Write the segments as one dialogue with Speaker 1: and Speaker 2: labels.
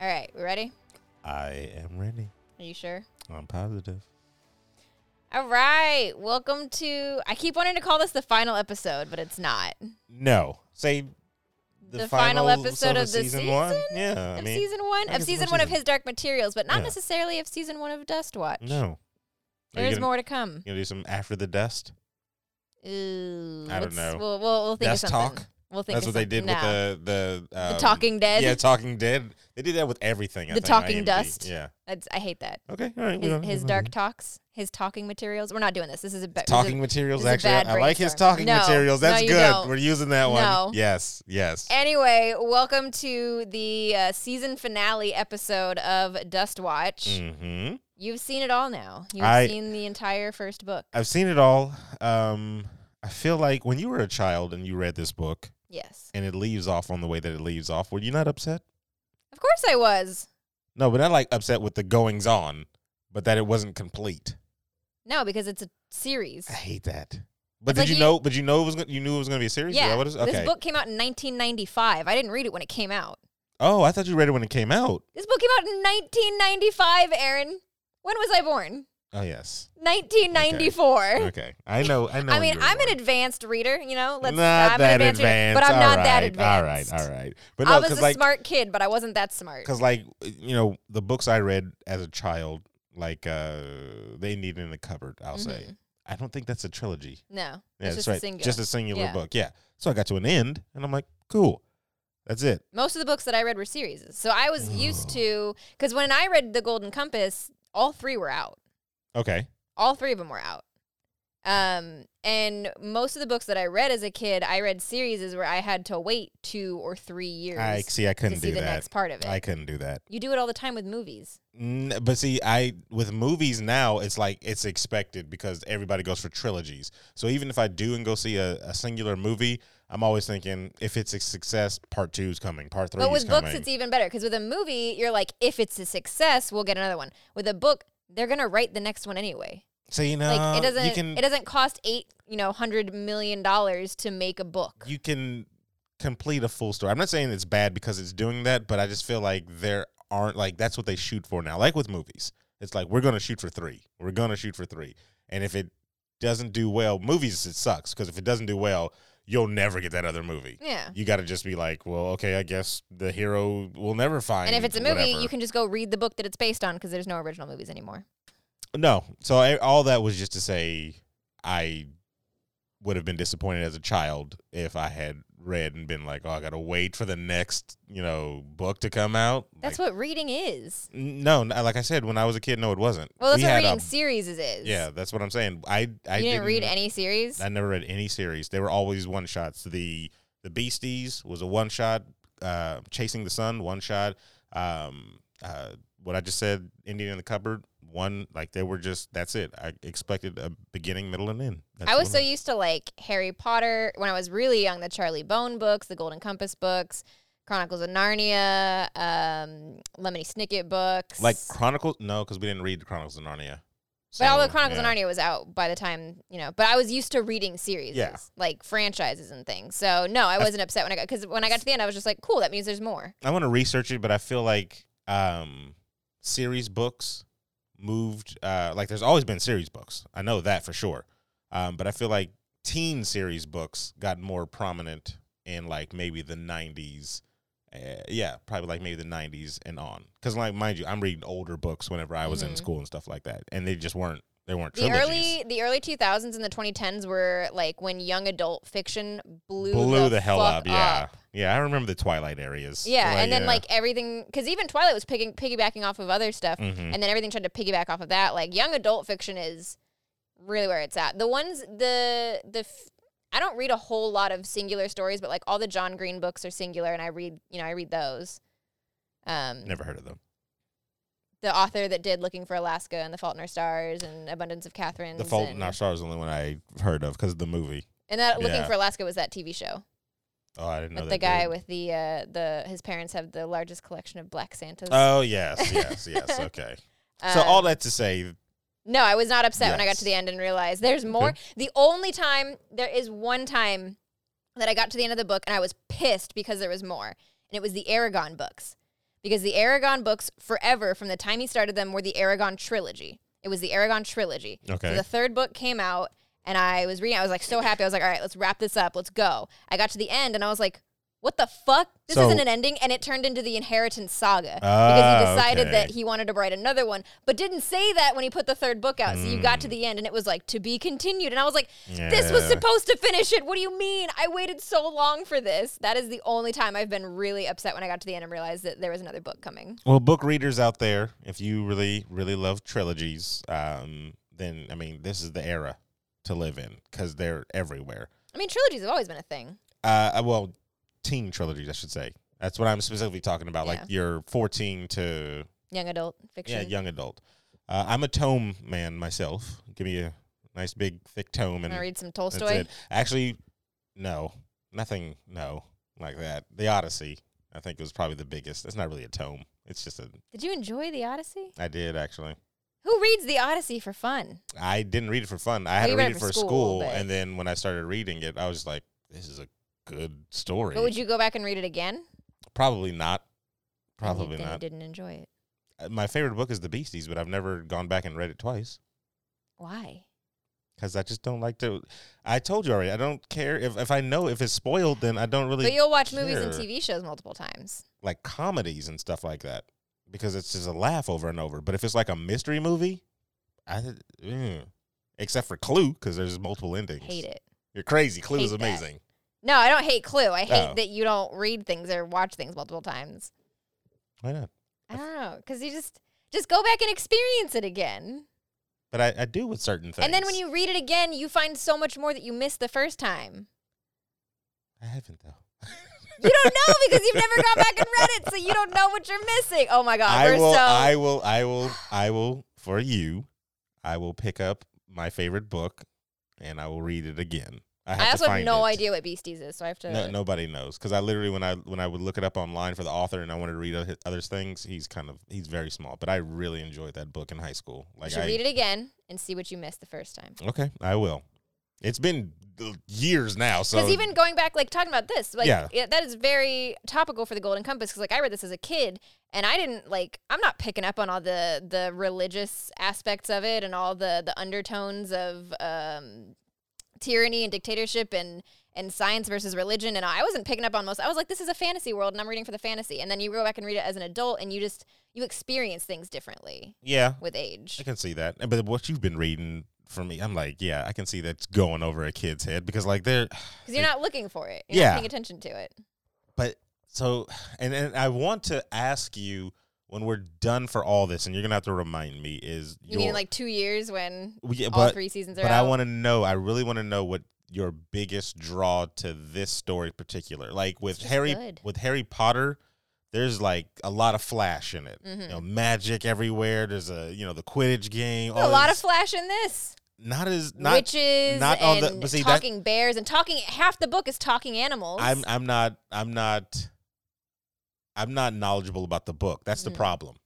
Speaker 1: All right, we ready?
Speaker 2: I am ready.
Speaker 1: Are you sure?
Speaker 2: I'm positive.
Speaker 1: All right, welcome to. I keep wanting to call this the final episode, but it's not.
Speaker 2: No, say
Speaker 1: The, final, episode of, the
Speaker 2: season, one. Yeah, I
Speaker 1: of
Speaker 2: mean,
Speaker 1: season one
Speaker 2: I
Speaker 1: of
Speaker 2: guess
Speaker 1: season
Speaker 2: one
Speaker 1: one of
Speaker 2: season.
Speaker 1: his Dark Materials, but not
Speaker 2: Yeah.
Speaker 1: necessarily of season one of Dust Watch.
Speaker 2: no. Are you
Speaker 1: there's
Speaker 2: gonna-
Speaker 1: more to come.
Speaker 2: You gonna do some after the dust?
Speaker 1: Ooh,
Speaker 2: I don't
Speaker 1: let's-
Speaker 2: know.
Speaker 1: We'll, we'll, we'll think
Speaker 2: Dust
Speaker 1: of something.
Speaker 2: talk?
Speaker 1: We'll think
Speaker 2: That's
Speaker 1: of
Speaker 2: what they
Speaker 1: something.
Speaker 2: did
Speaker 1: No.
Speaker 2: with the the um,
Speaker 1: the Talking Dead.
Speaker 2: Yeah, Talking Dead. They did that with everything. I
Speaker 1: The
Speaker 2: think,
Speaker 1: Talking
Speaker 2: IMDb.
Speaker 1: Dust.
Speaker 2: Yeah.
Speaker 1: That's, I hate that.
Speaker 2: Okay. All right. we
Speaker 1: His,
Speaker 2: don't-
Speaker 1: his
Speaker 2: we don't
Speaker 1: dark
Speaker 2: need-
Speaker 1: talks, his talking materials. We're not doing this. This is a ba- this is a-
Speaker 2: talking materials.
Speaker 1: this is a
Speaker 2: Actually,
Speaker 1: bad
Speaker 2: I like his
Speaker 1: brainstorm.
Speaker 2: talking
Speaker 1: No,
Speaker 2: materials.
Speaker 1: no,
Speaker 2: That's
Speaker 1: you
Speaker 2: good.
Speaker 1: don't.
Speaker 2: We're using that one.
Speaker 1: No.
Speaker 2: Yes. Yes.
Speaker 1: Anyway, welcome to the uh, season finale episode of Dust Watch.
Speaker 2: Mm-hmm.
Speaker 1: You've seen it all now. You've
Speaker 2: I-
Speaker 1: seen the entire first book.
Speaker 2: I've seen it all. Um, I feel like when you were a child and you read this book
Speaker 1: Yes.
Speaker 2: and it leaves off on the way that it leaves off, were you not upset?
Speaker 1: Of course I was.
Speaker 2: No, but not like upset with the goings on, but that it wasn't complete.
Speaker 1: No, because it's a series.
Speaker 2: I hate that. But
Speaker 1: It's
Speaker 2: did
Speaker 1: like
Speaker 2: you
Speaker 1: you-
Speaker 2: know? But you know it was. Gonna, you knew it was going to be a series. Is
Speaker 1: Yeah.
Speaker 2: that what it's- okay.
Speaker 1: This book came out in 1995. I didn't read it when it came out.
Speaker 2: oh, I thought you read it when it came out.
Speaker 1: This book came out in 1995, Aaron. When was I born?
Speaker 2: Oh yes.
Speaker 1: 1994.
Speaker 2: Okay. I know. I know.
Speaker 1: I
Speaker 2: when
Speaker 1: mean,
Speaker 2: you were
Speaker 1: I'm an
Speaker 2: born.
Speaker 1: advanced reader, you know. Let's
Speaker 2: not
Speaker 1: I'm
Speaker 2: that
Speaker 1: an advanced, reader, but I'm
Speaker 2: All
Speaker 1: not that
Speaker 2: right,
Speaker 1: advanced.
Speaker 2: All right. All right. But no,
Speaker 1: I was
Speaker 2: because
Speaker 1: a
Speaker 2: like,
Speaker 1: smart kid, but I wasn't that smart.
Speaker 2: because like you know the books I read as a child, like uh, they need in the cupboard. I'll
Speaker 1: Mm-hmm.
Speaker 2: say. I don't think that's a trilogy.
Speaker 1: No,
Speaker 2: Yeah,
Speaker 1: it's
Speaker 2: that's
Speaker 1: just
Speaker 2: right.
Speaker 1: a singular.
Speaker 2: Just a singular
Speaker 1: Yeah.
Speaker 2: book. Yeah. So I got to an end, and I'm like, cool. That's it.
Speaker 1: most of the books that I read were series. So I was used
Speaker 2: Oh.
Speaker 1: to because when I read The Golden Compass, all three were out.
Speaker 2: Okay.
Speaker 1: All three of them were out. Um, and most of the books that I read as a kid, I read series where I had to wait two or three years
Speaker 2: I see. I
Speaker 1: to
Speaker 2: couldn't
Speaker 1: see
Speaker 2: do
Speaker 1: the
Speaker 2: that.
Speaker 1: next part of it.
Speaker 2: I couldn't do that.
Speaker 1: you do it all the time with movies.
Speaker 2: N- but see, I with movies now, it's like it's expected because everybody goes for trilogies. So even if I do and go see a, a singular movie, I'm always thinking if it's a success, part two's coming, part three
Speaker 1: But with
Speaker 2: is coming.
Speaker 1: books, it's even better because with a movie, you're like, if it's a success, we'll get another one. With a book, they're gonna write the next one anyway.
Speaker 2: so you know,
Speaker 1: Like it
Speaker 2: Uh, you
Speaker 1: doesn't
Speaker 2: can
Speaker 1: it doesn't cost eight you know hundred million dollars to make a book.
Speaker 2: you can complete a full story. I'm not saying it's bad because it's doing that, but I just feel like there aren't like that's what they shoot for now. Like with movies, it's like we're gonna shoot for three, we're gonna shoot for three, and if it doesn't do well, movies it sucks because if it doesn't do well, you'll never get that other movie.
Speaker 1: yeah.
Speaker 2: You got to just be like, well, okay, I guess the hero will never find.
Speaker 1: And if it's a movie,
Speaker 2: whatever.
Speaker 1: you can just go read the book that it's based on because there's no original movies anymore.
Speaker 2: No, so I, all that was just to say, I would have been disappointed as a child if I had read and been like, oh, I got to wait for the next, you know, book to come out.
Speaker 1: That's what reading is.
Speaker 2: what. No, n- like I said, when I was a kid, no, it wasn't.
Speaker 1: Well, that's
Speaker 2: We
Speaker 1: what
Speaker 2: had a-
Speaker 1: reading series is.
Speaker 2: yeah, that's what I'm saying. I I
Speaker 1: you didn't, read any series.
Speaker 2: I never read any series. They were always one shots. The the Beasties was a one shot. Uh, Chasing the Sun, one shot. Um, uh, what I just said, Indian in the cupboard, one. Like they were just that's it. I expected a beginning, middle, and end. That's
Speaker 1: I was so
Speaker 2: what
Speaker 1: used to like Harry Potter when I was really young, the Charlie Bone books, the Golden Compass books, Chronicles of Narnia, um, Lemony Snicket books.
Speaker 2: like Chronicles. No, because we didn't read the Chronicles of Narnia.
Speaker 1: But all the
Speaker 2: So,
Speaker 1: Chronicles
Speaker 2: yeah.
Speaker 1: of Narnia was out by the time, you know, but I was used to reading series,
Speaker 2: Yeah.
Speaker 1: like franchises and things. So, no, I wasn't upset when I got, because when I got to the end, I was just like, cool, that means there's more.
Speaker 2: I want to research it, but I feel like um, series books moved. Uh, like there's always been series books. I know that for sure. Um, but I feel like teen series books got more prominent in like maybe the 90s. Uh, yeah, probably like maybe the 90s and on. Because like, mind you, I'm reading older books whenever I was in
Speaker 1: Mhm.
Speaker 2: school and stuff like that, and they just weren't. They weren't
Speaker 1: The
Speaker 2: trilogies.
Speaker 1: early the early 2000s and the 2010s were like when young adult fiction blew,
Speaker 2: blew the, hell
Speaker 1: fuck
Speaker 2: up. Yeah, yeah. I remember the Twilight areas.
Speaker 1: Yeah, and then like everything, because even Twilight was picking, piggybacking off of other stuff,
Speaker 2: Mhm.
Speaker 1: and then everything tried to piggyback off of that. Like young adult fiction is really where it's at. The ones the the f- I don't read a whole lot of singular stories, but like all the John Green books are singular, and I read you know I read those. Um,
Speaker 2: never heard of them.
Speaker 1: the author that did Looking for Alaska and The Fault in Our Stars and Abundance of Catherine.
Speaker 2: The Fault
Speaker 1: and,
Speaker 2: in Our Stars is the only one I heard of because of the movie.
Speaker 1: and that Looking
Speaker 2: yeah.
Speaker 1: for Alaska was that TV show
Speaker 2: Oh, I didn't know
Speaker 1: with
Speaker 2: that
Speaker 1: the guy
Speaker 2: dude.
Speaker 1: with the uh, the his parents have the largest collection of black Santas.
Speaker 2: Oh yes, yes, yes. Okay. so
Speaker 1: Um,
Speaker 2: all that to say,
Speaker 1: No, I was not upset when I got to the
Speaker 2: Yes.
Speaker 1: end and realized there's more. The only time there is one time that I got to the end of the book and I was pissed because there was more, and it was the Aragon books because the Aragon books forever from the time he started them were the Aragon trilogy. It was the Aragon trilogy. So
Speaker 2: Okay.
Speaker 1: the third book came out and I was reading. I was like so happy. I was like, all right, let's wrap this up. Let's go. I got to the end and I was like, what the fuck? This
Speaker 2: So-
Speaker 1: isn't an ending. And it turned into the Inheritance Saga because he
Speaker 2: Ah,
Speaker 1: decided
Speaker 2: okay.
Speaker 1: that he wanted to write another one, but didn't say that when he put the third book out. So you got to the end and it was like to be continued. And I was like, this was
Speaker 2: Yeah.
Speaker 1: supposed to finish it. What do you mean? I waited so long for this. That is the only time I've been really upset when I got to the end and realized that there was another book coming.
Speaker 2: Well, book readers out there, if you really, really love trilogies, um, then I mean, this is the era to live in because they're everywhere.
Speaker 1: I mean, trilogies have always been a thing.
Speaker 2: Uh, uh, well, teen trilogies, I should say. That's what I'm specifically talking about. Like your 14 to
Speaker 1: Young adult fiction.
Speaker 2: yeah, young adult. Uh, I'm a tome man myself. Give me a nice big thick tome,
Speaker 1: I'm
Speaker 2: and
Speaker 1: gonna read some
Speaker 2: that's
Speaker 1: Tolstoy.
Speaker 2: it. Actually, no, nothing, no, like that. The Odyssey, I think, was probably the biggest. It's not really a tome. It's just a.
Speaker 1: Did you enjoy the Odyssey?
Speaker 2: I did actually.
Speaker 1: Who reads the Odyssey for fun?
Speaker 2: I didn't read it for fun. I had
Speaker 1: you
Speaker 2: to
Speaker 1: read
Speaker 2: read
Speaker 1: it
Speaker 2: it
Speaker 1: for
Speaker 2: for
Speaker 1: school,
Speaker 2: school,
Speaker 1: but-
Speaker 2: and then when I started reading it, I was like, "This is a good story."
Speaker 1: But would you go back and read it again? Then
Speaker 2: Probably not.
Speaker 1: you-
Speaker 2: Probably
Speaker 1: then you
Speaker 2: not.
Speaker 1: didn't enjoy it.
Speaker 2: Uh, My favorite book is The Beasties, but I've never gone back and read it twice
Speaker 1: Why?
Speaker 2: because I just don't like to. I told you already. I don't care if if I know if it's spoiled, then I don't really
Speaker 1: But you'll watch movies and
Speaker 2: care.
Speaker 1: TV shows multiple times.
Speaker 2: like comedies and stuff like that because it's just a laugh over and over. But if it's like a mystery movie, I mm. except for Clue because there's multiple endings.
Speaker 1: Hate it.
Speaker 2: You're crazy. Clue is
Speaker 1: Hate that.
Speaker 2: amazing.
Speaker 1: No, I don't hate Clue. I hate
Speaker 2: Oh.
Speaker 1: that you don't read things or watch things multiple times.
Speaker 2: Why not?
Speaker 1: I don't know, because you just just go back and experience it again.
Speaker 2: But I, I do with certain things.
Speaker 1: And then when you read it again, you find so much more that you missed the first time.
Speaker 2: I haven't though.
Speaker 1: You don't know because you've never gone back and read it, so you don't know what you're missing. Oh my god,
Speaker 2: I
Speaker 1: we're
Speaker 2: will.
Speaker 1: so
Speaker 2: I will. I will. I will. For you, I will pick up my favorite book, and I will read it again. I, have
Speaker 1: I
Speaker 2: to
Speaker 1: also have
Speaker 2: find
Speaker 1: no
Speaker 2: it.
Speaker 1: idea what Beasties is, so I have to.
Speaker 2: No, nobody knows because I literally when I when I would look it up online for the author and I wanted to read other other things. He's kind of he's very small, but I really enjoyed that book in high school.
Speaker 1: you
Speaker 2: Like
Speaker 1: should
Speaker 2: I
Speaker 1: read it again and see what you missed the first time.
Speaker 2: okay, I will. It's been uh, years now, so
Speaker 1: Because even going back, like talking about this, like
Speaker 2: Yeah.
Speaker 1: it- that is very topical for the Golden Compass. Because like I read this as a kid, and I didn't like. I'm not picking up on all the the religious aspects of it and all the the undertones of um, tyranny and dictatorship and and science versus religion. And I wasn't picking up on most. I was like, this is a fantasy world, and I'm reading for the fantasy. And then you go back and read it as an adult, and you just you experience things differently
Speaker 2: yeah,
Speaker 1: with age.
Speaker 2: I can see that. And- But what you've been reading for me, I'm like, yeah, I can see that's going over a kid's head because like they're
Speaker 1: Because you're not looking for it. You're not
Speaker 2: Yeah.
Speaker 1: paying attention to it.
Speaker 2: but so and, and I want to ask you when we're done for all this, and you're gonna have to remind me is
Speaker 1: You mean like two years when
Speaker 2: Well, yeah,
Speaker 1: all
Speaker 2: but-
Speaker 1: three seasons are
Speaker 2: But
Speaker 1: out?
Speaker 2: I want to know. I really want to know what your biggest draw to this story in particular. Like with
Speaker 1: just
Speaker 2: Harry,
Speaker 1: good.
Speaker 2: with Harry Potter, there's like a lot of flash in it.
Speaker 1: Mm-hmm.
Speaker 2: You know, magic everywhere. There's a you know the Quidditch game.
Speaker 1: Mm. a
Speaker 2: all
Speaker 1: lot of
Speaker 2: this-
Speaker 1: flash in this.
Speaker 2: not as not.
Speaker 1: Witches
Speaker 2: not on
Speaker 1: and
Speaker 2: the- but see, that-
Speaker 1: talking bears and talking. Half the book is talking animals.
Speaker 2: I'm I'm not I'm not I'm not knowledgeable about the book. That's
Speaker 1: Mhm.
Speaker 2: the problem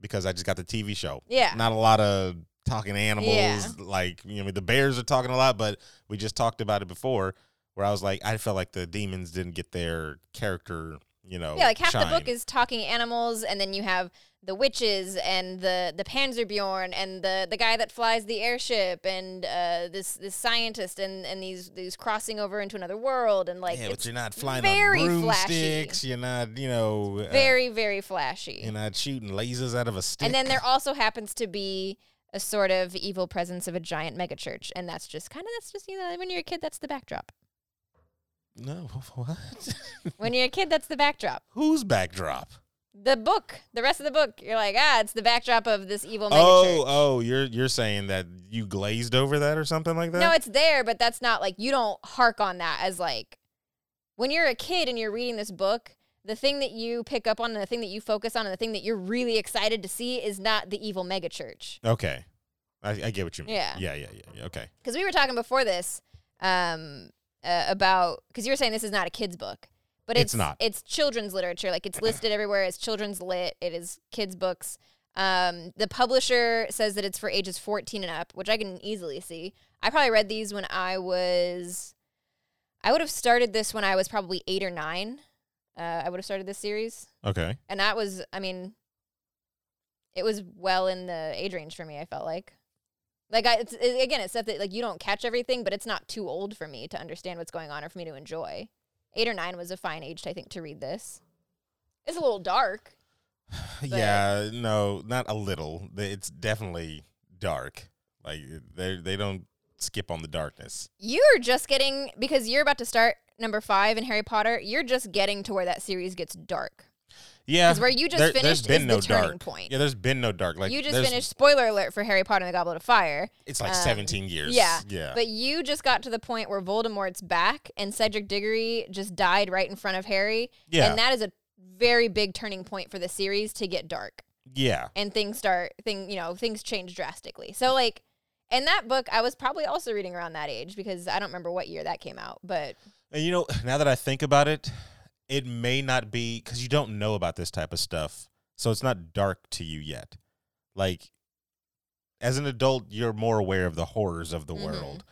Speaker 2: because I just got the TV show.
Speaker 1: yeah.
Speaker 2: Not a lot of talking animals. Like you know, the bears are talking a lot, but we just talked about it before, where I was like, I felt like the demons didn't get their character. You know,
Speaker 1: yeah, like half the book
Speaker 2: shine.
Speaker 1: is talking animals, and then you have the witches and the the Panzerbjorn and the the guy that flies the airship and uh, this this scientist and and these these crossing over into another world and like
Speaker 2: yeah,
Speaker 1: it's
Speaker 2: but you're not flying
Speaker 1: very
Speaker 2: on
Speaker 1: flashy.
Speaker 2: broomsticks. You're not, you know, uh,
Speaker 1: very very flashy.
Speaker 2: you're not shooting lasers out of a stick.
Speaker 1: and then there also happens to be a sort of evil presence of a giant megachurch, and that's just kind of that's just you know when you're a kid that's the backdrop.
Speaker 2: no what?
Speaker 1: When you're a kid, that's the backdrop.
Speaker 2: Who's backdrop?
Speaker 1: The book, the rest of the book, you're like, ah, it's the backdrop of this evil megachurch.
Speaker 2: Oh, oh, you're you're saying that you glazed over that or something like that?
Speaker 1: No, it's there, but that's not like you don't hark on that as like when you're a kid and you're reading this book, the thing that you pick up on and the thing that you focus on and the thing that you're really excited to see is not the evil megachurch.
Speaker 2: okay. I, I get what you mean.
Speaker 1: Yeah.
Speaker 2: Yeah, yeah, yeah. yeah. Okay.
Speaker 1: Because we were talking before this um, uh, about because you were saying this is not a kids book, but it's,
Speaker 2: It's not.
Speaker 1: It's children's literature. Like it's listed everywhere as children's lit. It is kids books. Um, the publisher says that it's for ages 14 and up, which I can easily see. I probably read these when I was. I would have started this when I was probably eight or nine. uh, I would have started this series.
Speaker 2: Okay.
Speaker 1: And that was, I mean, it was well in the age range for me. I felt like, like I it's, it, again, it's stuff that like you don't catch everything, but it's not too old for me to understand what's going on or for me to enjoy. Eight or nine was a fine age, I think, to read this. It's a little dark.
Speaker 2: yeah. No, not a little. Th- It's definitely dark. Like they they don't skip on the darkness.
Speaker 1: You're just getting because you're about to start number five in Harry Potter. You're just getting to where that series gets dark.
Speaker 2: Yeah.
Speaker 1: 'Cause where you just
Speaker 2: there's
Speaker 1: finished
Speaker 2: been
Speaker 1: is
Speaker 2: no
Speaker 1: the turning
Speaker 2: dark.
Speaker 1: point.
Speaker 2: Yeah, there's been no dark. Like
Speaker 1: you just
Speaker 2: there's-
Speaker 1: finished spoiler alert for Harry Potter and the Goblet of Fire.
Speaker 2: It's like
Speaker 1: um,
Speaker 2: 17 years.
Speaker 1: yeah,
Speaker 2: Yeah.
Speaker 1: But you just got to the point where Voldemort's back and Cedric Diggory just died right in front of Harry.
Speaker 2: Yeah.
Speaker 1: And that is a very big turning point for the series to get dark
Speaker 2: yeah.
Speaker 1: and things start thing you know things change drastically. So like in that book I was probably also reading around that age because I don't remember what year that came out, but
Speaker 2: And you know, now that I think about it, it may not be because you don't know about this type of stuff. So it's not dark to you yet. Like, as an adult, you're more aware of the horrors of the
Speaker 1: Mhm.
Speaker 2: world.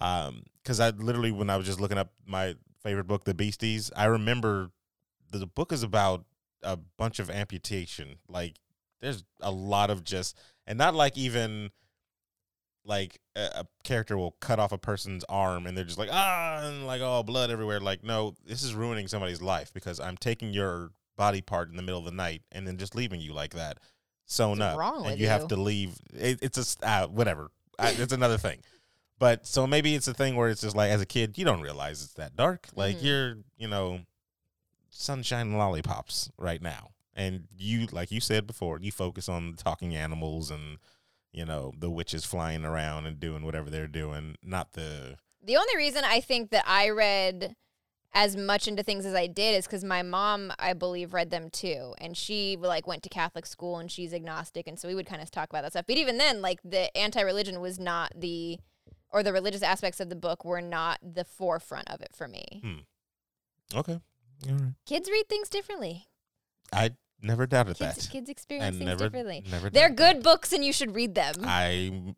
Speaker 2: Um, 'cause because I literally, when I was just looking up my favorite book, The Beasties, I remember the, the book is about a bunch of amputation. Like, there's a lot of just, and not like even like a, a character will cut off a person's arm and they're just like ah and like oh blood everywhere like no this is ruining somebody's life because i'm taking your body part in the middle of the night and then just leaving you like that sewn
Speaker 1: What's
Speaker 2: up
Speaker 1: wrong
Speaker 2: and
Speaker 1: with
Speaker 2: you, have
Speaker 1: you?
Speaker 2: to leave it, it's just uh, whatever I, it's another thing but so maybe it's a thing where it's just like as a kid you don't realize it's that dark like
Speaker 1: Mhm.
Speaker 2: you're you know sunshine and lollipops right now and you like you said before you focus on talking animals and you know the witches flying around and doing whatever they're doing not the
Speaker 1: The only reason I think that I read as much into things as I did is because my mom, I believe, read them too, and she like went to Catholic school and she's agnostic, and so we would kind of talk about that stuff. But even then, like the anti-religion was not the, or the religious aspects of the book were not the forefront of it for me.
Speaker 2: okay all right
Speaker 1: Kids read things differently.
Speaker 2: i never doubted
Speaker 1: Kids,
Speaker 2: that
Speaker 1: kids
Speaker 2: i
Speaker 1: experience things
Speaker 2: never
Speaker 1: differently.
Speaker 2: never
Speaker 1: They're
Speaker 2: doubted
Speaker 1: good books, and you should read them.
Speaker 2: that. i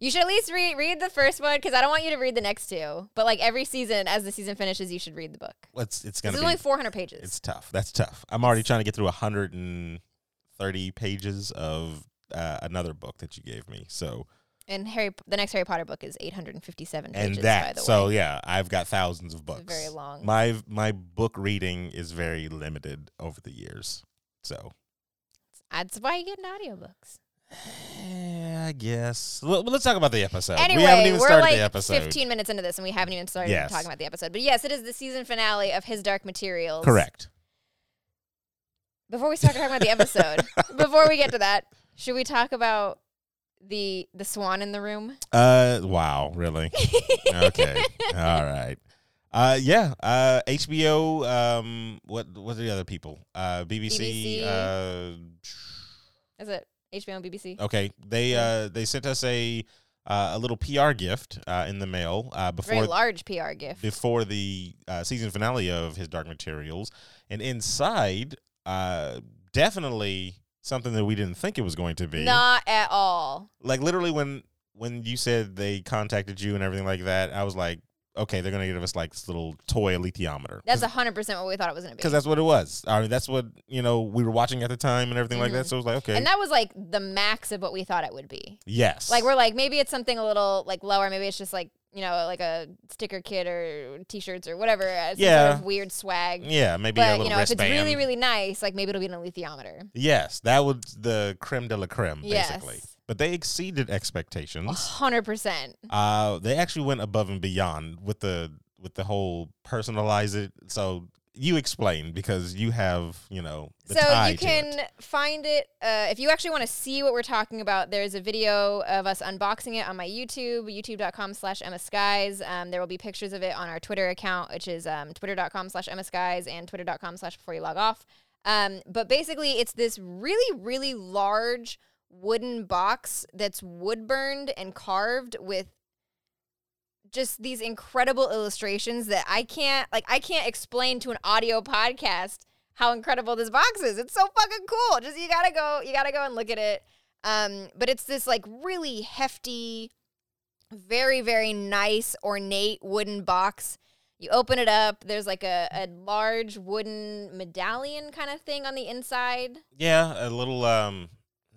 Speaker 1: you should at least read read the first one because I don't want you to read the next two. But like every season, as the season finishes, you should read the book.
Speaker 2: it's
Speaker 1: This
Speaker 2: it's gonna
Speaker 1: is
Speaker 2: be
Speaker 1: only 400 pages.
Speaker 2: it's tough that's tough i'm already trying to get through 130 pages of uh, another book that you gave me so
Speaker 1: And Harry, the next Harry Potter book is 857
Speaker 2: and
Speaker 1: pages.
Speaker 2: that
Speaker 1: by the
Speaker 2: so
Speaker 1: way,
Speaker 2: yeah i've got thousands of
Speaker 1: It's
Speaker 2: books
Speaker 1: very long.
Speaker 2: my my book reading is very limited over the years so
Speaker 1: That's why you get an audiobooks.
Speaker 2: Eh, I guess. L- but let's talk about the episode.
Speaker 1: Anyway,
Speaker 2: Uh, we haven't even
Speaker 1: are
Speaker 2: started
Speaker 1: like
Speaker 2: the episode.
Speaker 1: 15 minutes into this, and we haven't even started
Speaker 2: Yes.
Speaker 1: talking about the episode. But yes, it is the season finale of His Dark Materials.
Speaker 2: Correct.
Speaker 1: Before we start talking about the episode, before we get to that, should we talk about the the swan in the room?
Speaker 2: Uh, wow, really? okay, all right. Uh, yeah. Uh, HBO. Um, what what are the other people? Uh,
Speaker 1: BBC.
Speaker 2: BBC. Uh,
Speaker 1: Is it HBO and BBC?
Speaker 2: okay, they uh they sent us a uh, a little PR gift uh, in the mail uh, before
Speaker 1: Very large PR gift.
Speaker 2: before the uh, season finale of his Dark Materials, and inside, uh, definitely something that we didn't think it was going to be.
Speaker 1: Not at all.
Speaker 2: Like literally, when when you said they contacted you and everything like that, I was like, okay, they're gonna give us like this little toy alethiometer.
Speaker 1: That's 100% what we thought it was going to be.
Speaker 2: because that's what it was. I mean, that's what you know we were watching at the time and everything like that. So it was like, okay,
Speaker 1: Mm-hmm. And that was like the max of what we thought it would be.
Speaker 2: yes,
Speaker 1: Like we're like maybe it's something a little like lower. Maybe it's just like you know like a sticker kit or t-shirts or whatever. uh, some
Speaker 2: Yeah.
Speaker 1: Sort of weird swag.
Speaker 2: yeah, maybe a
Speaker 1: but
Speaker 2: little
Speaker 1: you know
Speaker 2: wristband.
Speaker 1: if it's really really nice, like maybe it'll be an alethiometer.
Speaker 2: yes, that was the creme de la creme, basically.
Speaker 1: Yes.
Speaker 2: But they exceeded expectations.
Speaker 1: Hundred percent.
Speaker 2: Uh, they actually went above and beyond with the with the whole personalize it. So you explain because you have you know the
Speaker 1: So
Speaker 2: tie
Speaker 1: you
Speaker 2: to
Speaker 1: can
Speaker 2: it.
Speaker 1: find it uh, if you actually want to see what we're talking about. There is a video of us unboxing it on my YouTube, YouTube.com/slash Emma Skies. Um, there will be pictures of it on our Twitter account, which is um, Twitter.com/slash Emma Skies and Twitter.com/slash Before You Log Off. Um, but basically, it's this really, really large wooden box that's wood burned and carved with just these incredible illustrations that I can't like I can't explain to an audio podcast how incredible this box is. It's so fucking cool. Just you gotta go, you gotta go and look at it. Um, but it's this like really hefty, very, very nice, ornate wooden box. You open it up. There's like a, a large wooden medallion kind of thing on the inside.
Speaker 2: Yeah, a little um,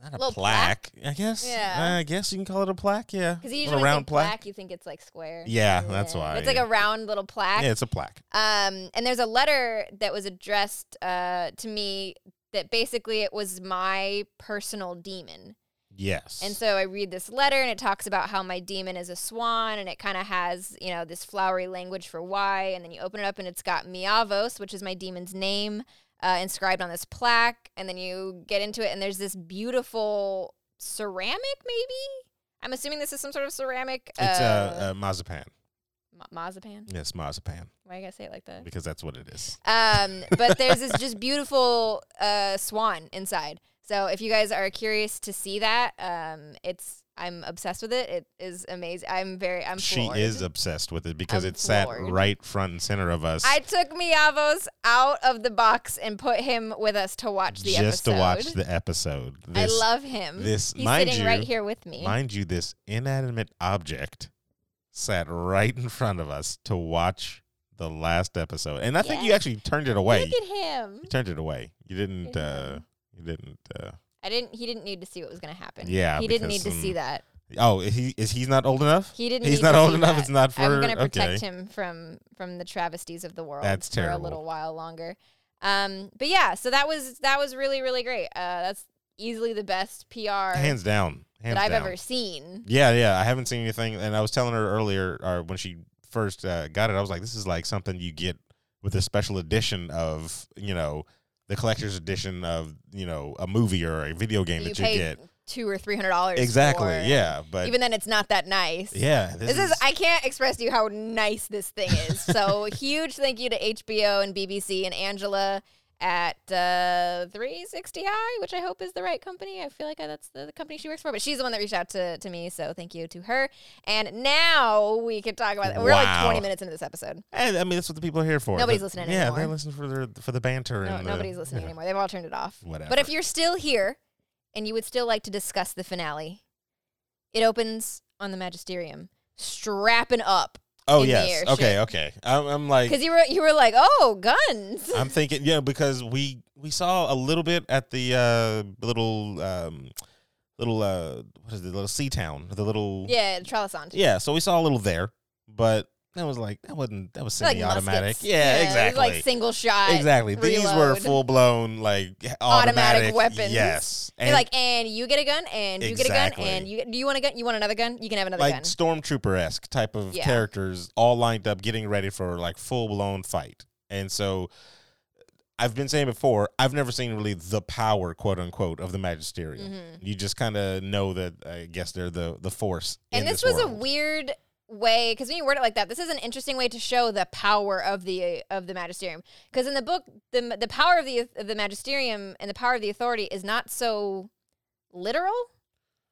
Speaker 2: not a
Speaker 1: Little
Speaker 2: plaque, I guess. Uh,
Speaker 1: Yeah.
Speaker 2: I guess you can call it a plaque. Yeah,
Speaker 1: Because
Speaker 2: Little
Speaker 1: usually when you think plaque, you think it's like square.
Speaker 2: Yeah, that's why.
Speaker 1: It's like a round little plaque.
Speaker 2: yeah, it's a plaque.
Speaker 1: Um, and there's a letter that was addressed uh, to me that basically it was my personal demon.
Speaker 2: Yes.
Speaker 1: And so I read this letter and it talks about how my demon is a swan and it kind of has, you know, this flowery language for why. And then you open it up and it's got Miavos, which is my demon's name, uh, inscribed on this plaque. And then you get into it and there's this beautiful ceramic, maybe? I'm assuming this is some sort of ceramic.
Speaker 2: it's
Speaker 1: uh,
Speaker 2: uh, uh, mazapan.
Speaker 1: ma- Mazapan?
Speaker 2: Yes, mazapan,
Speaker 1: Why do I gotta say it like that?
Speaker 2: because that's what it is.
Speaker 1: Um, but there's this just beautiful uh, swan inside. So if you guys are curious to see that, um, it's I'm obsessed with it. It is amazing. I'm very I'm
Speaker 2: she
Speaker 1: floored.
Speaker 2: is obsessed with it because
Speaker 1: I'm
Speaker 2: it sat
Speaker 1: floored.
Speaker 2: right front and center of us
Speaker 1: I took Miavos out of the box and put him with us to watch the
Speaker 2: just
Speaker 1: episode.
Speaker 2: to watch the episode.
Speaker 1: I love him.
Speaker 2: this-
Speaker 1: He's
Speaker 2: mind
Speaker 1: sitting
Speaker 2: you,
Speaker 1: right here with me.
Speaker 2: Mind you, this inanimate object sat right in front of us to watch the last episode, and I think you
Speaker 1: Yeah.
Speaker 2: actually turned it away.
Speaker 1: Look at him.
Speaker 2: You turned it away. You didn't.
Speaker 1: Yeah.
Speaker 2: Uh, you didn't. Uh,
Speaker 1: I didn't. He didn't need to see what was going to happen.
Speaker 2: Yeah,
Speaker 1: He didn't need
Speaker 2: because,
Speaker 1: to see
Speaker 2: um,
Speaker 1: that.
Speaker 2: oh, is he is he's not old enough.
Speaker 1: He didn't.
Speaker 2: He's
Speaker 1: need
Speaker 2: not
Speaker 1: to
Speaker 2: old
Speaker 1: see
Speaker 2: enough.
Speaker 1: that.
Speaker 2: It's not for.
Speaker 1: I'm going to protect
Speaker 2: okay.
Speaker 1: him from from the travesties of the world.
Speaker 2: That's
Speaker 1: For a
Speaker 2: terrible.
Speaker 1: little while longer. Um, but yeah, so that was that was really really great. Uh, that's easily the best PR
Speaker 2: Hands down. Hands
Speaker 1: that I've
Speaker 2: down.
Speaker 1: ever seen.
Speaker 2: Yeah, yeah. I haven't seen anything, and I was telling her earlier, or when she first uh, got it, I was like, "This is like something you get with a special edition of, you know, the collector's edition of, you know, a movie or a video game
Speaker 1: You
Speaker 2: that you
Speaker 1: pay
Speaker 2: get."
Speaker 1: two or three hundred dollars.
Speaker 2: Exactly. Yeah, but
Speaker 1: Even then, it's not that nice.
Speaker 2: yeah, this,
Speaker 1: This is, I can't express to you how nice this thing is. So huge thank you to HBO and BBC and Angela at uh, 360i, which I hope is the right company. I feel like that's the, the company she works for, but she's the one that reached out to, to me. So thank you to her. And now we can talk about We're like
Speaker 2: Wow.
Speaker 1: 20 minutes into this episode.
Speaker 2: I I mean, that's what the people are here for.
Speaker 1: Nobody's
Speaker 2: The-
Speaker 1: listening
Speaker 2: Yeah,
Speaker 1: anymore.
Speaker 2: they listen for the for the banter.
Speaker 1: No,
Speaker 2: and the-
Speaker 1: nobody's listening
Speaker 2: yeah.
Speaker 1: anymore. They've all turned it off.
Speaker 2: Whatever.
Speaker 1: But if you're still here and you would still like to discuss the finale, it opens on the Magisterium, strapping up. in
Speaker 2: oh
Speaker 1: the
Speaker 2: yes,
Speaker 1: air,
Speaker 2: okay,
Speaker 1: shit.
Speaker 2: okay. I'm, I'm like,
Speaker 1: Because you were you were like, oh, guns.
Speaker 2: I'm thinking, yeah, because we we saw a little bit at the uh, little um, little uh, what is it, little sea town, the little
Speaker 1: Yeah, Trellisant.
Speaker 2: yeah. So we saw a little there, but that was like that wasn't that was
Speaker 1: They're like
Speaker 2: semi-automatic.
Speaker 1: muskets.
Speaker 2: yeah,
Speaker 1: it was
Speaker 2: exactly,
Speaker 1: Like single shot.
Speaker 2: exactly. These were
Speaker 1: reload.
Speaker 2: full blown like automatic,
Speaker 1: weapons.
Speaker 2: Yes,
Speaker 1: You're like, and you get a gun, and you get a gun,
Speaker 2: Exactly.
Speaker 1: and you do you want a gun? You want another gun? You can have another
Speaker 2: like
Speaker 1: gun.
Speaker 2: stormtrooper esque type of
Speaker 1: Yeah.
Speaker 2: characters all lined up, getting ready for like full blown fight. And so, I've been saying before, I've never seen really the power, quote unquote, of the Magisterium.
Speaker 1: Mhm.
Speaker 2: You just kind of know that. I guess they're the the force.
Speaker 1: And
Speaker 2: in
Speaker 1: this, was a
Speaker 2: world.
Speaker 1: weird way because when you word it like that, this is an interesting way to show the power of the of the magisterium. Because in the book, the the power of the of the magisterium and the power of the authority is not so literal.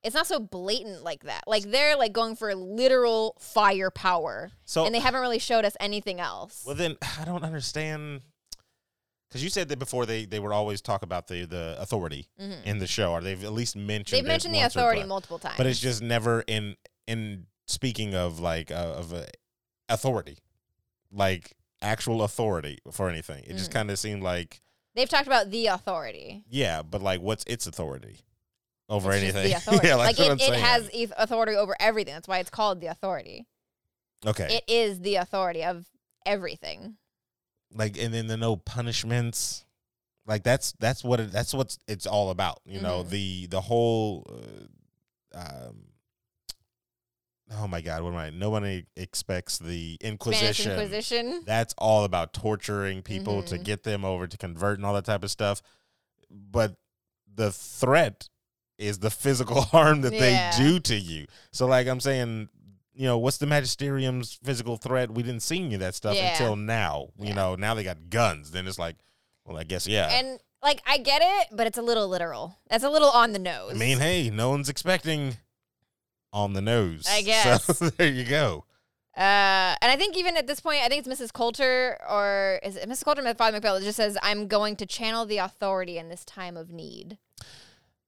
Speaker 1: It's not so blatant like that. Like they're like going for literal firepower,
Speaker 2: so
Speaker 1: and they haven't really showed us anything else.
Speaker 2: Well, then I don't understand because you said that before they they would always talk about the the authority
Speaker 1: Mhm.
Speaker 2: in the show, or they've at least mentioned
Speaker 1: They've
Speaker 2: it
Speaker 1: mentioned the
Speaker 2: once or
Speaker 1: authority
Speaker 2: twice.
Speaker 1: multiple times.
Speaker 2: but it's just never in in speaking of like uh, of uh, authority, like actual authority for anything. It just
Speaker 1: Mm.
Speaker 2: kind of seemed like
Speaker 1: They've talked about the authority.
Speaker 2: yeah, but like what's its authority over
Speaker 1: It's just
Speaker 2: anything?
Speaker 1: the authority.
Speaker 2: yeah,
Speaker 1: like
Speaker 2: that's
Speaker 1: it,
Speaker 2: what I'm
Speaker 1: it
Speaker 2: saying.
Speaker 1: has eth- authority over everything. That's why it's called the authority.
Speaker 2: okay,
Speaker 1: It is the authority of everything.
Speaker 2: like and then the no punishments like that's that's what it, that's what it's all about you know
Speaker 1: Mhm.
Speaker 2: the the whole uh, um oh my god what am i nobody expects the
Speaker 1: Spanish
Speaker 2: inquisition,
Speaker 1: Inquisition.
Speaker 2: that's all about torturing people to
Speaker 1: Mhm.
Speaker 2: get them over to convert and all that type of stuff but the threat is the physical harm that
Speaker 1: Yeah.
Speaker 2: they do to you so like i'm saying you know what's the magisterium's physical threat we didn't see any of that stuff
Speaker 1: Yeah.
Speaker 2: until now you
Speaker 1: Yeah.
Speaker 2: know now they got guns then it's like well i guess yeah
Speaker 1: And like I get it, but it's a little literal. That's a little on the nose.
Speaker 2: i mean hey no one's expecting on the nose
Speaker 1: I guess.
Speaker 2: so there you go
Speaker 1: Uh, and I think even at this point, I think it's Mrs. Coulter or is it Mrs. Coulter or Father McPhail that just says, I'm going to channel the authority in this time of need.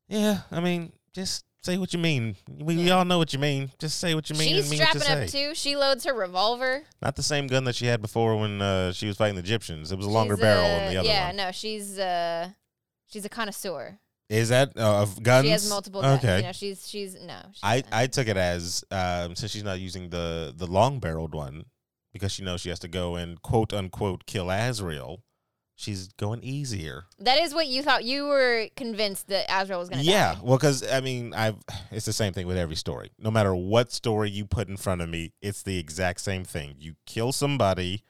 Speaker 2: yeah i mean just say what you mean. We, we all know what you mean. Just say what you mean.
Speaker 1: She's
Speaker 2: and mean what you
Speaker 1: strapping up
Speaker 2: say.
Speaker 1: too. She loads her revolver.
Speaker 2: Not the same gun that she had before when uh, she was fighting the Egyptians. It was a longer
Speaker 1: She's,
Speaker 2: barrel
Speaker 1: uh,
Speaker 2: on the other
Speaker 1: yeah,
Speaker 2: one.
Speaker 1: no, she's uh, she's a connoisseur.
Speaker 2: Is that uh, of guns?
Speaker 1: She has multiple guns.
Speaker 2: Okay.
Speaker 1: You know, she's she's no. She's
Speaker 2: I,
Speaker 1: not.
Speaker 2: I took it as um, since she's not using the the long barreled one because she knows she has to go and quote unquote kill Azrael. She's going easier.
Speaker 1: that is what you thought. You were convinced that Azrael was gonna.
Speaker 2: yeah,
Speaker 1: die.
Speaker 2: well, because I mean, I've it's the same thing with every story. No matter what story you put in front of me, it's the exact same thing. You kill somebody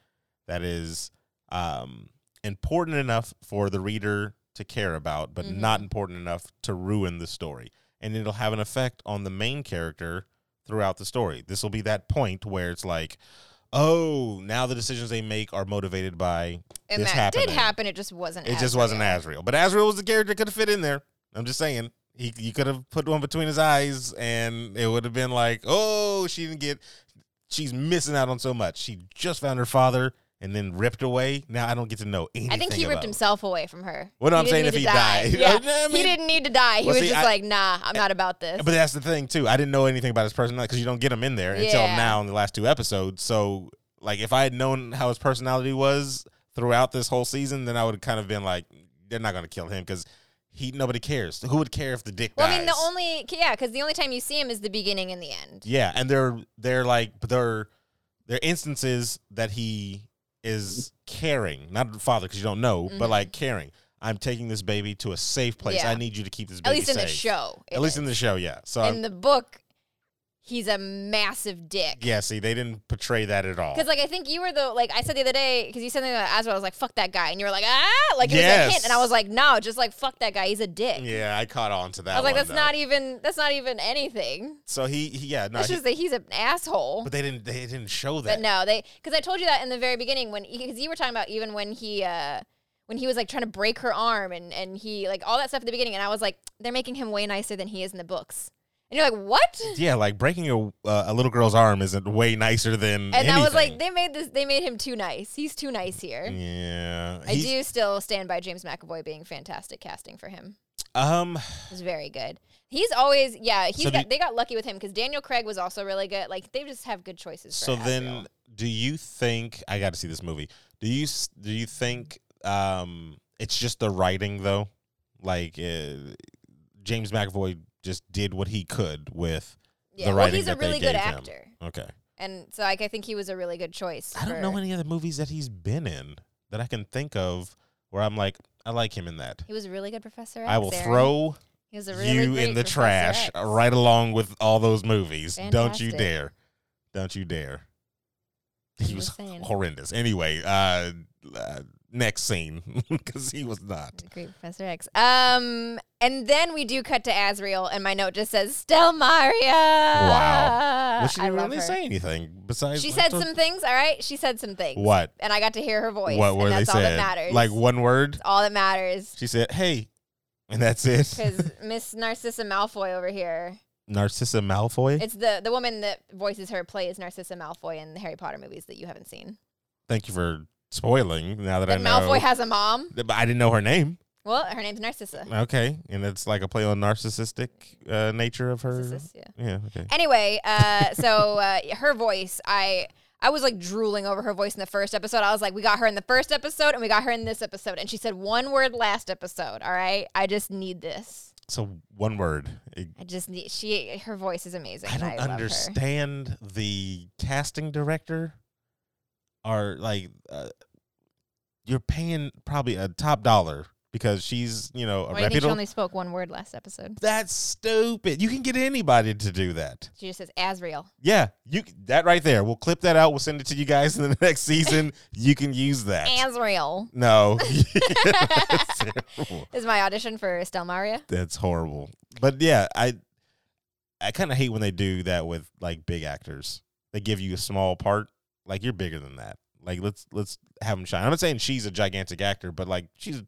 Speaker 2: that is um, important enough for the reader to care about, but
Speaker 1: Mhm.
Speaker 2: not important enough to ruin the story, and it'll have an effect on the main character throughout the story. This will be that point where it's like, oh, now the decisions they make are motivated by
Speaker 1: and
Speaker 2: this
Speaker 1: that
Speaker 2: happening.
Speaker 1: did happen. It just wasn't.
Speaker 2: it just wasn't
Speaker 1: Azrael.
Speaker 2: Azrael. But Azrael was the character that could have fit in there. I'm just saying. He you could have put one between his eyes and it would have been like, "Oh, she didn't get she's missing out on so much. She just found her father and then ripped away. Now I don't get to know anything."
Speaker 1: I think he ripped
Speaker 2: about-
Speaker 1: himself away from her.
Speaker 2: Well, no,
Speaker 1: He
Speaker 2: I'm
Speaker 1: didn't
Speaker 2: saying
Speaker 1: need
Speaker 2: if
Speaker 1: to
Speaker 2: he
Speaker 1: die.
Speaker 2: died.
Speaker 1: Yeah.
Speaker 2: I
Speaker 1: he
Speaker 2: mean-
Speaker 1: didn't need to die. He
Speaker 2: Well,
Speaker 1: was
Speaker 2: see,
Speaker 1: just
Speaker 2: I-
Speaker 1: like, nah, I'm not about this.
Speaker 2: But that's the thing too. I didn't know anything about his personality cuz you don't get him in there until
Speaker 1: Yeah.
Speaker 2: now in the last two episodes. So, like if I had known how his personality was throughout this whole season, then I would have kind of been like they're not going to kill him cuz he nobody cares. Who would care if the dick
Speaker 1: well,
Speaker 2: dies?
Speaker 1: I mean, the only yeah, because the only time you see him is the beginning and the end.
Speaker 2: Yeah, and they're they're like they're they're instances that he is caring, not father because you don't know, but
Speaker 1: Mhm.
Speaker 2: like caring. I'm taking this baby to a safe place.
Speaker 1: Yeah.
Speaker 2: I need you to keep this
Speaker 1: At
Speaker 2: baby
Speaker 1: least in the
Speaker 2: safe."
Speaker 1: show. it
Speaker 2: At least in
Speaker 1: is.
Speaker 2: the show, yeah. So
Speaker 1: in the book, he's a massive dick.
Speaker 2: I'm- yeah, see, they didn't portray that at all.
Speaker 1: Because like I think you were the like I said the other day because you said something about Azrael I was like fuck that guy and you were like ah like it was a
Speaker 2: Yes.
Speaker 1: hint and I was like no just like fuck that guy he's a dick
Speaker 2: yeah, I caught on to that.
Speaker 1: I was like
Speaker 2: one,
Speaker 1: that's
Speaker 2: though.
Speaker 1: not even that's not even anything
Speaker 2: So he, he yeah, no,
Speaker 1: that's
Speaker 2: he-
Speaker 1: just that he's an asshole
Speaker 2: but they didn't they didn't show that.
Speaker 1: But no, they because I told you that in the very beginning when because you were talking about even when he uh when he was like trying to break her arm and and he like all that stuff at the beginning and I was like they're making him way nicer than he is in the books and you're like what
Speaker 2: Yeah, like breaking a uh, a little girl's arm isn't way nicer than
Speaker 1: and I was like
Speaker 2: anything.
Speaker 1: they made this they made him too nice he's too nice here
Speaker 2: yeah.
Speaker 1: I
Speaker 2: He's-
Speaker 1: do still stand by James McAvoy being fantastic casting for him
Speaker 2: Um
Speaker 1: it was very good he's always yeah he's
Speaker 2: So do
Speaker 1: got,
Speaker 2: you-
Speaker 1: they got lucky with him because Daniel Craig was also really good like they just have good choices for
Speaker 2: So
Speaker 1: Azrael.
Speaker 2: then, do you think I got to see this movie? Do you s- do you think um, it's just the writing though? Like uh, James McAvoy just did what he could with.
Speaker 1: yeah
Speaker 2: the
Speaker 1: well
Speaker 2: writing
Speaker 1: he's a
Speaker 2: that they
Speaker 1: really good
Speaker 2: gave him.
Speaker 1: actor
Speaker 2: Okay,
Speaker 1: and so like I think he was a really good choice
Speaker 2: I don't
Speaker 1: for-
Speaker 2: know any other movies that he's been in that I can think of where I'm like, I like him in that.
Speaker 1: He was a really good Professor X.
Speaker 2: I will
Speaker 1: Aaron.
Speaker 2: throw
Speaker 1: He was a really
Speaker 2: you
Speaker 1: great
Speaker 2: in the
Speaker 1: Professor
Speaker 2: trash uh,
Speaker 1: X.
Speaker 2: right along with all those movies. Don't you
Speaker 1: Fantastic.
Speaker 2: dare! Don't you dare! He
Speaker 1: I'm
Speaker 2: was
Speaker 1: just saying.
Speaker 2: horrendous. Anyway, uh, uh next scene because he was not.
Speaker 1: The Great Professor X. Um, and then we do cut to Azriel, and my note just says Stelmaria. Wow,
Speaker 2: Well, she
Speaker 1: Uh, I
Speaker 2: didn't
Speaker 1: love
Speaker 2: really
Speaker 1: her.
Speaker 2: say anything besides.
Speaker 1: she
Speaker 2: like,
Speaker 1: said
Speaker 2: the-
Speaker 1: some things. All right, she said some things.
Speaker 2: What?
Speaker 1: And I got to hear her voice.
Speaker 2: What were
Speaker 1: and
Speaker 2: they
Speaker 1: that's all
Speaker 2: saying?
Speaker 1: that matters.
Speaker 2: Like one word.
Speaker 1: That's all that matters.
Speaker 2: She said, "Hey," and that's it.
Speaker 1: Because Miss Narcissa Malfoy over here,
Speaker 2: Narcissa Malfoy.
Speaker 1: it's the the woman that voices her plays Narcissa Malfoy in the Harry Potter movies that you haven't seen.
Speaker 2: Thank you for spoiling. Now that I
Speaker 1: And
Speaker 2: know.
Speaker 1: Malfoy has a mom.
Speaker 2: But I didn't know her name.
Speaker 1: Well, her name's Narcissa.
Speaker 2: Okay, and it's like a play on narcissistic uh, nature of her.
Speaker 1: Narcissus, yeah.
Speaker 2: Yeah. Okay.
Speaker 1: Anyway, uh, so uh, her voice, I I was like drooling over her voice in the first episode. I was like, we got her in the first episode, and we got her in this episode, and she said one word last episode. All right, I just need this.
Speaker 2: So one word.
Speaker 1: I just need she. Her voice is amazing.
Speaker 2: I
Speaker 1: and
Speaker 2: don't
Speaker 1: love her.
Speaker 2: understand the casting director. Are like uh, you're paying probably a top dollar because she's you know a
Speaker 1: Why do you think she
Speaker 2: reputable.
Speaker 1: only spoke one word last episode?
Speaker 2: That's stupid. You can get anybody to do that.
Speaker 1: She just says Asriel.
Speaker 2: Yeah, you that right there. We'll clip that out. We'll send it to you guys in the next season. you can use that.
Speaker 1: Asriel
Speaker 2: no, That's terrible.
Speaker 1: is my audition for Stelmaria.
Speaker 2: That's horrible. But yeah, I I kind of hate when they do that with like big actors. They give you a small part. Like you're bigger than that. Like let's let's have them shine. I'm not saying she's a gigantic actor, but like she's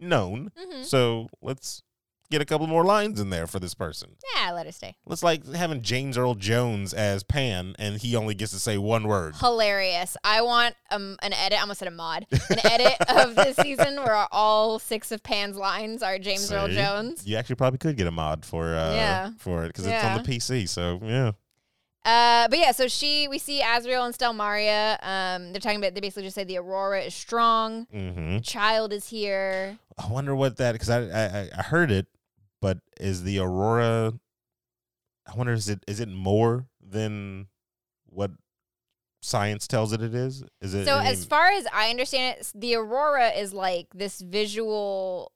Speaker 2: known.
Speaker 1: Mm-hmm.
Speaker 2: So let's get a couple more lines in there for this person.
Speaker 1: Yeah, let her stay.
Speaker 2: It's like having James Earl Jones as Pan, and he only gets to say one word.
Speaker 1: Hilarious. I want um, an edit. I almost said a mod. An edit of this season where all six of Pan's lines are James Earl
Speaker 2: See?
Speaker 1: Jones.
Speaker 2: You actually probably could get a mod for uh,
Speaker 1: Yeah.
Speaker 2: for it because it's on the PC. So yeah,
Speaker 1: Uh, but yeah, so she, we see Azriel and Stelmaria. Um, they're talking about. They basically just say the Aurora is strong.
Speaker 2: hmm
Speaker 1: Child is here.
Speaker 2: I wonder what that because I, I I- I heard it, but is the Aurora? I wonder is it is it more than what science tells it it is? Is it
Speaker 1: So
Speaker 2: I
Speaker 1: as
Speaker 2: mean,
Speaker 1: far as I understand it, s- the aurora is like this visual.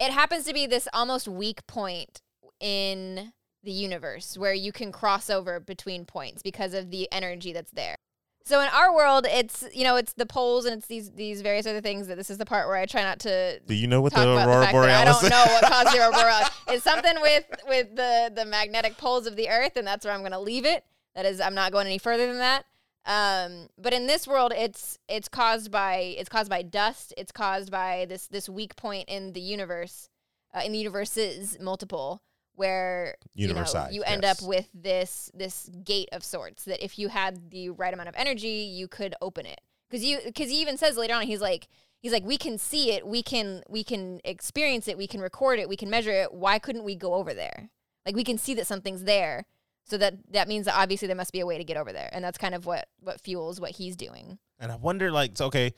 Speaker 1: It happens to be this almost weak point in the universe where you can cross over between points because of the energy that's there. So in our world, it's you know it's the poles and it's these these various other things. That this is the part where I try not to
Speaker 2: do you know what
Speaker 1: talk
Speaker 2: the
Speaker 1: about
Speaker 2: Aurora
Speaker 1: the fact that I
Speaker 2: Borealis?
Speaker 1: don't
Speaker 2: is?
Speaker 1: know what caused the aurora borealis. It's something with with the the magnetic poles of the Earth, and that's where I'm going to leave it. That is, I'm not going any further than that. Um, but in this world, it's it's caused by it's caused by dust. It's caused by this this weak point in the universe, uh, in the universes multiple, where you know,
Speaker 2: Universize,
Speaker 1: you end
Speaker 2: yes.
Speaker 1: up with this this gate of sorts that if you had the right amount of energy, you could open it. Because you because he even says later on, he's like he's like we can see it, we can we can experience it, we can record it, we can measure it. Why couldn't we go over there? Like we can see that something's there. So that that means that obviously there must be a way to get over there, and that's kind of what what fuels what he's doing.
Speaker 2: and I wonder like it's okay,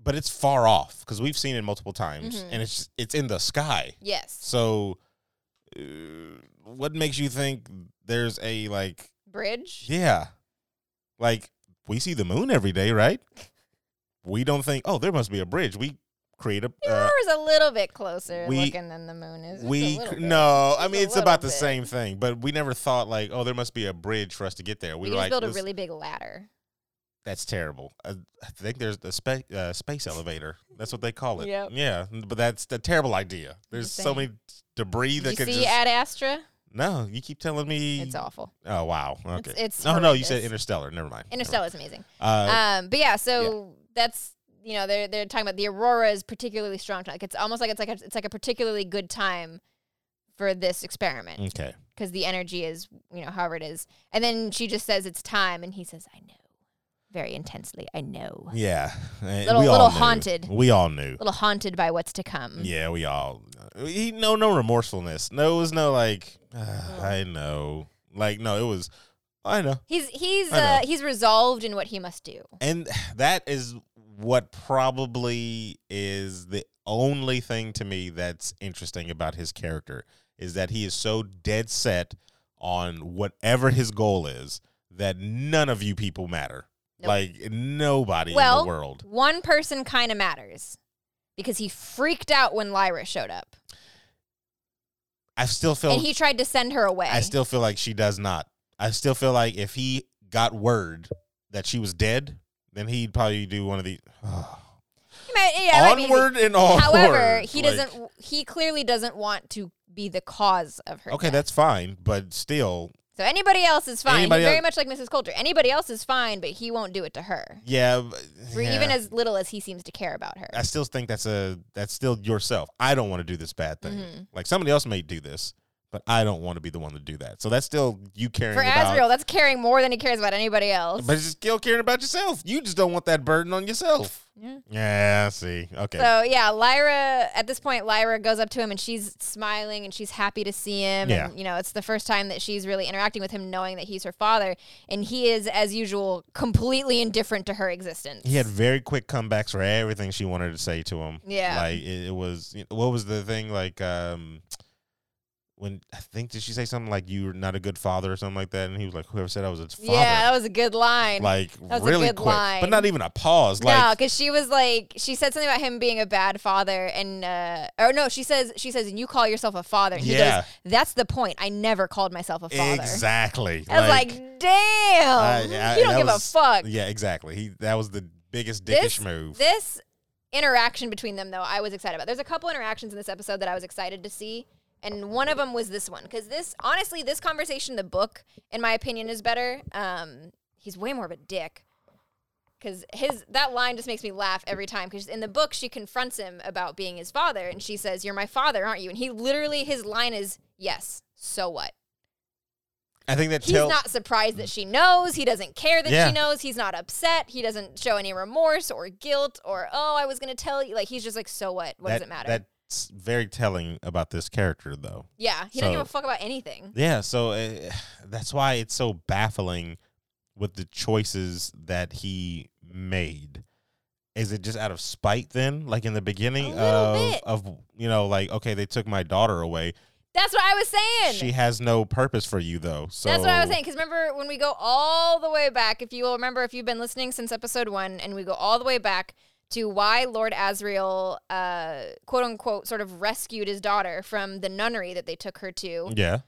Speaker 2: but it's far off because we've seen it multiple times,
Speaker 1: Mhm.
Speaker 2: and it's it's in the sky.
Speaker 1: Yes,
Speaker 2: So, uh, what makes you think there's a like?
Speaker 1: bridge.
Speaker 2: Yeah, like we see the moon every day, right? We don't think, oh, there must be a bridge. We create a.
Speaker 1: The
Speaker 2: Uh,
Speaker 1: Aurora's a little bit closer
Speaker 2: we-
Speaker 1: looking than the moon is. Just a
Speaker 2: we
Speaker 1: little
Speaker 2: cr-
Speaker 1: bit.
Speaker 2: no, I
Speaker 1: Just
Speaker 2: mean
Speaker 1: a
Speaker 2: it's about the
Speaker 1: little bit.
Speaker 2: same thing, but we never thought like, oh, there must be a bridge for us to get there.
Speaker 1: We
Speaker 2: We
Speaker 1: can
Speaker 2: were
Speaker 1: just
Speaker 2: like,
Speaker 1: build a
Speaker 2: this-
Speaker 1: really big ladder.
Speaker 2: that's terrible. I, I think there's the spa- uh, space elevator. That's what they call it.
Speaker 1: Yep.
Speaker 2: Yeah, but that's a terrible idea. There's so
Speaker 1: saying.
Speaker 2: many debris
Speaker 1: Did
Speaker 2: that
Speaker 1: you
Speaker 2: could
Speaker 1: see
Speaker 2: just
Speaker 1: Ad Astra?
Speaker 2: no. You keep telling me
Speaker 1: It's awful.
Speaker 2: Oh wow. Okay.
Speaker 1: it's
Speaker 2: no, no. You said
Speaker 1: horrendous.
Speaker 2: Interstellar. Never mind. Never mind.
Speaker 1: Interstellar's amazing.
Speaker 2: Uh,
Speaker 1: Um, but yeah, so that's you know they're they're talking about the aurora is particularly strong. Like it's almost like it's like a, it's like a particularly good time for this experiment
Speaker 2: okay.
Speaker 1: because the energy is you know however it is. And then she just says it's time, and he says I know very intensely. I know,
Speaker 2: Yeah. Eh,
Speaker 1: Little-
Speaker 2: we all
Speaker 1: little
Speaker 2: knew.
Speaker 1: haunted. Mm.
Speaker 2: We all knew.
Speaker 1: a little haunted by what's to come.
Speaker 2: Yeah, we all. He no no remorsefulness. No, it was no like "Ah, I know. Like no, it was I know.
Speaker 1: He's he's
Speaker 2: I
Speaker 1: uh,
Speaker 2: know.
Speaker 1: he's resolved in what he must do.
Speaker 2: And that is what probably is the only thing to me that's interesting about his character is that he is so dead set on whatever his goal is that none of you people matter.
Speaker 1: Nope.
Speaker 2: Like nobody in
Speaker 1: Well,
Speaker 2: the world.
Speaker 1: One person kind of matters because he freaked out when Lyra showed up,
Speaker 2: I still feel
Speaker 1: and he tried to send her away.
Speaker 2: I still feel like she does not. I still feel like if he got word that she was dead, then he'd probably do one of the
Speaker 1: He might- yeah, it might be easy.
Speaker 2: onward and all.
Speaker 1: However, he doesn't. He clearly doesn't want to be the cause of her.
Speaker 2: Okay,
Speaker 1: death.
Speaker 2: that's fine, but still,
Speaker 1: so anybody else is fine. He's
Speaker 2: Anybody
Speaker 1: very
Speaker 2: else-
Speaker 1: much like Mrs. Coulter. Anybody else is fine, but he won't do it to her
Speaker 2: yeah. but-
Speaker 1: for
Speaker 2: yeah.
Speaker 1: even as little as he seems to care about her.
Speaker 2: I still think that's a that's still yourself. I don't want to do this bad thing.
Speaker 1: Mhm.
Speaker 2: Like somebody else may do this, but I don't want to be the one to do that. So that's still you caring
Speaker 1: For
Speaker 2: about.
Speaker 1: Azriel, that's caring more than he cares about anybody else.
Speaker 2: But it's still caring about yourself. You just don't want that burden on yourself.
Speaker 1: Yeah.
Speaker 2: Yeah, I see. Okay.
Speaker 1: So yeah, Lyra. At this point, Lyra goes up to him and she's smiling and she's happy to see him.
Speaker 2: Yeah.
Speaker 1: And, you know, it's the first time that she's really interacting with him, knowing that he's her father, and he is, as usual, completely indifferent to her existence.
Speaker 2: He had very quick comebacks for everything she wanted to say to him.
Speaker 1: Yeah.
Speaker 2: like it, it was. you know, What was the thing like? um When I think did she say something like "You're not a good father" or something like that? And he was like, "Whoever said I was a father."
Speaker 1: yeah, that was a good line.
Speaker 2: like
Speaker 1: was a
Speaker 2: really
Speaker 1: good
Speaker 2: quick, but
Speaker 1: line.
Speaker 2: not even a pause.
Speaker 1: No, 'cause no,
Speaker 2: Like
Speaker 1: because she was like, she said something about him being a bad father, and uh, or no, she says, she says, and you call yourself a father. And he
Speaker 2: Yeah.
Speaker 1: goes, that's the point. I never called myself a father.
Speaker 2: exactly.
Speaker 1: I was like, damn,
Speaker 2: I- I-
Speaker 1: you don't
Speaker 2: that
Speaker 1: give
Speaker 2: was-
Speaker 1: a fuck.
Speaker 2: Yeah, exactly. He that was the biggest
Speaker 1: This-
Speaker 2: dickish move.
Speaker 1: This interaction between them, though, I was excited about. There's a couple interactions in this episode that I was excited to see, and one of them was this one because this, honestly, this conversation, in the book, in my opinion, is better. Um, he's way more of a dick. because his that line just makes me laugh every time because in the book she confronts him about being his father and she says you're my father aren't you and he literally his line is yes so what
Speaker 2: I think that
Speaker 1: he's
Speaker 2: tells.
Speaker 1: not surprised that she knows he doesn't care that
Speaker 2: Yeah.
Speaker 1: she knows he's not upset he doesn't show any remorse or guilt or oh i was going to tell you like he's just like so what what
Speaker 2: that,
Speaker 1: does it matter
Speaker 2: That's very telling about this character, though.
Speaker 1: yeah he doesn't give a
Speaker 2: so-
Speaker 1: fuck about anything
Speaker 2: Yeah, so uh, that's why it's so baffling with the choices that he made. Is it just out of spite then? Like in the beginning
Speaker 1: A little
Speaker 2: of
Speaker 1: bit.
Speaker 2: of you know, like okay, they took my daughter away.
Speaker 1: that's what i was saying
Speaker 2: She has no purpose for you though. So
Speaker 1: That's what I was saying. Because remember, when we go all the way back, if you will remember, if you've been listening since episode one, and we go all the way back to why Lord Asriel, uh, quote unquote, sort of rescued his daughter from the nunnery that they took her to,
Speaker 2: Yeah.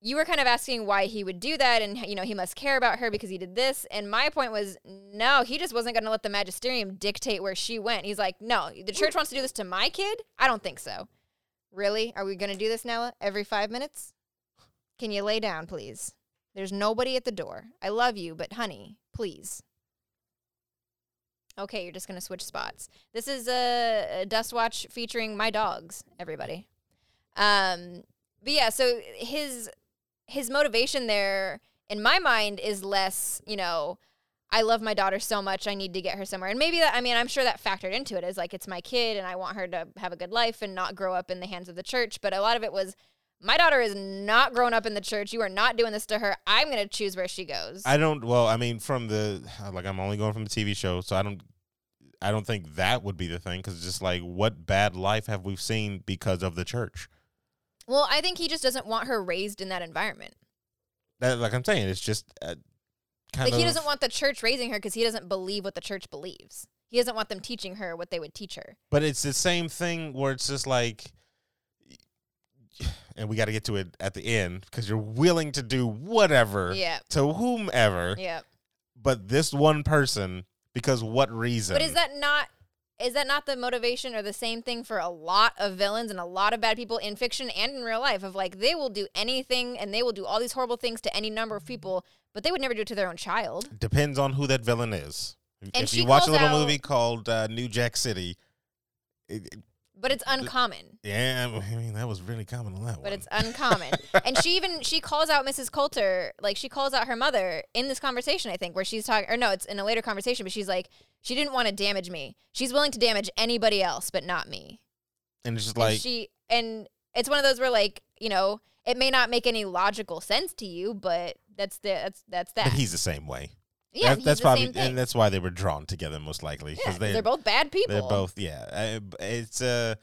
Speaker 1: you were kind of asking why he would do that. And, you know, he must care about her because he did this. And my point was, no, he just wasn't going to let the magisterium dictate where she went. He's like, no, the church wants to do this to my kid? I don't think so. Really? Are we going to do this, Nella, every five minutes? Can you lay down, please? There's nobody at the door. I love you, but honey, please. Okay, you're just going to switch spots. This is a, a Dust Watch featuring my dogs, everybody. Um, but yeah, so his his motivation there in my mind is less, you know, I love my daughter so much, I need to get her somewhere. And maybe that I mean, I'm sure that factored into it is like it's my kid and I want her to have a good life and not grow up in the hands of the church, but a lot of it was my daughter is not grown up in the church. You are not doing this to her. I'm going to choose where she goes.
Speaker 2: I don't well, I mean from the like I'm only going from the TV show, so I don't I don't think that would be the thing cuz just like what bad life have we seen because of the church?
Speaker 1: well, I think he just doesn't want her raised in that environment.
Speaker 2: That like I'm saying, it's just uh, kind
Speaker 1: Like
Speaker 2: of
Speaker 1: he doesn't want the church raising her because he doesn't believe what the church believes. He doesn't want them teaching her what they would teach her.
Speaker 2: But it's the same thing where it's just like, and we got to get to it at the end because you're willing to do whatever
Speaker 1: Yeah.
Speaker 2: to whomever,
Speaker 1: Yeah.
Speaker 2: but this one person because what reason?
Speaker 1: But is that not is that not the motivation or the same thing for a lot of villains and a lot of bad people in fiction and in real life of like they will do anything and they will do all these horrible things to any number of people, but they would never do it to their own child.
Speaker 2: depends on who that villain is? If-
Speaker 1: And
Speaker 2: if
Speaker 1: she
Speaker 2: you watch a
Speaker 1: calls
Speaker 2: little
Speaker 1: out-
Speaker 2: movie called uh, New Jack City, it, it-
Speaker 1: But it's uncommon.
Speaker 2: yeah, I mean that was really common on that one.
Speaker 1: But it's uncommon. and she even she calls out Mrs. Coulter, like she calls out her mother in this conversation, I think, where she's talking or no, it's in a later conversation, but she's like, She didn't want to damage me. She's willing to damage anybody else, but not me.
Speaker 2: and it's just like
Speaker 1: and she and it's one of those where like you know it may not make any logical sense to you but that's the that's that's that
Speaker 2: but he's the same way.
Speaker 1: yeah
Speaker 2: That-
Speaker 1: he's
Speaker 2: that's
Speaker 1: the
Speaker 2: probably
Speaker 1: same thing.
Speaker 2: and that's why they were drawn together most likely
Speaker 1: yeah,
Speaker 2: because
Speaker 1: 'cause they're both bad people
Speaker 2: They're both, yeah. I- b- It's uh,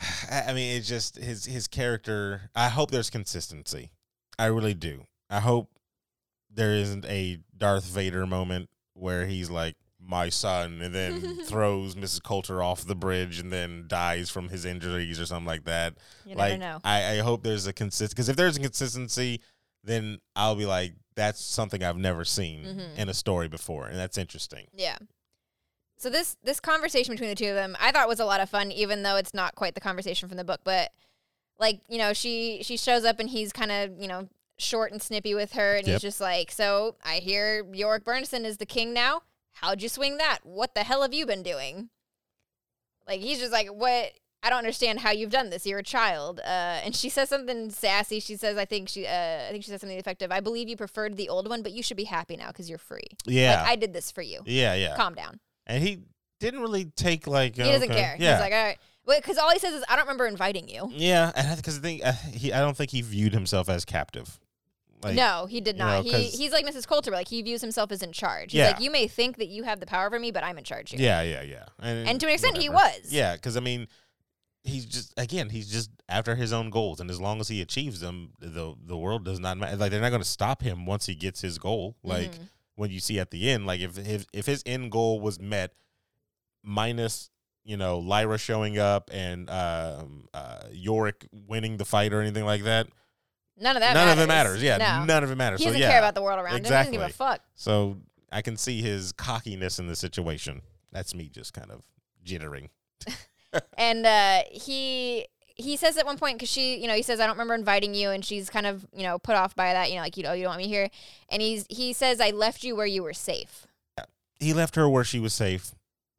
Speaker 2: I I mean, it's just his his character. I hope there's consistency. I really do. I hope there isn't a Darth Vader moment where he's like my son and then throws Mrs. Coulter off the bridge and then dies from his injuries or something like that.
Speaker 1: you
Speaker 2: like
Speaker 1: never know
Speaker 2: I, I hope there's a consist because if there's a consistency, then I'll be like, that's something I've never seen
Speaker 1: Mhm.
Speaker 2: in a story before, and that's interesting.
Speaker 1: yeah so this this conversation between the two of them i thought was a lot of fun even though it's not quite the conversation from the book but like you know she she shows up and he's kind of you know short and snippy with her and
Speaker 2: Yep.
Speaker 1: he's just like so i hear yorick bernson is the king now how'd you swing that what the hell have you been doing like he's just like what i don't understand how you've done this you're a child uh, and she says something sassy she says i think she uh, i think she says something effective i believe you preferred the old one but you should be happy now because you're free
Speaker 2: Yeah,
Speaker 1: like i did this for you
Speaker 2: yeah, yeah.
Speaker 1: calm down
Speaker 2: And he didn't really take like
Speaker 1: he doesn't
Speaker 2: okay,
Speaker 1: care
Speaker 2: Yeah,
Speaker 1: he's like all right because all he says is i don't remember inviting you
Speaker 2: yeah, and because I think uh, he, I don't think he viewed himself as captive. Like,
Speaker 1: no, he did
Speaker 2: you
Speaker 1: not.
Speaker 2: know,
Speaker 1: he
Speaker 2: 'cause-
Speaker 1: he's like Mrs. Coulter, like he views himself as in charge. He's
Speaker 2: Yeah.
Speaker 1: like, you may think that you have the power over me, but I'm in charge here.
Speaker 2: Yeah, yeah, yeah. And,
Speaker 1: And to an extent, he
Speaker 2: whatever.
Speaker 1: was.
Speaker 2: Yeah, because I mean, he's just again, he's just after his own goals, and as long as he achieves them, the the world does not matter. Like they're not going to stop him once he gets his goal. Like
Speaker 1: Mhm.
Speaker 2: when you see at the end, like if if, if his end goal was met, minus you know Lyra showing up and um, uh, Yorick winning the fight or anything like that.
Speaker 1: none of that.
Speaker 2: none
Speaker 1: matters.
Speaker 2: of it matters. Yeah,
Speaker 1: no.
Speaker 2: none of it matters.
Speaker 1: he
Speaker 2: so
Speaker 1: doesn't
Speaker 2: yeah,
Speaker 1: care about the world around him. He doesn't give a
Speaker 2: Exactly.
Speaker 1: fuck.
Speaker 2: so I can see his cockiness in the situation. That's me just kind of jittering.
Speaker 1: And uh, he he says at one point because she, you know, he says, "I don't remember inviting you," and she's kind of, you know, put off by that, you know, like you know, you don't want me here. And he's he says, "I left you where you were safe."
Speaker 2: he left her where she was safe.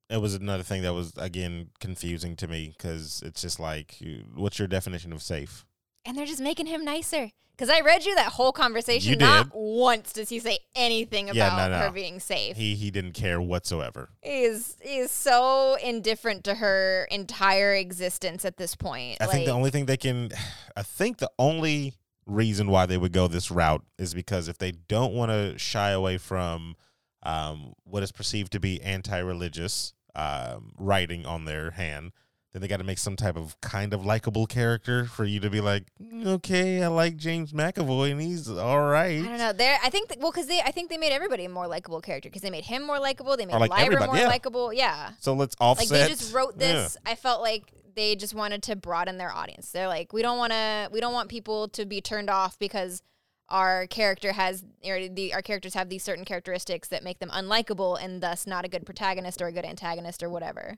Speaker 2: It was another thing that was again confusing to me because it's just like, you- what's your definition of safe?
Speaker 1: And they're just making him nicer. Because I read you that whole conversation.
Speaker 2: You
Speaker 1: Not
Speaker 2: did.
Speaker 1: once does he say anything about
Speaker 2: Yeah, no, no.
Speaker 1: her being safe.
Speaker 2: He he didn't care whatsoever.
Speaker 1: He is he is so indifferent to her entire existence at this point.
Speaker 2: I think the
Speaker 1: Like,
Speaker 2: only thing they can, I think the only reason why they would go this route is because if they don't want to shy away from um, what is perceived to be anti-religious um, writing on their hand, then they got to make some type of kind of likable character for you to be like, "Mm, okay, I like James McAvoy and he's all right.
Speaker 1: I don't know. There, I think. That, well, because they, I think they made everybody a more likable character because they made him more likable. They made
Speaker 2: like
Speaker 1: Lyra
Speaker 2: everybody,
Speaker 1: more
Speaker 2: yeah.
Speaker 1: likable. Yeah.
Speaker 2: So let's
Speaker 1: Like
Speaker 2: offset.
Speaker 1: they just wrote
Speaker 2: Yeah.
Speaker 1: this. I felt like they just wanted to broaden their audience. They're like, we don't want to, we don't want people to be turned off because our character has, or the our characters have these certain characteristics that make them unlikable and thus not a good protagonist or a good antagonist or whatever.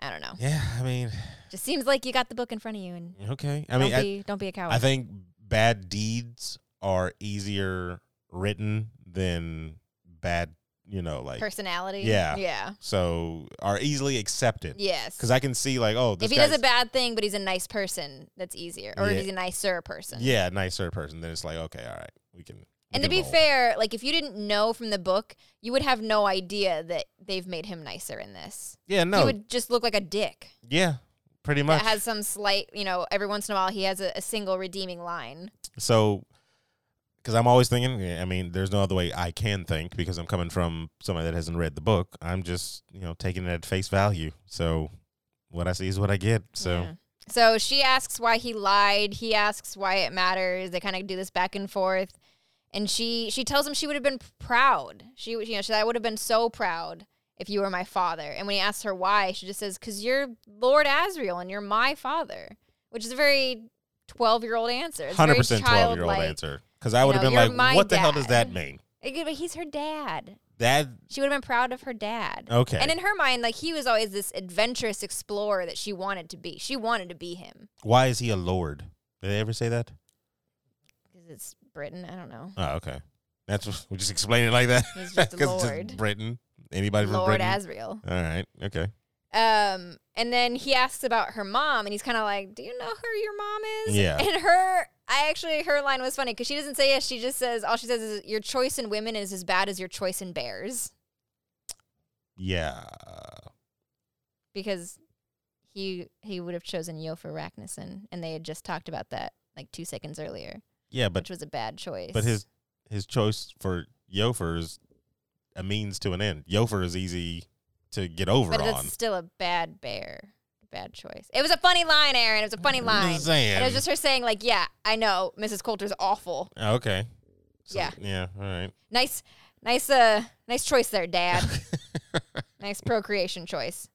Speaker 1: I don't know.
Speaker 2: Yeah, I mean,
Speaker 1: Just seems like you got the book in front of you, and
Speaker 2: okay. I mean,
Speaker 1: don't
Speaker 2: I-
Speaker 1: be, don't be a coward.
Speaker 2: I think bad deeds are easier written than bad, you know, like
Speaker 1: Personality.
Speaker 2: Yeah.
Speaker 1: Yeah.
Speaker 2: so are easily accepted.
Speaker 1: Yes.
Speaker 2: Because I can see like, oh, this
Speaker 1: if he
Speaker 2: guy's
Speaker 1: does a bad thing, but he's a nice person, that's easier. Or
Speaker 2: Yeah.
Speaker 1: he's a nicer person.
Speaker 2: yeah nicer person, then it's like, okay, all right, we can. we
Speaker 1: And to
Speaker 2: can
Speaker 1: be
Speaker 2: roll.
Speaker 1: fair, like if you didn't know from the book, you would have no idea that they've made him nicer in this.
Speaker 2: yeah,
Speaker 1: He
Speaker 2: no,
Speaker 1: would just look like a dick
Speaker 2: yeah, pretty much.
Speaker 1: that has some slight, you know, every once in a while he has a, a single redeeming line.
Speaker 2: So, because I'm always thinking, I mean, there's no other way I can think because I'm coming from somebody that hasn't read the book. I'm just, you know, taking it at face value. So, what I see is what I get. So,
Speaker 1: Yeah. So she asks why he lied. He asks why it matters. They kind of do this back and forth, and she she tells him she would have been proud. She you know she I would have been so proud if you were my father. And when he asks her why, she just says, "Cause you're Lord Asriel and you're my father," which is a very twelve year old answer. It's
Speaker 2: hundred
Speaker 1: very
Speaker 2: percent twelve year old
Speaker 1: childlike.
Speaker 2: answer. Because I would have
Speaker 1: know,
Speaker 2: been
Speaker 1: you're
Speaker 2: like,
Speaker 1: my
Speaker 2: "What the hell does
Speaker 1: dad."
Speaker 2: that mean?"
Speaker 1: Like, but he's her dad.
Speaker 2: That
Speaker 1: She would have been proud of her dad.
Speaker 2: okay?
Speaker 1: And in her mind, like he was always this adventurous explorer that she wanted to be. She wanted to be him.
Speaker 2: Why is he a lord? Did they ever say that?
Speaker 1: Because it's Britain. I don't know.
Speaker 2: Oh, okay. That's what- we just explain it like that.
Speaker 1: He's just a
Speaker 2: 'Cause it's
Speaker 1: lord.
Speaker 2: Britain. Anybody from
Speaker 1: Lord
Speaker 2: Britain?
Speaker 1: Asriel.
Speaker 2: All right. Okay.
Speaker 1: Um, and then he asks about her mom, and he's kind of like, "Do you know who your mom is?"
Speaker 2: Yeah.
Speaker 1: And her, I actually her line was funny because she doesn't say yes. She just says all she says is, "Your choice in women is as bad as your choice in bears,"
Speaker 2: Yeah.
Speaker 1: because he he would have chosen Yofa Racknison, and they had just talked about that like two seconds earlier,
Speaker 2: Yeah, but
Speaker 1: which was a bad choice.
Speaker 2: But his his choice for Yofer is a means to an end. Yofer is easy to get over
Speaker 1: but
Speaker 2: on.
Speaker 1: it's still a bad bear, bad choice. It was a funny line, Aaron. It was a funny
Speaker 2: I'm
Speaker 1: line.
Speaker 2: just saying.
Speaker 1: And it was just her saying, like, yeah, I know Mrs. Coulter's awful.
Speaker 2: Oh, okay. So-
Speaker 1: Yeah.
Speaker 2: Yeah. All right.
Speaker 1: Nice, nice, uh, nice choice there, Dad. nice procreation choice.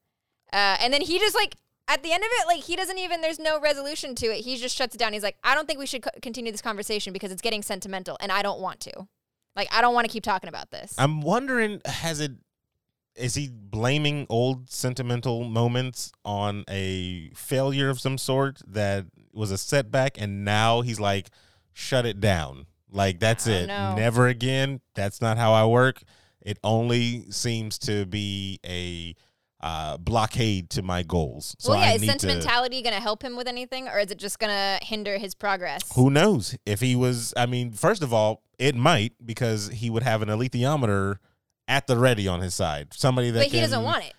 Speaker 1: Uh, and then he just like at the end of it, like he doesn't even. There's no resolution to it. He just shuts it down. He's like, I don't think we should co- continue this conversation because it's getting sentimental, and I don't want to. Like, I don't want to keep talking about this.
Speaker 2: I'm wondering, has it? Is he blaming old sentimental moments on a failure of some sort that was a setback, and now he's like, shut it down. Like that's
Speaker 1: I don't
Speaker 2: it.
Speaker 1: know.
Speaker 2: Never again. That's not how I work. It only seems to be a uh, blockade to my goals. So
Speaker 1: well, yeah,
Speaker 2: I
Speaker 1: is
Speaker 2: need to.
Speaker 1: sentimentality gonna help him with anything, or is it just gonna hinder his progress?
Speaker 2: Who knows if he was? I mean, first of all, it might because he would have an alethiometer at the ready on his side. Somebody that
Speaker 1: but he doesn't
Speaker 2: can-
Speaker 1: want it.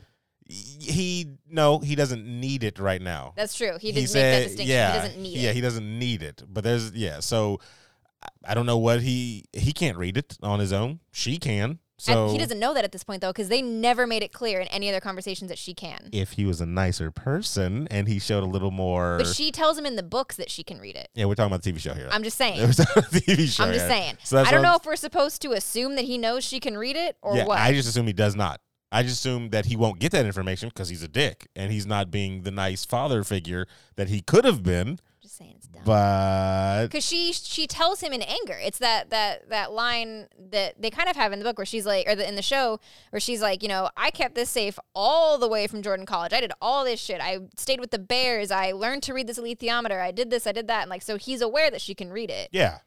Speaker 2: He no, he doesn't need it right now.
Speaker 1: That's true. He
Speaker 2: He
Speaker 1: didn't make that
Speaker 2: said,
Speaker 1: distinction.
Speaker 2: yeah,
Speaker 1: he doesn't need
Speaker 2: yeah,
Speaker 1: it.
Speaker 2: he doesn't need it. But there's yeah, so I- I don't know what he he can't read it on his own. She can. So
Speaker 1: and he doesn't know that at this point though, because they never made it clear in any other conversations that she can.
Speaker 2: If he was a nicer person and he showed a little more,
Speaker 1: But she tells him in the books that she can read it.
Speaker 2: yeah, we're talking about the TV show here.
Speaker 1: I'm just saying.
Speaker 2: we're talking about the TV show.
Speaker 1: I'm just
Speaker 2: here.
Speaker 1: saying.
Speaker 2: So that's
Speaker 1: I don't
Speaker 2: what I'm
Speaker 1: know if we're supposed to assume that he knows she can read it or
Speaker 2: yeah,
Speaker 1: what.
Speaker 2: I just assume he does not. I just assume that he won't get that information because he's a dick and he's not being the nice father figure that he could have been.
Speaker 1: just saying it's dumb.
Speaker 2: But
Speaker 1: because she she tells him in anger. It's that that that line that they kind of have in the book where she's like, or the, in the show where she's like, you know, I kept this safe all the way from Jordan College. I did all this shit. I stayed with the bears. I learned to read this alethiometer. I did this. I did that. And like, so he's aware that she can read it,
Speaker 2: yeah,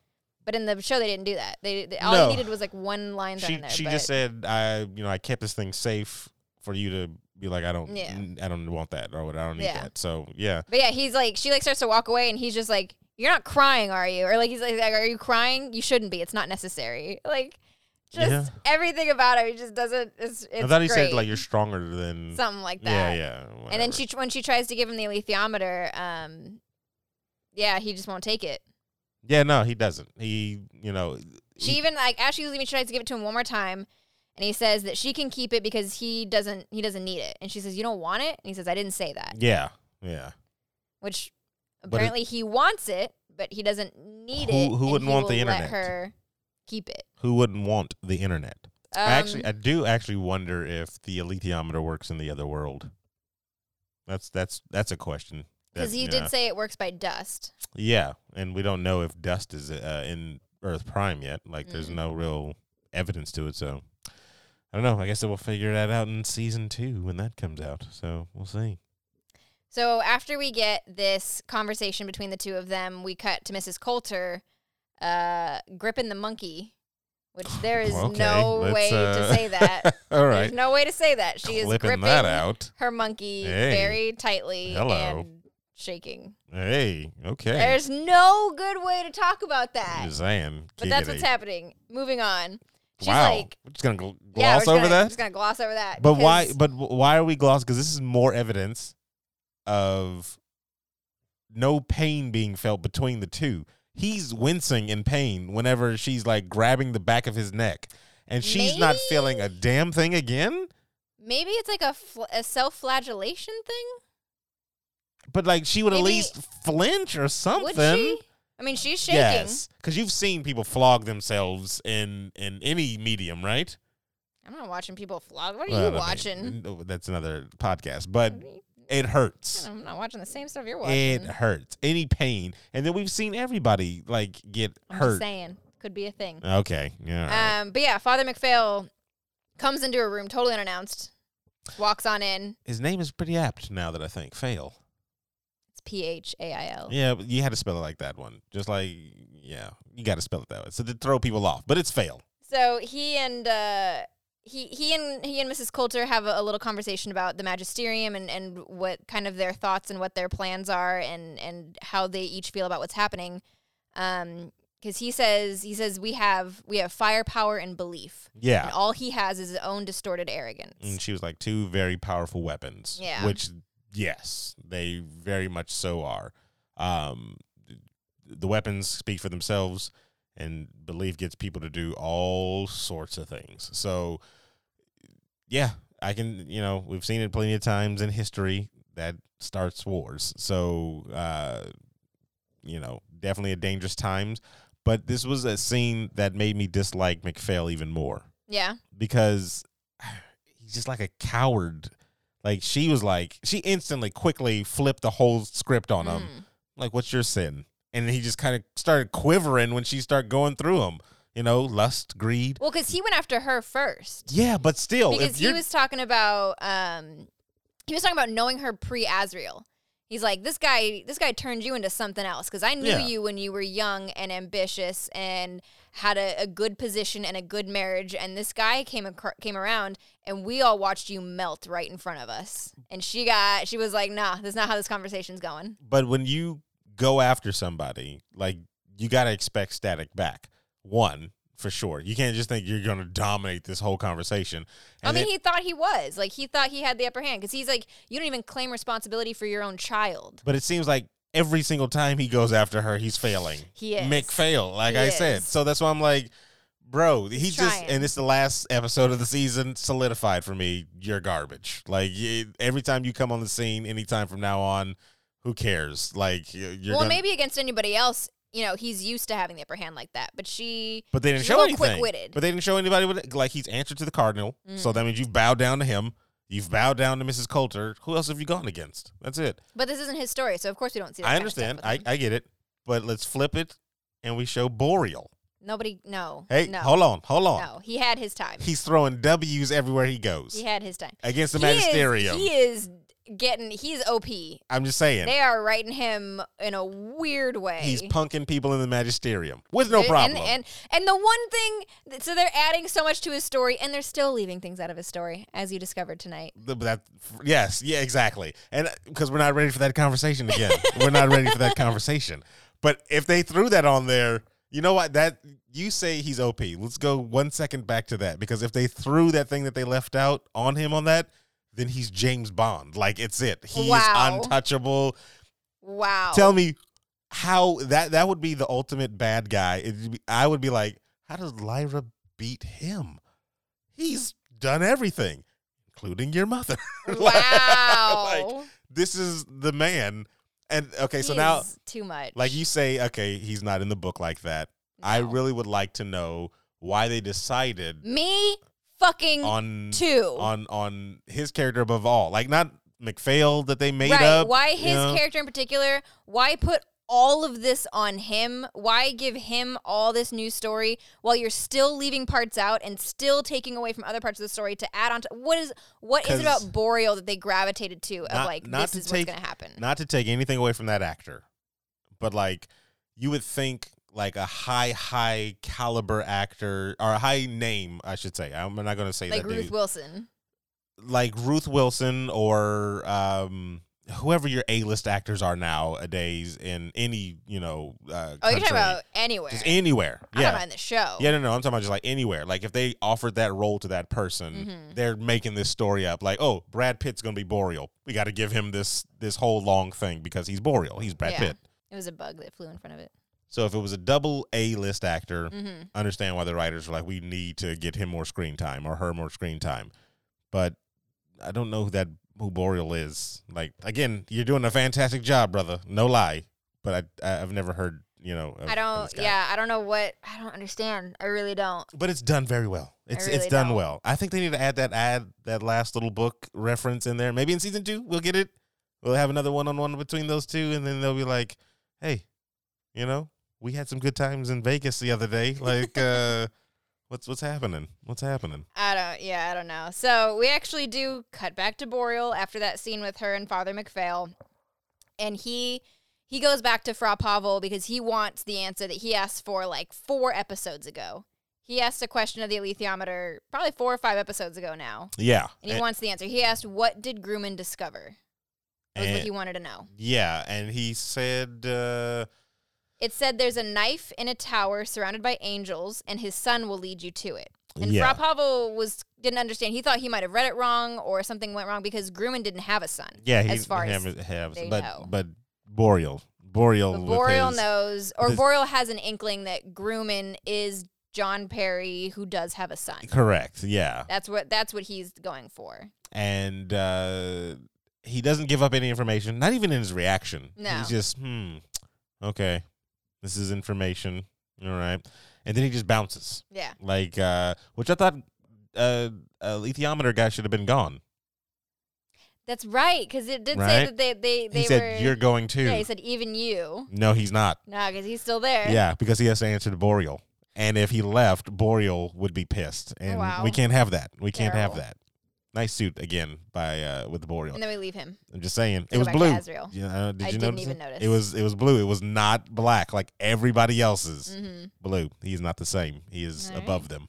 Speaker 1: But in the show, they didn't do that. They, they all
Speaker 2: No.
Speaker 1: you needed was like one line thrown
Speaker 2: she
Speaker 1: in there.
Speaker 2: she
Speaker 1: but
Speaker 2: just said I you know I kept this thing safe for you to be like I don't
Speaker 1: Yeah.
Speaker 2: n- I don't want that or what I don't need
Speaker 1: Yeah.
Speaker 2: that. So yeah,
Speaker 1: But yeah, he's like, she like starts to walk away, and he's just like, "You're not crying, are you?" Or like, he's like, "Are you crying? You shouldn't be. It's not necessary." Like, just
Speaker 2: Yeah.
Speaker 1: everything about her, he just doesn't. It's, it's
Speaker 2: I thought he
Speaker 1: great.
Speaker 2: said like you're stronger than
Speaker 1: something like that.
Speaker 2: yeah yeah.
Speaker 1: And then
Speaker 2: whatever.
Speaker 1: she tr- when she tries to give him the alethiometer, um, yeah, he just won't take it.
Speaker 2: yeah no he doesn't he you know
Speaker 1: She even like as she was leaving, she tries to give it to him one more time, and he says that she can keep it because he doesn't he doesn't need it. And she says, "You don't want it," and he says, "I didn't say that,"
Speaker 2: yeah yeah.
Speaker 1: which
Speaker 2: it-
Speaker 1: apparently he wants it, but he doesn't need
Speaker 2: Who-
Speaker 1: it.
Speaker 2: who
Speaker 1: and
Speaker 2: wouldn't
Speaker 1: he
Speaker 2: want the
Speaker 1: will
Speaker 2: internet?
Speaker 1: Let her keep it.
Speaker 2: Who wouldn't want the internet?
Speaker 1: Um,
Speaker 2: I actually I do actually wonder if the alethiometer works in the other world. That's that's that's a question. That-
Speaker 1: because he
Speaker 2: yeah.
Speaker 1: did say it works by dust.
Speaker 2: Yeah, and we don't know if dust is uh, in Earth Prime yet. Like, there's
Speaker 1: Mm.
Speaker 2: no real evidence to it. So, I don't know. I guess that we'll figure that out in season two when that comes out. So we'll see.
Speaker 1: So after we get this conversation between the two of them, we cut to Mrs. Coulter uh, gripping the monkey, which there is
Speaker 2: Well, okay,
Speaker 1: no
Speaker 2: let's,
Speaker 1: way
Speaker 2: uh,
Speaker 1: to say that.
Speaker 2: All
Speaker 1: There's
Speaker 2: right,
Speaker 1: no way to say that. She is
Speaker 2: clipping
Speaker 1: gripping
Speaker 2: that out.
Speaker 1: her monkey
Speaker 2: Hey.
Speaker 1: very tightly
Speaker 2: Hello.
Speaker 1: and shaking.
Speaker 2: Hey, okay.
Speaker 1: There's no good way to talk about that.
Speaker 2: Just saying,
Speaker 1: But that's what's
Speaker 2: giggity.
Speaker 1: happening. Moving on. She's
Speaker 2: wow,
Speaker 1: like,
Speaker 2: we're just gonna gl-
Speaker 1: yeah, we're
Speaker 2: gloss
Speaker 1: just
Speaker 2: over
Speaker 1: gonna-
Speaker 2: that.
Speaker 1: Just gonna gloss over that.
Speaker 2: But why?
Speaker 1: because-
Speaker 2: But wh- why are we gloss? Because this is more evidence of no pain being felt between the two. He's wincing in pain whenever she's like grabbing the back of his neck, and she's not
Speaker 1: Maybe-
Speaker 2: feeling a damn thing again.
Speaker 1: maybe it's like a, fl- a self-flagellation thing.
Speaker 2: But like she would at
Speaker 1: Maybe-
Speaker 2: least flinch or something.
Speaker 1: Would she? I mean, she's shaking.
Speaker 2: Yes, because you've seen people flog themselves in in any medium, right?
Speaker 1: I'm not watching people flog. What are
Speaker 2: Well, I
Speaker 1: you
Speaker 2: mean,
Speaker 1: watching?
Speaker 2: n- oh, That's another podcast, but it hurts.
Speaker 1: I'm not watching the same stuff you're
Speaker 2: It
Speaker 1: watching.
Speaker 2: hurts. Any pain. And then we've seen everybody like get
Speaker 1: I'm just
Speaker 2: hurt.
Speaker 1: saying, could be a thing.
Speaker 2: Okay. Yeah. all right.
Speaker 1: Um, but yeah, Father McPhail comes into a room totally unannounced, walks on in.
Speaker 2: His name is pretty apt now that I think. Fail.
Speaker 1: It's P H A I L.
Speaker 2: Yeah, but you had to spell it like that one. Just like yeah. You gotta spell it that way. So to throw people off. But it's fail.
Speaker 1: So he and uh, he he and he and Mrs. Coulter have a, a little conversation about the magisterium and and what kind of their thoughts and what their plans are and and how they each feel about what's happening. Um, because he says he says we have we have firepower and belief, and
Speaker 2: Yeah. Mm.
Speaker 1: all he has is his own distorted arrogance.
Speaker 2: And she was like two very powerful weapons.
Speaker 1: Yeah.
Speaker 2: Which yes, they very much so are. Um the weapons speak for themselves and belief gets people to do all sorts of things. So yeah, I can. You know, we've seen it plenty of times in history that starts wars. So, uh, you know, definitely a dangerous times. But this was a scene that made me dislike McPhail even more
Speaker 1: Yeah,
Speaker 2: because he's just like a coward. Like she was like, she instantly quickly flipped the whole script on um, him.
Speaker 1: Mm.
Speaker 2: Like, what's your sin? And he just kind of started quivering when she started going through him. You know, lust, greed.
Speaker 1: Well, because he went after her first.
Speaker 2: Yeah, but still, Oh, if
Speaker 1: because he
Speaker 2: you're-
Speaker 1: was talking about um he was talking about knowing her pre Azriel. He's like this guy this guy turned you into something else cuz I knew
Speaker 2: Yeah.
Speaker 1: you when you were young and ambitious and had a, a good position and a good marriage and this guy came acro- came around and we all watched you melt right in front of us. And she got she was like, "Nah, that's not how this conversation's going."
Speaker 2: but when you go after somebody, like you got to expect static back. One for sure. You can't just think you're going to dominate this whole conversation.
Speaker 1: I
Speaker 2: And
Speaker 1: mean,
Speaker 2: it-
Speaker 1: he thought he was. Like he thought he had the upper hand cuz he's like, "You don't even claim responsibility for your own child."
Speaker 2: but it seems like every single time he goes after her, he's failing.
Speaker 1: He is.
Speaker 2: Mick fail, like
Speaker 1: He
Speaker 2: I said.
Speaker 1: is.
Speaker 2: So that's why I'm like, bro, he
Speaker 1: He's
Speaker 2: just
Speaker 1: trying.
Speaker 2: and it's the last episode of the season solidified for me. You're garbage. Like y every time you come on the scene, anytime from now on, who cares? Like y- you're.
Speaker 1: well,
Speaker 2: gonna-
Speaker 1: maybe against anybody else, you know, he's used to having the upper hand like that. But she,
Speaker 2: But they didn't
Speaker 1: She's a
Speaker 2: show
Speaker 1: little
Speaker 2: anything.
Speaker 1: quick-witted.
Speaker 2: But they didn't show anybody with like he's answered to the cardinal,
Speaker 1: Mm.
Speaker 2: so that means you've bowed down to him. You've bowed down to Mrs. Coulter. Who else have you gone against? That's it.
Speaker 1: but this isn't his story, so of course we don't see. That
Speaker 2: I
Speaker 1: kind of stuff
Speaker 2: understand.
Speaker 1: with
Speaker 2: I,
Speaker 1: him.
Speaker 2: I get it. But let's flip it, and we show Boreal.
Speaker 1: nobody, no,
Speaker 2: Hey,
Speaker 1: no,
Speaker 2: hold on, hold on.
Speaker 1: no, he had his time.
Speaker 2: He's throwing W's everywhere he goes
Speaker 1: He had his time
Speaker 2: against the
Speaker 1: He is-
Speaker 2: Magisterium.
Speaker 1: He is getting he's OP.
Speaker 2: I'm just saying.
Speaker 1: They are writing him in a weird way.
Speaker 2: He's punking people in the magisterium with no
Speaker 1: And-
Speaker 2: problem.
Speaker 1: And, and and the one thing that- so they're adding so much to his story and they're still leaving things out of his story as you discovered tonight.
Speaker 2: The- that yes, yeah, exactly. And because we're not ready for that conversation again, we're not ready for that conversation. But if they threw that on there, you know what? That you say he's OP. Let's go one second back to that because if they threw that thing that they left out on him on that, then he's James Bond. Like it's it. He
Speaker 1: Wow.
Speaker 2: is untouchable.
Speaker 1: Wow.
Speaker 2: Tell me how that that would be the ultimate bad guy. It'd be, I would be like, how does Lyra beat him? He's done everything, including your mother. Like-
Speaker 1: wow.
Speaker 2: like, this is the man. And okay, so
Speaker 1: He
Speaker 2: now,
Speaker 1: is too much.
Speaker 2: like you say, okay, he's not in the book like that. I
Speaker 1: No.
Speaker 2: really would like to know why they decided
Speaker 1: me fucking
Speaker 2: on
Speaker 1: too.
Speaker 2: on on his character above all. Like not McPhail that they made
Speaker 1: right.
Speaker 2: up.
Speaker 1: why
Speaker 2: you
Speaker 1: his
Speaker 2: know?
Speaker 1: character in particular? Why put all of this on him? Why give him all this new story while you're still leaving parts out and still taking away from other parts of the story to add on to what is what is it
Speaker 2: 'Cause-
Speaker 1: about Boreal that they gravitated to of
Speaker 2: Not-
Speaker 1: like
Speaker 2: not
Speaker 1: this
Speaker 2: to
Speaker 1: is
Speaker 2: take-
Speaker 1: what's gonna happen?
Speaker 2: Not to take anything away from that actor, but like you would think like a high high caliber actor or a high name, I should say. I'm not going to say
Speaker 1: like
Speaker 2: that
Speaker 1: Ruth
Speaker 2: dude.
Speaker 1: Wilson.
Speaker 2: like Ruth Wilson or um, whoever your A list actors are nowadays in any you know. Uh,
Speaker 1: Oh, you're
Speaker 2: country.
Speaker 1: talking about anywhere.
Speaker 2: just anywhere?
Speaker 1: I'm
Speaker 2: yeah,
Speaker 1: talking about in the show.
Speaker 2: yeah, no, no. I'm talking about just like anywhere. Like if they offered that role to that person,
Speaker 1: Mhm.
Speaker 2: they're making this story up. Like, oh, Brad Pitt's gonna be Boreal. We got to give him this this whole long thing because he's Boreal. He's Brad
Speaker 1: Yeah.
Speaker 2: Pitt.
Speaker 1: It was a bug that flew in front of it.
Speaker 2: So if it was a double A list actor,
Speaker 1: Mm-hmm.
Speaker 2: understand why the writers were like, we need to get him more screen time or her more screen time. But I don't know who that who Boreal is. Like again, you're doing a fantastic job, brother. No lie. But I, I I've never heard you know. Of,
Speaker 1: I
Speaker 2: of
Speaker 1: don't.
Speaker 2: oh, this guy.
Speaker 1: Yeah, I don't know what. I don't understand. I really don't.
Speaker 2: But it's done very well. It's it's
Speaker 1: really
Speaker 2: done
Speaker 1: don't.
Speaker 2: well. I think they need to add that add that last little book reference in there. Maybe in season two we'll get it. We'll have another one on one between those two, and then they'll be like, "Hey, you know, we had some good times in Vegas the other day. Like, uh, what's what's happening? What's happening?"
Speaker 1: I don't. Yeah, I don't know. So we actually do cut back to Boreal after that scene with her and Father MacPhail, and he he goes back to Fra Pavel because he wants the answer that he asked for like four episodes ago. He asked a question of the alethiometer probably four or five episodes ago now,
Speaker 2: Yeah,
Speaker 1: and he wants the answer. He asked, "What did Grumman discover?" That was what
Speaker 2: and-
Speaker 1: he wanted to know.
Speaker 2: yeah, and he said, uh,
Speaker 1: It said there's a knife in a tower surrounded by angels, and his son will lead you to it. And
Speaker 2: Yeah.
Speaker 1: Fra Pavel was didn't understand. He thought he might have read it wrong or something went wrong because Grumman didn't have a son.
Speaker 2: "Yeah,
Speaker 1: As
Speaker 2: he's
Speaker 1: far
Speaker 2: he
Speaker 1: as
Speaker 2: have- have-
Speaker 1: they
Speaker 2: but
Speaker 1: know.
Speaker 2: but Boreal, Boreal,
Speaker 1: But
Speaker 2: with
Speaker 1: Boreal
Speaker 2: his-
Speaker 1: knows, or
Speaker 2: with his-
Speaker 1: Boreal has an inkling that Grumman is John Perry, who does have a son.
Speaker 2: correct, yeah."
Speaker 1: That's what that's what he's going for.
Speaker 2: and uh, he doesn't give up any information, not even in his reaction.
Speaker 1: No.
Speaker 2: He's just, hmm, okay, this is information. All right. And then he just bounces.
Speaker 1: Yeah,
Speaker 2: Like, uh, which I thought uh, a lithiometer guy should have been gone.
Speaker 1: that's right. Because it did say
Speaker 2: Right?
Speaker 1: that they they they
Speaker 2: he
Speaker 1: were.
Speaker 2: said, you're going too.
Speaker 1: yeah, he said even you.
Speaker 2: no, he's not.
Speaker 1: No, because he's still there.
Speaker 2: Yeah, because he has to answer to Boreal. And if he left, Boreal would be pissed. And
Speaker 1: wow.
Speaker 2: we can't have that. We can't have
Speaker 1: Terrible.
Speaker 2: that. Nice suit again by uh, with the Boreal.
Speaker 1: And then we leave him.
Speaker 2: I'm just saying.
Speaker 1: Go
Speaker 2: it was
Speaker 1: back to
Speaker 2: blue.
Speaker 1: Azrael.
Speaker 2: Yeah, uh, did
Speaker 1: I
Speaker 2: you
Speaker 1: didn't
Speaker 2: notice
Speaker 1: even
Speaker 2: it?
Speaker 1: notice.
Speaker 2: It was it was blue. It was not black like everybody else's.
Speaker 1: hmm
Speaker 2: Blue. He is not the same. He is
Speaker 1: All
Speaker 2: above them.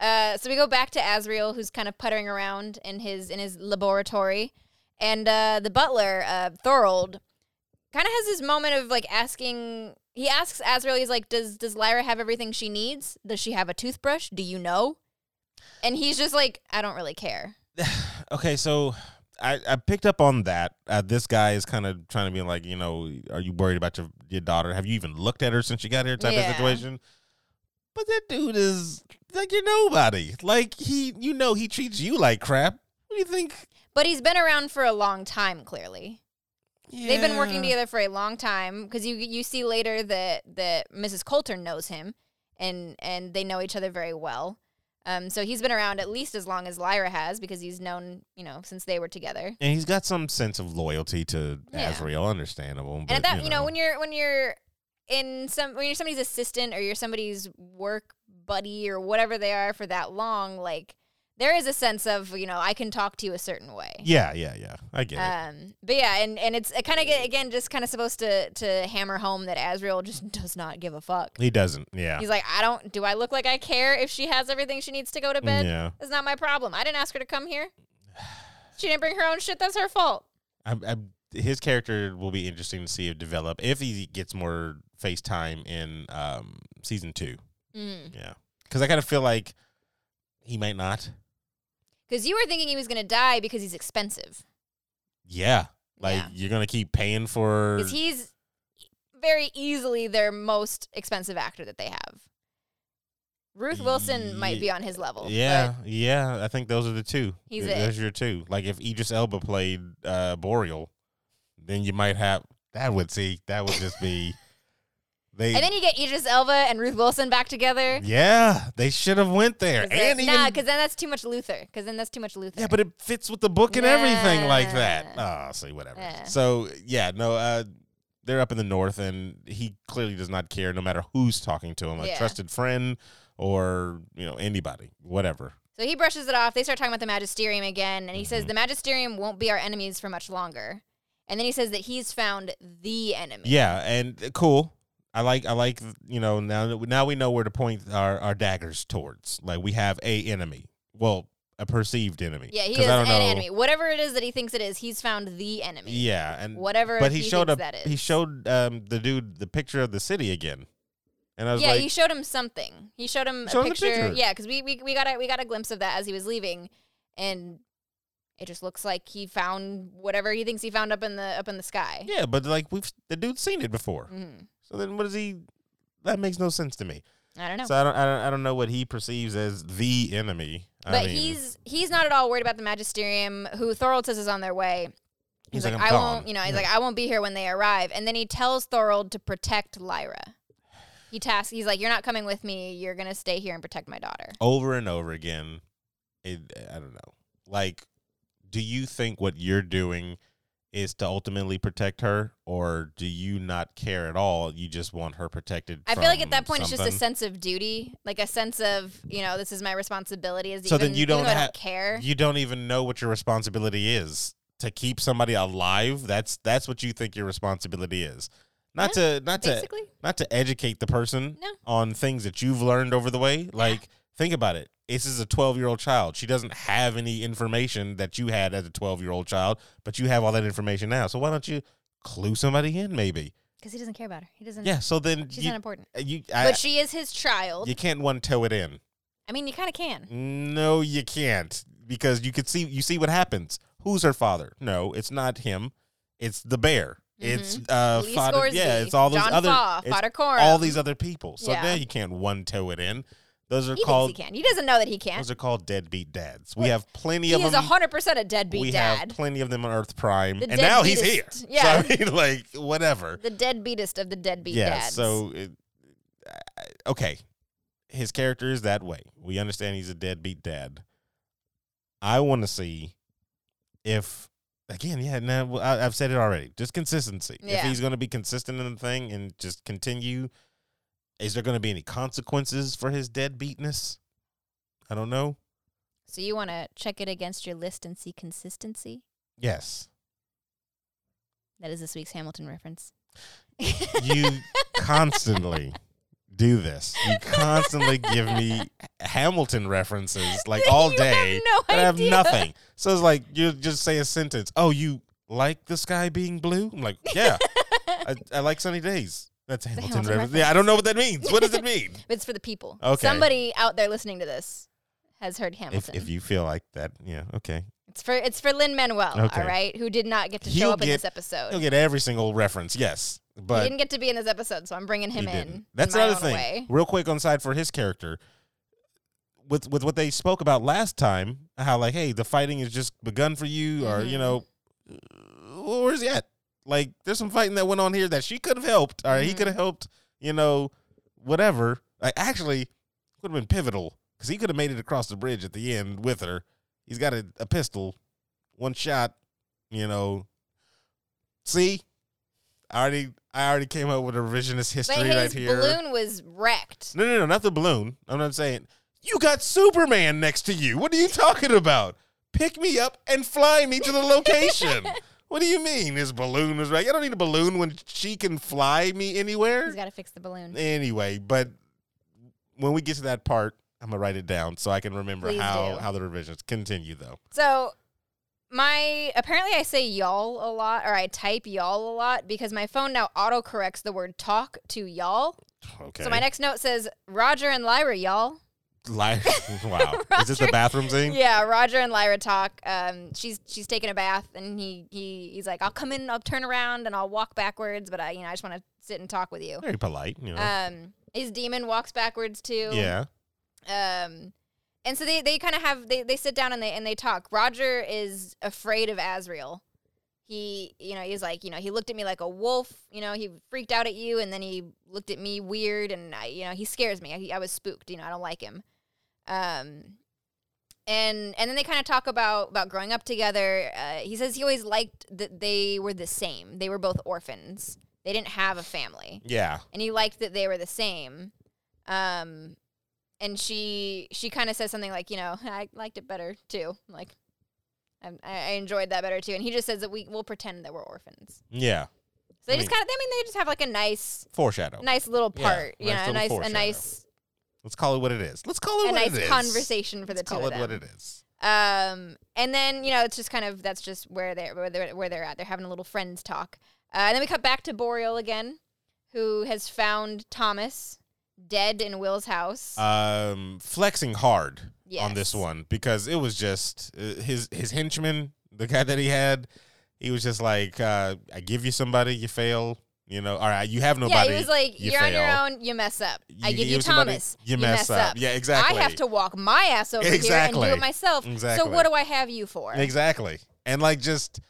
Speaker 1: Uh, so we go back to Azriel, who's kind of puttering around in his in his laboratory, and uh, the butler, uh, Thorold, kind of has this moment of like asking. He asks Azriel, he's like, "Does does Lyra have everything she needs? Does she have a toothbrush? Do you know?" And he's just like, "I don't really care."
Speaker 2: Okay, so I, I picked up on that. Uh, this guy is kind of trying to be like, you know, are you worried about your your daughter? Have you even looked at her since she got here? Type
Speaker 1: Yeah.
Speaker 2: of situation. But that dude is like you're nobody. Like he, you know, he treats you like crap. What do you think?
Speaker 1: But he's been around for a long time, clearly. They've been working
Speaker 2: Yeah.
Speaker 1: together for a long time because you you see later that that Mrs. Coulter knows him, and and they know each other very well. Um, so he's been around at least as long as Lyra has because he's known you know since they were together.
Speaker 2: And he's got some sense of loyalty to
Speaker 1: Yeah.
Speaker 2: Azrael, understandable.
Speaker 1: and at
Speaker 2: but,
Speaker 1: that you know, when you're when you're in some when you're somebody's assistant or you're somebody's work buddy or whatever they are for that long, like there is a sense of you know I can talk to you a certain way.
Speaker 2: Yeah, yeah, yeah. I get it.
Speaker 1: Um, but yeah, and and it's kind of again just kind of supposed to to hammer home that Azrael just does not give a fuck.
Speaker 2: He doesn't. Yeah.
Speaker 1: He's like, I don't. Do I look like I care if she has everything she needs to go to bed?
Speaker 2: Mm, Yeah.
Speaker 1: It's not my problem. I didn't ask her to come here. She didn't bring her own shit. That's her fault.
Speaker 2: I, I, his character will be interesting to see if develop if he gets more face time in um, season two.
Speaker 1: Mm.
Speaker 2: Yeah, because I kind of feel like he might not.
Speaker 1: Because you were thinking he was gonna die because he's expensive.
Speaker 2: Yeah, like
Speaker 1: Yeah.
Speaker 2: you're gonna keep paying for.
Speaker 1: Because he's very easily their most expensive actor that they have. Ruth Wilson might be on his level.
Speaker 2: yeah, yeah. I think those are the two.
Speaker 1: He's
Speaker 2: Th-
Speaker 1: it.
Speaker 2: those are your two. Like if Idris Elba played uh, Boreal, then you might have that would see that would just be. They
Speaker 1: but- And then you get Idris Elba and Ruth Wilson back together.
Speaker 2: yeah they should have went there
Speaker 1: 'Cause
Speaker 2: and
Speaker 1: that-
Speaker 2: even
Speaker 1: nah, because then that's too much Luther. Because then that's too much Luther.
Speaker 2: Yeah, but it fits with the book and everything like that.
Speaker 1: Yeah.
Speaker 2: Oh, see, whatever.
Speaker 1: Yeah.
Speaker 2: So yeah, no, uh, they're up in the north, and he clearly does not care, no matter who's talking to him, a
Speaker 1: Yeah.
Speaker 2: trusted friend or you know anybody, whatever.
Speaker 1: so he brushes it off. They start talking about the Magisterium again, and he
Speaker 2: Mm-hmm.
Speaker 1: says the Magisterium won't be our enemies for much longer. And then he says that he's found the enemy.
Speaker 2: Yeah, and uh, cool. I like, I like, you know, now that we- now we know where to point our, our daggers towards. Like we have a enemy, well, a perceived enemy.
Speaker 1: Yeah, he
Speaker 2: 'Cause
Speaker 1: is
Speaker 2: I
Speaker 1: an
Speaker 2: don't know-
Speaker 1: enemy. Whatever it is that he thinks it is, he's found the enemy.
Speaker 2: Yeah, and
Speaker 1: Whatever.
Speaker 2: but he, showed
Speaker 1: thinks
Speaker 2: up.
Speaker 1: That is.
Speaker 2: He showed um the dude the picture of the city again, and I was
Speaker 1: yeah,
Speaker 2: like,
Speaker 1: he showed him something. He showed him
Speaker 2: Showed
Speaker 1: a
Speaker 2: him the
Speaker 1: picture. Yeah,
Speaker 2: picture.
Speaker 1: 'cause Yeah, because we, we we got a we got a glimpse of that as he was leaving, and it just looks like he found whatever he thinks he found up in the up in the sky.
Speaker 2: Yeah, but like we've the dude's seen it before.
Speaker 1: Mhm.
Speaker 2: So then what is he? That makes no sense to me.
Speaker 1: I don't know,
Speaker 2: So I don't, I don't I don't know what he perceives as the enemy. I
Speaker 1: but
Speaker 2: mean,
Speaker 1: he's he's not at all worried about the magisterium, who Thorold says is on their way.
Speaker 2: He's like,
Speaker 1: I
Speaker 2: "I'm
Speaker 1: won't,
Speaker 2: gone."
Speaker 1: you know, he's
Speaker 2: Yeah.
Speaker 1: like, I won't be here when they arrive, and then he tells Thorold to protect Lyra. He tasks, he's like, you're not coming with me. You're gonna stay here and protect my daughter.
Speaker 2: over and over again. It, I don't know. Like, do you think what you're doing is to ultimately protect her, or do you not care at all? You just want her protected.
Speaker 1: I feel like at that
Speaker 2: from
Speaker 1: point it's just a
Speaker 2: something?
Speaker 1: sense of duty, like a sense of you know this is my responsibility. Is
Speaker 2: So
Speaker 1: even,
Speaker 2: then you
Speaker 1: even
Speaker 2: don't
Speaker 1: though I
Speaker 2: ha-
Speaker 1: don't care.
Speaker 2: you don't even know what your responsibility is to keep somebody alive. That's that's what you think your responsibility is. Not to not to
Speaker 1: basically,
Speaker 2: not to educate the person
Speaker 1: No.
Speaker 2: on things that you've learned over the way. Like, think about it. This is a 12 year old child. She doesn't have any information that you had as a 12 year old child, but you have all that information now. So why don't you clue somebody in, maybe?
Speaker 1: because he doesn't care about her. He doesn't.
Speaker 2: Yeah. So then
Speaker 1: Mm. she's
Speaker 2: you,
Speaker 1: not important.
Speaker 2: you,
Speaker 1: but
Speaker 2: I,
Speaker 1: she is his child.
Speaker 2: you can't one toe it in.
Speaker 1: I mean, you kind of can.
Speaker 2: No, you can't because you could see you see what happens. Who's her father? No, it's not him. It's the bear. It's uh,
Speaker 1: Mm-hmm. Lee
Speaker 2: fodder-
Speaker 1: Scoresby,
Speaker 2: yeah. It's all those
Speaker 1: John
Speaker 2: other
Speaker 1: Faw,
Speaker 2: it's
Speaker 1: Fodder Coram.
Speaker 2: all these other people. So
Speaker 1: Yeah.
Speaker 2: now you can't one toe it in. Those are
Speaker 1: He
Speaker 2: called
Speaker 1: thinks he can. He doesn't know that he can.
Speaker 2: those are called deadbeat dads. We have plenty
Speaker 1: He
Speaker 2: of
Speaker 1: is
Speaker 2: them.
Speaker 1: hundred percent a deadbeat
Speaker 2: we have
Speaker 1: dad.
Speaker 2: plenty of them on Earth Prime,
Speaker 1: The
Speaker 2: and now he's here.
Speaker 1: deadbeatest. Yeah.
Speaker 2: So I mean, like whatever.
Speaker 1: the deadbeatest of the deadbeat
Speaker 2: yeah.
Speaker 1: dads.
Speaker 2: So it, I- okay, his character is that way. We understand he's a deadbeat dad. I want to see if again, yeah. Now well, I, I've said it already. Just consistency. If
Speaker 1: Yeah.
Speaker 2: he's going to be consistent in the thing and just continue, is there going to be any consequences for his deadbeatness? I don't know.
Speaker 1: so you want to check it against your list and see consistency.
Speaker 2: Yes,
Speaker 1: That is this week's Hamilton reference.
Speaker 2: you constantly. Do this. You constantly give me Hamilton references like all
Speaker 1: You
Speaker 2: day.
Speaker 1: have no
Speaker 2: and I have
Speaker 1: idea.
Speaker 2: nothing. So it's like you just say a sentence. Oh, you like the sky being blue? I'm like, yeah, I, I like sunny days. That's a Hamilton,
Speaker 1: Hamilton
Speaker 2: reference.
Speaker 1: reference.
Speaker 2: Yeah, I don't know what that means. What does it mean?
Speaker 1: It's for the people.
Speaker 2: Okay.
Speaker 1: Somebody out there listening to this has heard
Speaker 2: if,
Speaker 1: Hamilton.
Speaker 2: if you feel like that, yeah, okay.
Speaker 1: It's for it's for Lin Manuel,
Speaker 2: Okay.
Speaker 1: all right, who did not get to
Speaker 2: He'll
Speaker 1: show up in
Speaker 2: get-
Speaker 1: this episode.
Speaker 2: You'll get every single reference, yes,
Speaker 1: he
Speaker 2: but
Speaker 1: didn't get to be in this episode, so I'm bringing him
Speaker 2: he
Speaker 1: in.
Speaker 2: didn't.
Speaker 1: in
Speaker 2: That's
Speaker 1: my
Speaker 2: another
Speaker 1: own
Speaker 2: thing.
Speaker 1: way.
Speaker 2: Real quick on side for his character. With with what they spoke about last time, how like, hey, the fighting has just begun for you, or you
Speaker 1: Mhm.
Speaker 2: know, where's he at? Like, there's some fighting that went on here that she could have helped, or he
Speaker 1: Mhm.
Speaker 2: could have helped. You know, whatever. Like, actually, would have been pivotal because he could have made it across the bridge at the end with her. He's got a, a pistol, one shot. You know, see, I already I already came up with a revisionist
Speaker 1: But
Speaker 2: history
Speaker 1: his
Speaker 2: right here.
Speaker 1: balloon was wrecked.
Speaker 2: No, no, no, not the balloon. I'm not saying You got Superman next to you. What are you talking about? Pick me up and fly me to the location. what do you mean? His balloon was right. I don't need a balloon when she can fly me anywhere.
Speaker 1: He's got to fix the balloon.
Speaker 2: Anyway, but when we get to that part, I'm gonna write it down so I can remember
Speaker 1: Please
Speaker 2: how
Speaker 1: do.
Speaker 2: how the revisions continue though.
Speaker 1: So my apparently I say y'all a lot or I type y'all a lot because my phone now autocorrects the word talk to y'all.
Speaker 2: Okay.
Speaker 1: So my next note says Roger and Lyra y'all.
Speaker 2: Li- wow. Is this the
Speaker 1: Roger.
Speaker 2: bathroom scene?
Speaker 1: Yeah, Roger and Lyra talk. Um, she's she's taking a bath and he, he he's like I'll come in, I'll turn around and I'll walk backwards, but I you know I just want to sit and talk with you.
Speaker 2: Very polite, you know.
Speaker 1: Um, his demon walks backwards too.
Speaker 2: yeah.
Speaker 1: Um, and so they, they kind of have they, they sit down and they and they talk. Roger is afraid of Azrael. He you know he's like you know he looked at me like a wolf. You know he freaked out at you and then he looked at me weird and I you know he scares me. I, I was spooked. You know I don't like him. Um. And, and then they kind of talk about, about growing up together. Uh, he says he always liked that they were the same. They were both orphans. They didn't have a family
Speaker 2: Yeah.
Speaker 1: and he liked that they were the same. Um, and she she kind of says something like, you know, I liked it better too. Like, I, I enjoyed that better too. And he just says that we will pretend that we're orphans.
Speaker 2: Yeah.
Speaker 1: So they
Speaker 2: I
Speaker 1: just kind of, I mean, they just have like a nice,
Speaker 2: Foreshadow.
Speaker 1: nice little
Speaker 2: Yeah,
Speaker 1: part,
Speaker 2: nice
Speaker 1: you know,
Speaker 2: little
Speaker 1: a nice, a
Speaker 2: foreshadow.
Speaker 1: nice,
Speaker 2: Let's call it what it is. Let's call it
Speaker 1: a
Speaker 2: what it
Speaker 1: nice
Speaker 2: is.
Speaker 1: conversation for the
Speaker 2: Let's
Speaker 1: two
Speaker 2: call
Speaker 1: of
Speaker 2: it
Speaker 1: them.
Speaker 2: what it is.
Speaker 1: Um, and then you know it's just kind of that's just where they're where they're, where they're at. They're having a little friends talk. Uh, and then we cut back to Boreal again, who has found Thomas dead in Will's house.
Speaker 2: um, flexing hard on this
Speaker 1: Yes.
Speaker 2: one because it was just uh, his his henchman, the guy that he had. He was just like, uh, "I give you somebody, you fail. You know, all right, you have nobody.
Speaker 1: yeah, he was like,
Speaker 2: you
Speaker 1: "You're on your
Speaker 2: fail.
Speaker 1: own. You mess up. I
Speaker 2: You
Speaker 1: give you
Speaker 2: give somebody-
Speaker 1: Thomas.
Speaker 2: you mess up." Yeah, exactly.
Speaker 1: I have to walk my ass over here and
Speaker 2: Exactly.
Speaker 1: do it myself. So
Speaker 2: Exactly.
Speaker 1: what do I have you for?
Speaker 2: Exactly, and like just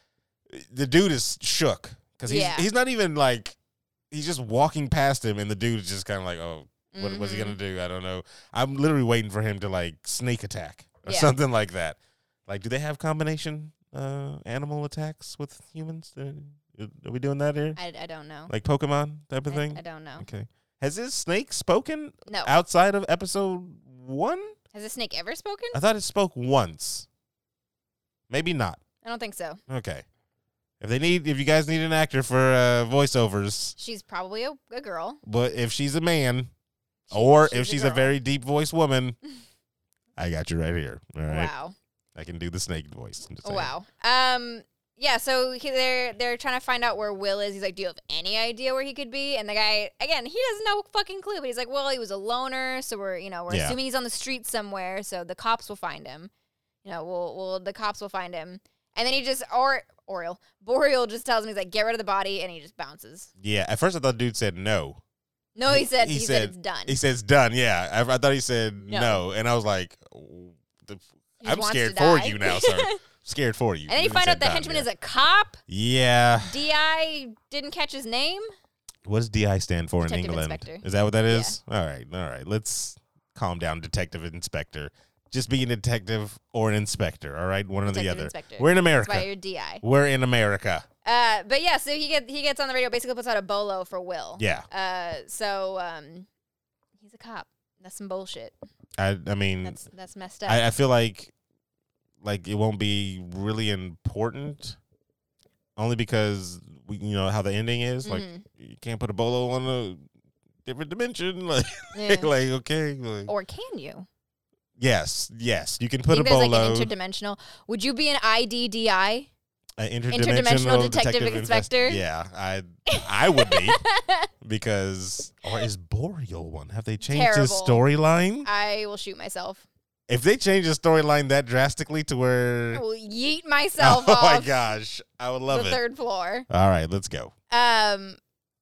Speaker 2: the dude is shook because he's
Speaker 1: Yeah.
Speaker 2: he's not even like he's just walking past him, and the dude is just kind of like, "Oh, what what's he
Speaker 1: Mhm.
Speaker 2: gonna do? I don't know." I'm literally waiting for him to like snake attack or
Speaker 1: Yeah.
Speaker 2: something like that. Like, do they have combination uh, animal attacks with humans? Are, are we doing that here?
Speaker 1: Mm-hmm. I, I don't know.
Speaker 2: like Pokemon type of
Speaker 1: I-
Speaker 2: thing?
Speaker 1: I, don't know.
Speaker 2: okay. Has this snake spoken
Speaker 1: No.
Speaker 2: outside of episode one?
Speaker 1: Has a snake ever spoken?
Speaker 2: I thought it spoke once. Maybe not.
Speaker 1: I don't think so.
Speaker 2: Okay. If they need, if you guys need an actor for uh, voiceovers,
Speaker 1: She's probably a, a girl.
Speaker 2: but if she's a man, or
Speaker 1: she's
Speaker 2: if
Speaker 1: a
Speaker 2: she's a,
Speaker 1: girl.
Speaker 2: very deep voiced woman, I got you right here. All right,
Speaker 1: Wow.
Speaker 2: I can do the snake voice. I'm just
Speaker 1: Oh,
Speaker 2: saying.
Speaker 1: wow. Um. Yeah. So he, they're they're trying to find out where Will is. He's like, "Do you have any idea where he could be?" And the guy, again, he has no fucking clue. But he's like, "Well, he was a loner, so we're you know we're
Speaker 2: Yeah.
Speaker 1: assuming he's on the street somewhere. So the cops will find him. You know, we'll we'll the cops will find him." And then he just or Oriel Boreal just tells him he's like, "Get rid of the body," and he just bounces.
Speaker 2: Yeah. At first, I thought the dude said no.
Speaker 1: No, he
Speaker 2: He-
Speaker 1: said
Speaker 2: he
Speaker 1: he, said,
Speaker 2: said-
Speaker 1: it's done.
Speaker 2: He says done. Yeah. I, I thought he said
Speaker 1: No.
Speaker 2: no. and I was like, oh, the,
Speaker 1: He just
Speaker 2: I'm
Speaker 1: wants to
Speaker 2: scared for
Speaker 1: die.
Speaker 2: you now, sir. scared for you.
Speaker 1: and then you
Speaker 2: He
Speaker 1: find
Speaker 2: said
Speaker 1: out the
Speaker 2: done,
Speaker 1: henchman
Speaker 2: yeah.
Speaker 1: is a cop.
Speaker 2: Yeah.
Speaker 1: Di didn't catch his name.
Speaker 2: What does DI stand for
Speaker 1: Detective
Speaker 2: in England?
Speaker 1: Inspector.
Speaker 2: Is that what that is? All right, all right. Let's calm down, Detective Inspector. Just be a detective or an inspector. All right, one or the
Speaker 1: Detective
Speaker 2: other.
Speaker 1: Inspector.
Speaker 2: We're in
Speaker 1: That's why
Speaker 2: America.
Speaker 1: you're Di.
Speaker 2: We're in America.
Speaker 1: Uh, but yeah, so he get he gets on the radio, basically puts out a bolo for Will.
Speaker 2: Yeah,
Speaker 1: Uh, so um, he's a cop. That's some bullshit.
Speaker 2: I, I mean,
Speaker 1: That's that's messed up.
Speaker 2: Mm. I, I feel like, like it won't be really important, only because we, you know how the ending is. Like,
Speaker 1: Mhm.
Speaker 2: you can't put a bolo on a different dimension. Like,
Speaker 1: Yeah.
Speaker 2: like okay, like-
Speaker 1: or can you?
Speaker 2: yes, yes, you can
Speaker 1: I
Speaker 2: put a
Speaker 1: think there's
Speaker 2: bolo.
Speaker 1: like an interdimensional. Would you be an IDDI?
Speaker 2: an
Speaker 1: Interdimensional detective inspector?
Speaker 2: invest- Yeah, I I would be because or is Boreal one? Have they changed his
Speaker 1: Terrible.
Speaker 2: storyline?
Speaker 1: I will shoot myself.
Speaker 2: If they change the storyline that drastically to
Speaker 1: I
Speaker 2: where
Speaker 1: will yeet myself
Speaker 2: oh my
Speaker 1: off
Speaker 2: gosh, I would
Speaker 1: the
Speaker 2: love it.
Speaker 1: third floor.
Speaker 2: All right, let's go.
Speaker 1: Um,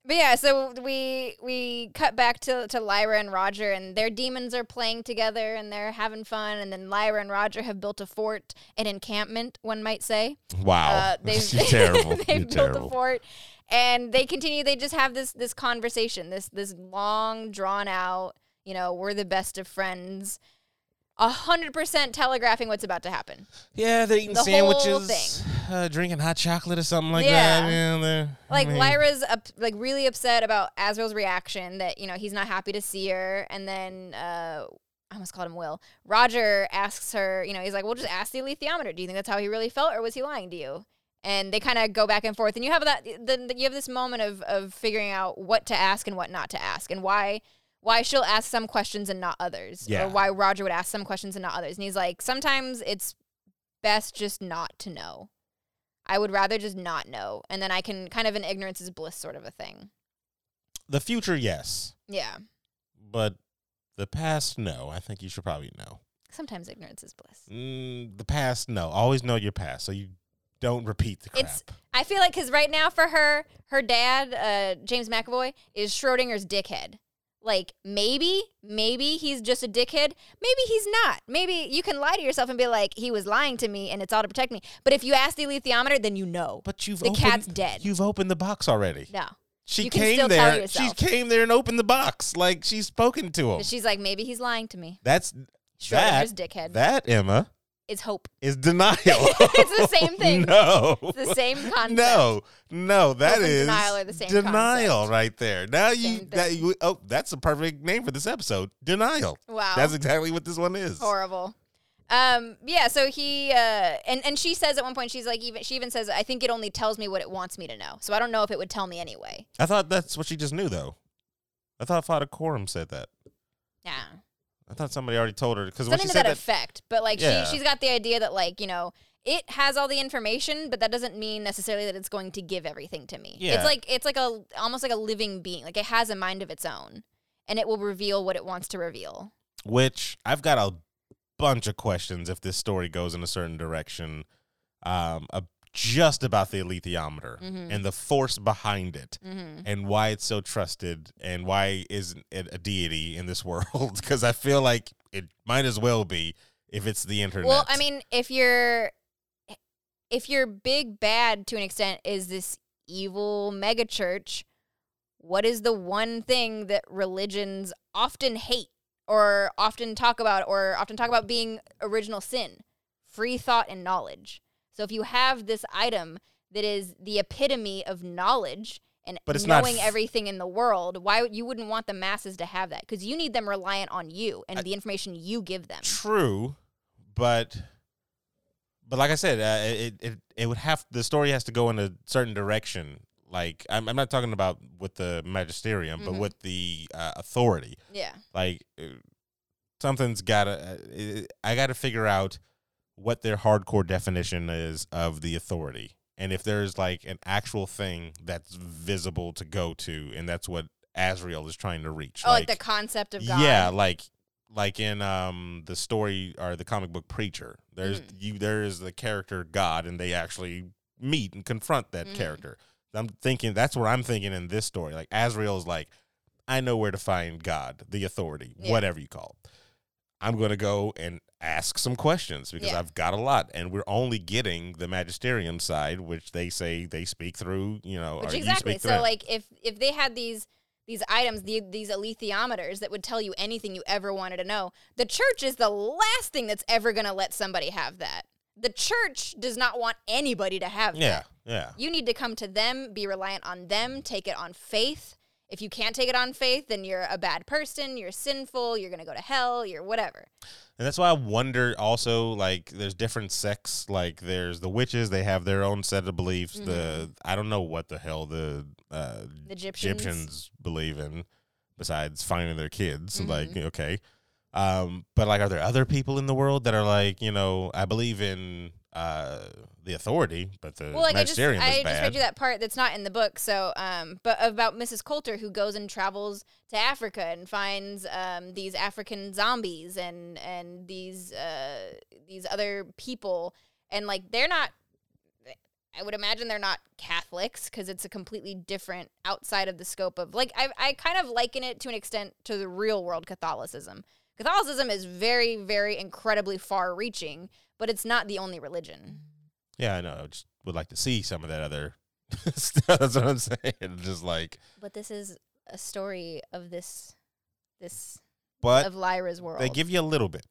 Speaker 1: but yeah, so we we cut back to to Lyra and Roger, and their demons are playing together, and they're having fun. And then Lyra and Roger have built a fort, an encampment, one might say.
Speaker 2: Wow,
Speaker 1: Uh, they've
Speaker 2: you're terrible.
Speaker 1: they've
Speaker 2: You're
Speaker 1: built
Speaker 2: Oh, terrible.
Speaker 1: a fort, and they continue. They just have this this conversation, this this long drawn out. You know, we're the best of friends. A hundred percent telegraphing what's about to happen.
Speaker 2: yeah, they're eating
Speaker 1: the whole
Speaker 2: sandwiches, uh, drinking hot chocolate or something like
Speaker 1: Yeah.
Speaker 2: that. Yeah, they're- I
Speaker 1: Like
Speaker 2: mean,
Speaker 1: Lyra's up, like really upset about Azrael's reaction that you know he's not happy to see her, and then uh, I almost called him Will. Roger asks her, you know, he's like, "Well, just ask the elite theometer. Do you think that's how he really felt, or was he lying to you?" And they kind of go back and forth, and you have that. Then you have this moment of of figuring out what to ask and what not to ask, and why why she'll ask some questions and not others,
Speaker 2: Yeah.
Speaker 1: or why Roger would ask some questions and not others. And he's like, sometimes it's best just not to know. I would rather just not know, and then I can kind of an ignorance is bliss sort of a thing.
Speaker 2: The future, yes,
Speaker 1: Yeah,
Speaker 2: but the past, no. I think you should probably know.
Speaker 1: sometimes ignorance is bliss.
Speaker 2: Mm, the past, no. Always know your past, so you don't repeat the crap.
Speaker 1: It's- I feel like because right now for her, her dad, uh, James McAvoy, is Schrodinger's dickhead. Like maybe, maybe he's just a dickhead. Maybe he's not. Maybe you can lie to yourself and be like, he was lying to me, and it's all to protect me. But if you ask the elite theometer, then you know.
Speaker 2: but you've
Speaker 1: the
Speaker 2: opened,
Speaker 1: cat's dead.
Speaker 2: You've opened the box already.
Speaker 1: No,
Speaker 2: She
Speaker 1: You can
Speaker 2: came
Speaker 1: still tell
Speaker 2: there. She
Speaker 1: yourself.
Speaker 2: came there and opened the box. Like she's spoken to him.
Speaker 1: but she's like, maybe he's lying to me.
Speaker 2: That's that.
Speaker 1: Schrodinger's dickhead.
Speaker 2: That Emma
Speaker 1: It's hope.
Speaker 2: is denial.
Speaker 1: It's the same thing.
Speaker 2: No.
Speaker 1: It's the same concept.
Speaker 2: No, no, that
Speaker 1: Hope and
Speaker 2: is
Speaker 1: denial are the same
Speaker 2: denial
Speaker 1: concept.
Speaker 2: right there. Now you,
Speaker 1: Same
Speaker 2: that
Speaker 1: thing.
Speaker 2: you, oh, that's the perfect name for this episode. Denial.
Speaker 1: Wow.
Speaker 2: That's exactly what this one is.
Speaker 1: horrible. Um, yeah, so he uh, and and she says at one point she's like even she even says I think it only tells me what it wants me to know. So I don't know if it would tell me anyway.
Speaker 2: I thought that's what she just knew though. I thought Fada Corum said that.
Speaker 1: Yeah.
Speaker 2: I thought somebody already told her because when
Speaker 1: Something
Speaker 2: she
Speaker 1: to
Speaker 2: said
Speaker 1: that,
Speaker 2: that,
Speaker 1: effect. But like
Speaker 2: Yeah.
Speaker 1: she she's got the idea that like, you know, it has all the information, but that doesn't mean necessarily that it's going to give everything to me.
Speaker 2: Yeah.
Speaker 1: It's like it's like a almost like a living being. Like it has a mind of its own and it will reveal what it wants to reveal.
Speaker 2: which I've got a bunch of questions if this story goes in a certain direction, um, ab- just about the alethiometer
Speaker 1: Mhm.
Speaker 2: and the force behind it.
Speaker 1: Mm-hmm.
Speaker 2: and why it's so trusted and why isn't it a deity in this world because i feel like it might as well be if it's the internet
Speaker 1: Well, I mean, if you're if your big bad to an extent is this evil mega church, what is the one thing that religions often hate or often talk about or often talk about being original sin? Free thought and knowledge. So if you have this item that is the epitome of knowledge and
Speaker 2: But it's not
Speaker 1: knowing
Speaker 2: f-
Speaker 1: everything in the world, why would- you wouldn't want the masses to have that because you need them reliant on you and
Speaker 2: I-
Speaker 1: the information you give them.
Speaker 2: true but but like i said uh, it, it it would have the story has to go in a certain direction like i'm, I'm not talking about with the magisterium but
Speaker 1: Mhm.
Speaker 2: with the uh, authority
Speaker 1: Yeah.
Speaker 2: like uh, something's gotta uh, i gotta figure out what their hardcore definition is of the authority and if there's like an actual thing that's visible to go to and that's what Azrael is trying to reach
Speaker 1: Oh, like, the concept of God.
Speaker 2: yeah like like in um the story or the comic book preacher there's
Speaker 1: Mm.
Speaker 2: you there is the character god and they actually meet and confront that
Speaker 1: Mhm.
Speaker 2: character i'm thinking that's what i'm thinking in this story like azrael's like i know where to find god the authority
Speaker 1: Yeah.
Speaker 2: whatever you call it i'm going to go and ask some questions because
Speaker 1: Yeah.
Speaker 2: i've got a lot and we're only getting the magisterium side which they say they speak through you know
Speaker 1: Which
Speaker 2: or
Speaker 1: exactly.
Speaker 2: you speak
Speaker 1: So
Speaker 2: through.
Speaker 1: like if if they had these these items, the, these alethiometers that would tell you anything you ever wanted to know, the church is the last thing that's ever going to let somebody have that. The church does not want anybody to have
Speaker 2: yeah
Speaker 1: that.
Speaker 2: yeah
Speaker 1: You need to come to them, be reliant on them, take it on faith. If you can't take it on faith, then you're a bad person, you're sinful, you're going to go to hell, you're whatever.
Speaker 2: And that's why I wonder also like there's different sects like there's the witches they have their own set of beliefs the
Speaker 1: Mm-hmm.
Speaker 2: I don't know what the hell the uh,
Speaker 1: The Egyptians.
Speaker 2: Egyptians believe in besides finding their kids like
Speaker 1: Mm-hmm.
Speaker 2: okay um but like are there other people in the world that are like you know I believe in uh the authority but the
Speaker 1: Well, like I just
Speaker 2: magisterium
Speaker 1: I
Speaker 2: is
Speaker 1: just read
Speaker 2: bad
Speaker 1: you that part that's not in the book. So, um, but about Mrs. Coulter who goes and travels to Africa and finds um, these African zombies and and these uh, these other people, and like they're not. I would imagine they're not Catholics because it's a completely different outside of the scope of like I I kind of liken it to an extent to the real world Catholicism. Catholicism is very very incredibly far reaching, but it's not the only religion.
Speaker 2: yeah I know I just would like to see some of that other stuff that's what I'm saying just like
Speaker 1: But this is a story of this this
Speaker 2: but
Speaker 1: of Lyra's world.
Speaker 2: They give you a little bit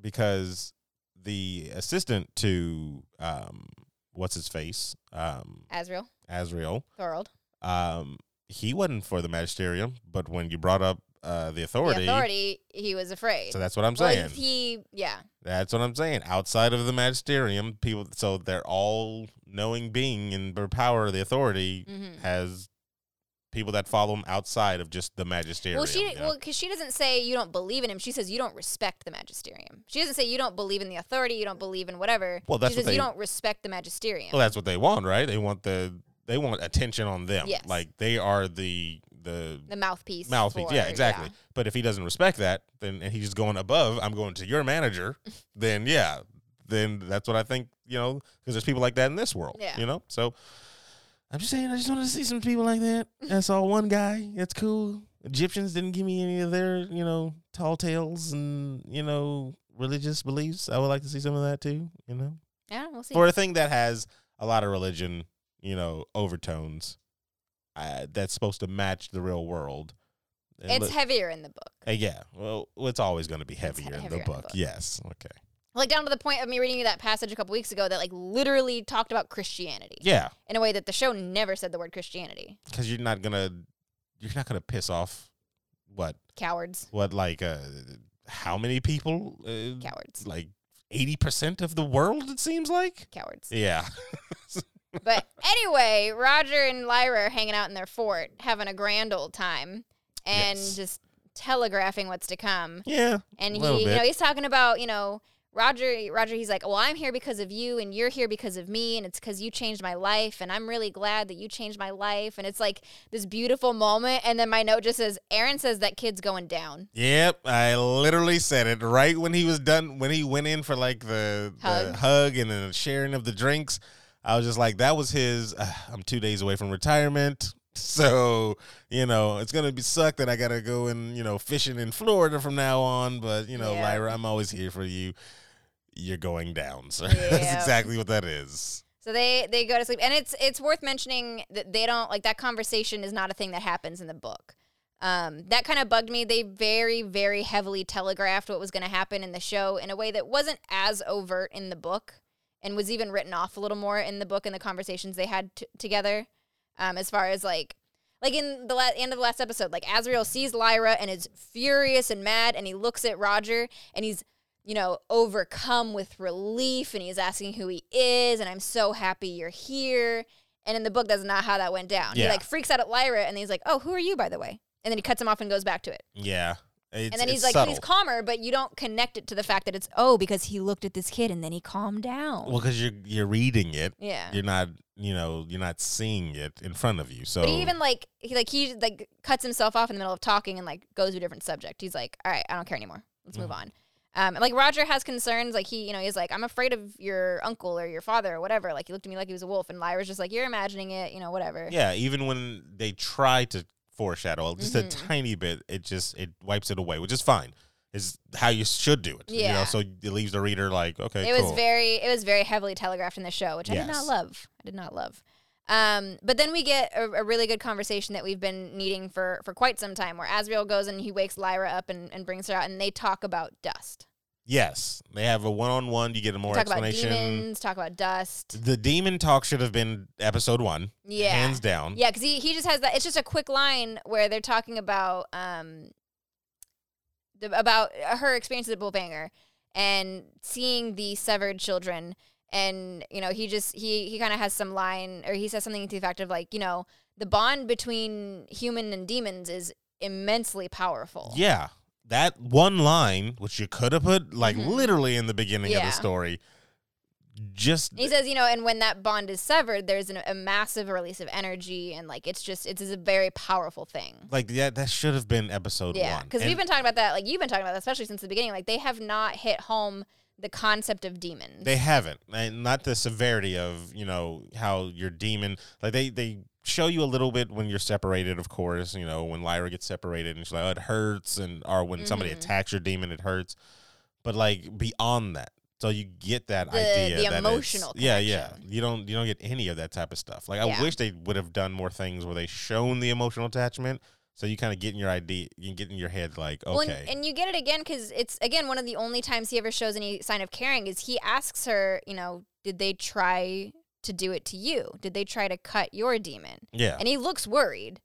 Speaker 2: because the assistant to um, what's his face, um,
Speaker 1: Azrael,
Speaker 2: Azrael,
Speaker 1: Thorold.
Speaker 2: um, he wasn't for the magisterium, but when you brought up uh, the
Speaker 1: The
Speaker 2: authority.
Speaker 1: authority, he was afraid.
Speaker 2: So that's what I'm
Speaker 1: Well,
Speaker 2: saying.
Speaker 1: he, yeah,
Speaker 2: That's what I'm saying. Outside of the magisterium, people, so they're all knowing being and their power, the authority
Speaker 1: Mhm.
Speaker 2: has people that follow him outside of just the magisterium.
Speaker 1: Well, she
Speaker 2: you know?
Speaker 1: well because she doesn't say you don't believe in him. She says you don't respect the magisterium. She doesn't say you don't believe in the authority. You don't believe in whatever.
Speaker 2: Well, that's
Speaker 1: she
Speaker 2: what
Speaker 1: says
Speaker 2: they-
Speaker 1: you don't respect the magisterium.
Speaker 2: Well, that's what they want, right? They want the they want attention on them.
Speaker 1: Yes.
Speaker 2: Like they are the the
Speaker 1: the mouthpiece.
Speaker 2: mouthpiece.
Speaker 1: for-
Speaker 2: yeah, exactly. But if he doesn't respect that, then and he's just going above, I'm going to your manager, then yeah, then that's what I think, you know, because there's people like that in this world.
Speaker 1: Yeah.
Speaker 2: You know? So I'm just saying I just wanted to see some people like that. I saw one guy. That's cool. Egyptians didn't give me any of their, you know, tall tales and, you know, religious beliefs. I would like to see some of that too, you know
Speaker 1: Yeah, we'll see.
Speaker 2: for a thing that has a lot of religion, you know, overtones uh, that's supposed to match the real world. And
Speaker 1: it's
Speaker 2: look-
Speaker 1: heavier in the book.
Speaker 2: uh, yeah, well, it's always going to be heavier, in, the
Speaker 1: heavier in the
Speaker 2: book.
Speaker 1: book.
Speaker 2: Yes, okay,
Speaker 1: Like down to the point of me reading you that passage a couple weeks ago that like literally talked about Christianity
Speaker 2: yeah,
Speaker 1: in a way that the show never said the word Christianity.
Speaker 2: because you're not gonna you're not gonna piss off what
Speaker 1: Cowards,
Speaker 2: what like uh, how many people uh,
Speaker 1: cowards,
Speaker 2: like eighty percent of the world it seems like
Speaker 1: cowards.
Speaker 2: yeah
Speaker 1: But anyway, Roger and Lyra are hanging out in their fort, having a grand old time, and
Speaker 2: Yes.
Speaker 1: just telegraphing what's to come.
Speaker 2: yeah
Speaker 1: And he,
Speaker 2: Little
Speaker 1: you know,
Speaker 2: bit.
Speaker 1: he's talking about, you know, Roger. Roger, he's like, "Well, I'm here because of you, and you're here because of me, and it's because you changed my life, and I'm really glad that you changed my life." And it's like this beautiful moment. And then my note just says, "Aaron says that kid's going down."
Speaker 2: Yep, I literally said it right when he was done. When he went in for like the hug,
Speaker 1: Hug.
Speaker 2: the hug and then the sharing of the drinks, I was just like, "That was his." Uh, I'm two days away from retirement, so you know it's gonna be suck that I gotta go and you know fishing in Florida from now on. But you know,
Speaker 1: Yeah.
Speaker 2: Lyra, I'm always here for you. You're going down, sir. That's
Speaker 1: Yeah.
Speaker 2: exactly what that is.
Speaker 1: So they they go to sleep, and it's it's worth mentioning that they don't like that conversation is not a thing that happens in the book. Um, that kind of bugged me. They very very heavily telegraphed what was going to happen in the show in a way that wasn't as overt in the book, and was even written off a little more in the book and the conversations they had t- together. Um, as far as like like in the la- end of the last episode, like Azrael sees Lyra and is furious and mad, and he looks at Roger and he's you know, overcome with relief and he's asking who he is and I'm so happy you're here. And in the book that's not how that went down. He
Speaker 2: Yeah.
Speaker 1: like freaks out at Lyra and he's like, Oh, who are you by the way? And then he cuts him off and goes back to it.
Speaker 2: Yeah, it's,
Speaker 1: and then he's
Speaker 2: it's
Speaker 1: like
Speaker 2: subtle.
Speaker 1: he's calmer, but you don't connect it to the fact that it's oh, because he looked at this kid and then he calmed down.
Speaker 2: well, because you're you're reading it,
Speaker 1: yeah.
Speaker 2: you're not you know you're not seeing it in front of you. So
Speaker 1: But he even like he like he like cuts himself off in the middle of talking and like goes to a different subject. He's like, "All right, I don't care anymore. Let's move
Speaker 2: Mm-hmm.
Speaker 1: on." Um, and, like Roger has concerns. Like he, you know, he's like, "I'm afraid of your uncle or your father or whatever." Like he looked at me like he was a wolf, and Lyra's just like, "You're imagining it, you know, whatever."
Speaker 2: Yeah, even when they try to foreshadow just a
Speaker 1: Mhm.
Speaker 2: tiny bit, it just it wipes it away, which is fine. Is how you should do it. You know,
Speaker 1: Yeah.
Speaker 2: so it leaves the reader like, okay,
Speaker 1: it
Speaker 2: cool.
Speaker 1: was very it was very heavily telegraphed in the show which i did
Speaker 2: Yes.
Speaker 1: not love i did not love um, but then we get a, a really good conversation that we've been needing for for quite some time where Asriel goes and he wakes Lyra up and, and brings her out and they talk about dust
Speaker 2: yes. They have a one on one, you get a more
Speaker 1: talk about
Speaker 2: explanation.
Speaker 1: demons talk about dust
Speaker 2: The demon talk should have been episode one.
Speaker 1: yeah
Speaker 2: Hands down.
Speaker 1: Yeah, because he, he just has that. It's just a quick line where they're talking about um the, about uh, her experiences at Bullbanger and seeing the severed children. And you know, he just he he kind of has some line, or he says something to the effect of like, you know, the bond between human and demons is immensely powerful.
Speaker 2: Yeah. That one line, which you could have put like
Speaker 1: Mhm.
Speaker 2: literally in the beginning of
Speaker 1: Yeah.
Speaker 2: the story, just
Speaker 1: And he says, you know, and when that bond is severed, there's an, a massive release of energy, and like it's just it's, a very powerful thing.
Speaker 2: like yeah, that should have been episode
Speaker 1: Yeah,
Speaker 2: one.
Speaker 1: because
Speaker 2: And-
Speaker 1: we've been talking about that. Like you've been talking about that, especially since the beginning. Like they have not hit home the concept of demons.
Speaker 2: They haven't, and not the severity of you know how your demon like they they show you a little bit when you're separated. Of course, you know when Lyra gets separated and she's like, oh, it hurts, and or when somebody
Speaker 1: Mhm.
Speaker 2: attacks your demon, it hurts. But like beyond that, so you get that
Speaker 1: The-
Speaker 2: idea,
Speaker 1: the
Speaker 2: that it's-
Speaker 1: emotional
Speaker 2: yeah, yeah.
Speaker 1: connection.
Speaker 2: You don't you don't get any of that type of stuff. Like I
Speaker 1: Yeah.
Speaker 2: wish they would have done more things where they shown the emotional attachment, so you kind of get in your idea, you get in your head like, okay,
Speaker 1: Well, and- and, you get it again because it's again one of the only times he ever shows any sign of caring is he asks her, you know, did they try to do it to you? Did they try to cut your demon?
Speaker 2: yeah,
Speaker 1: And he looks worried.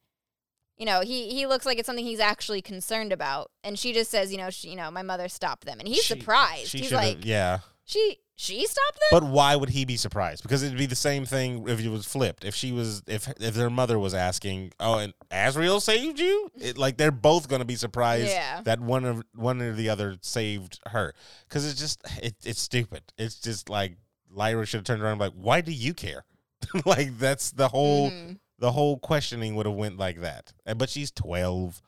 Speaker 1: you know, he he looks like it's something he's actually concerned about, and she just says, you know, she, you know, my mother stopped them, and he's
Speaker 2: She-
Speaker 1: surprised.
Speaker 2: She
Speaker 1: he's
Speaker 2: should've-
Speaker 1: like,
Speaker 2: yeah.
Speaker 1: she she stopped them.
Speaker 2: But why would he be surprised? Because it'd be the same thing if it was flipped. If she was, if if their mother was asking, "Oh, and Azrael saved you," it, like they're both gonna be surprised
Speaker 1: Yeah.
Speaker 2: that one of one or the other saved her. Because it's just it, it's stupid. It's just like Lyra should have turned around and be like, "Why do you care?" like that's the whole
Speaker 1: Mhm.
Speaker 2: the whole questioning would have went like that. Uh, But she's twelve,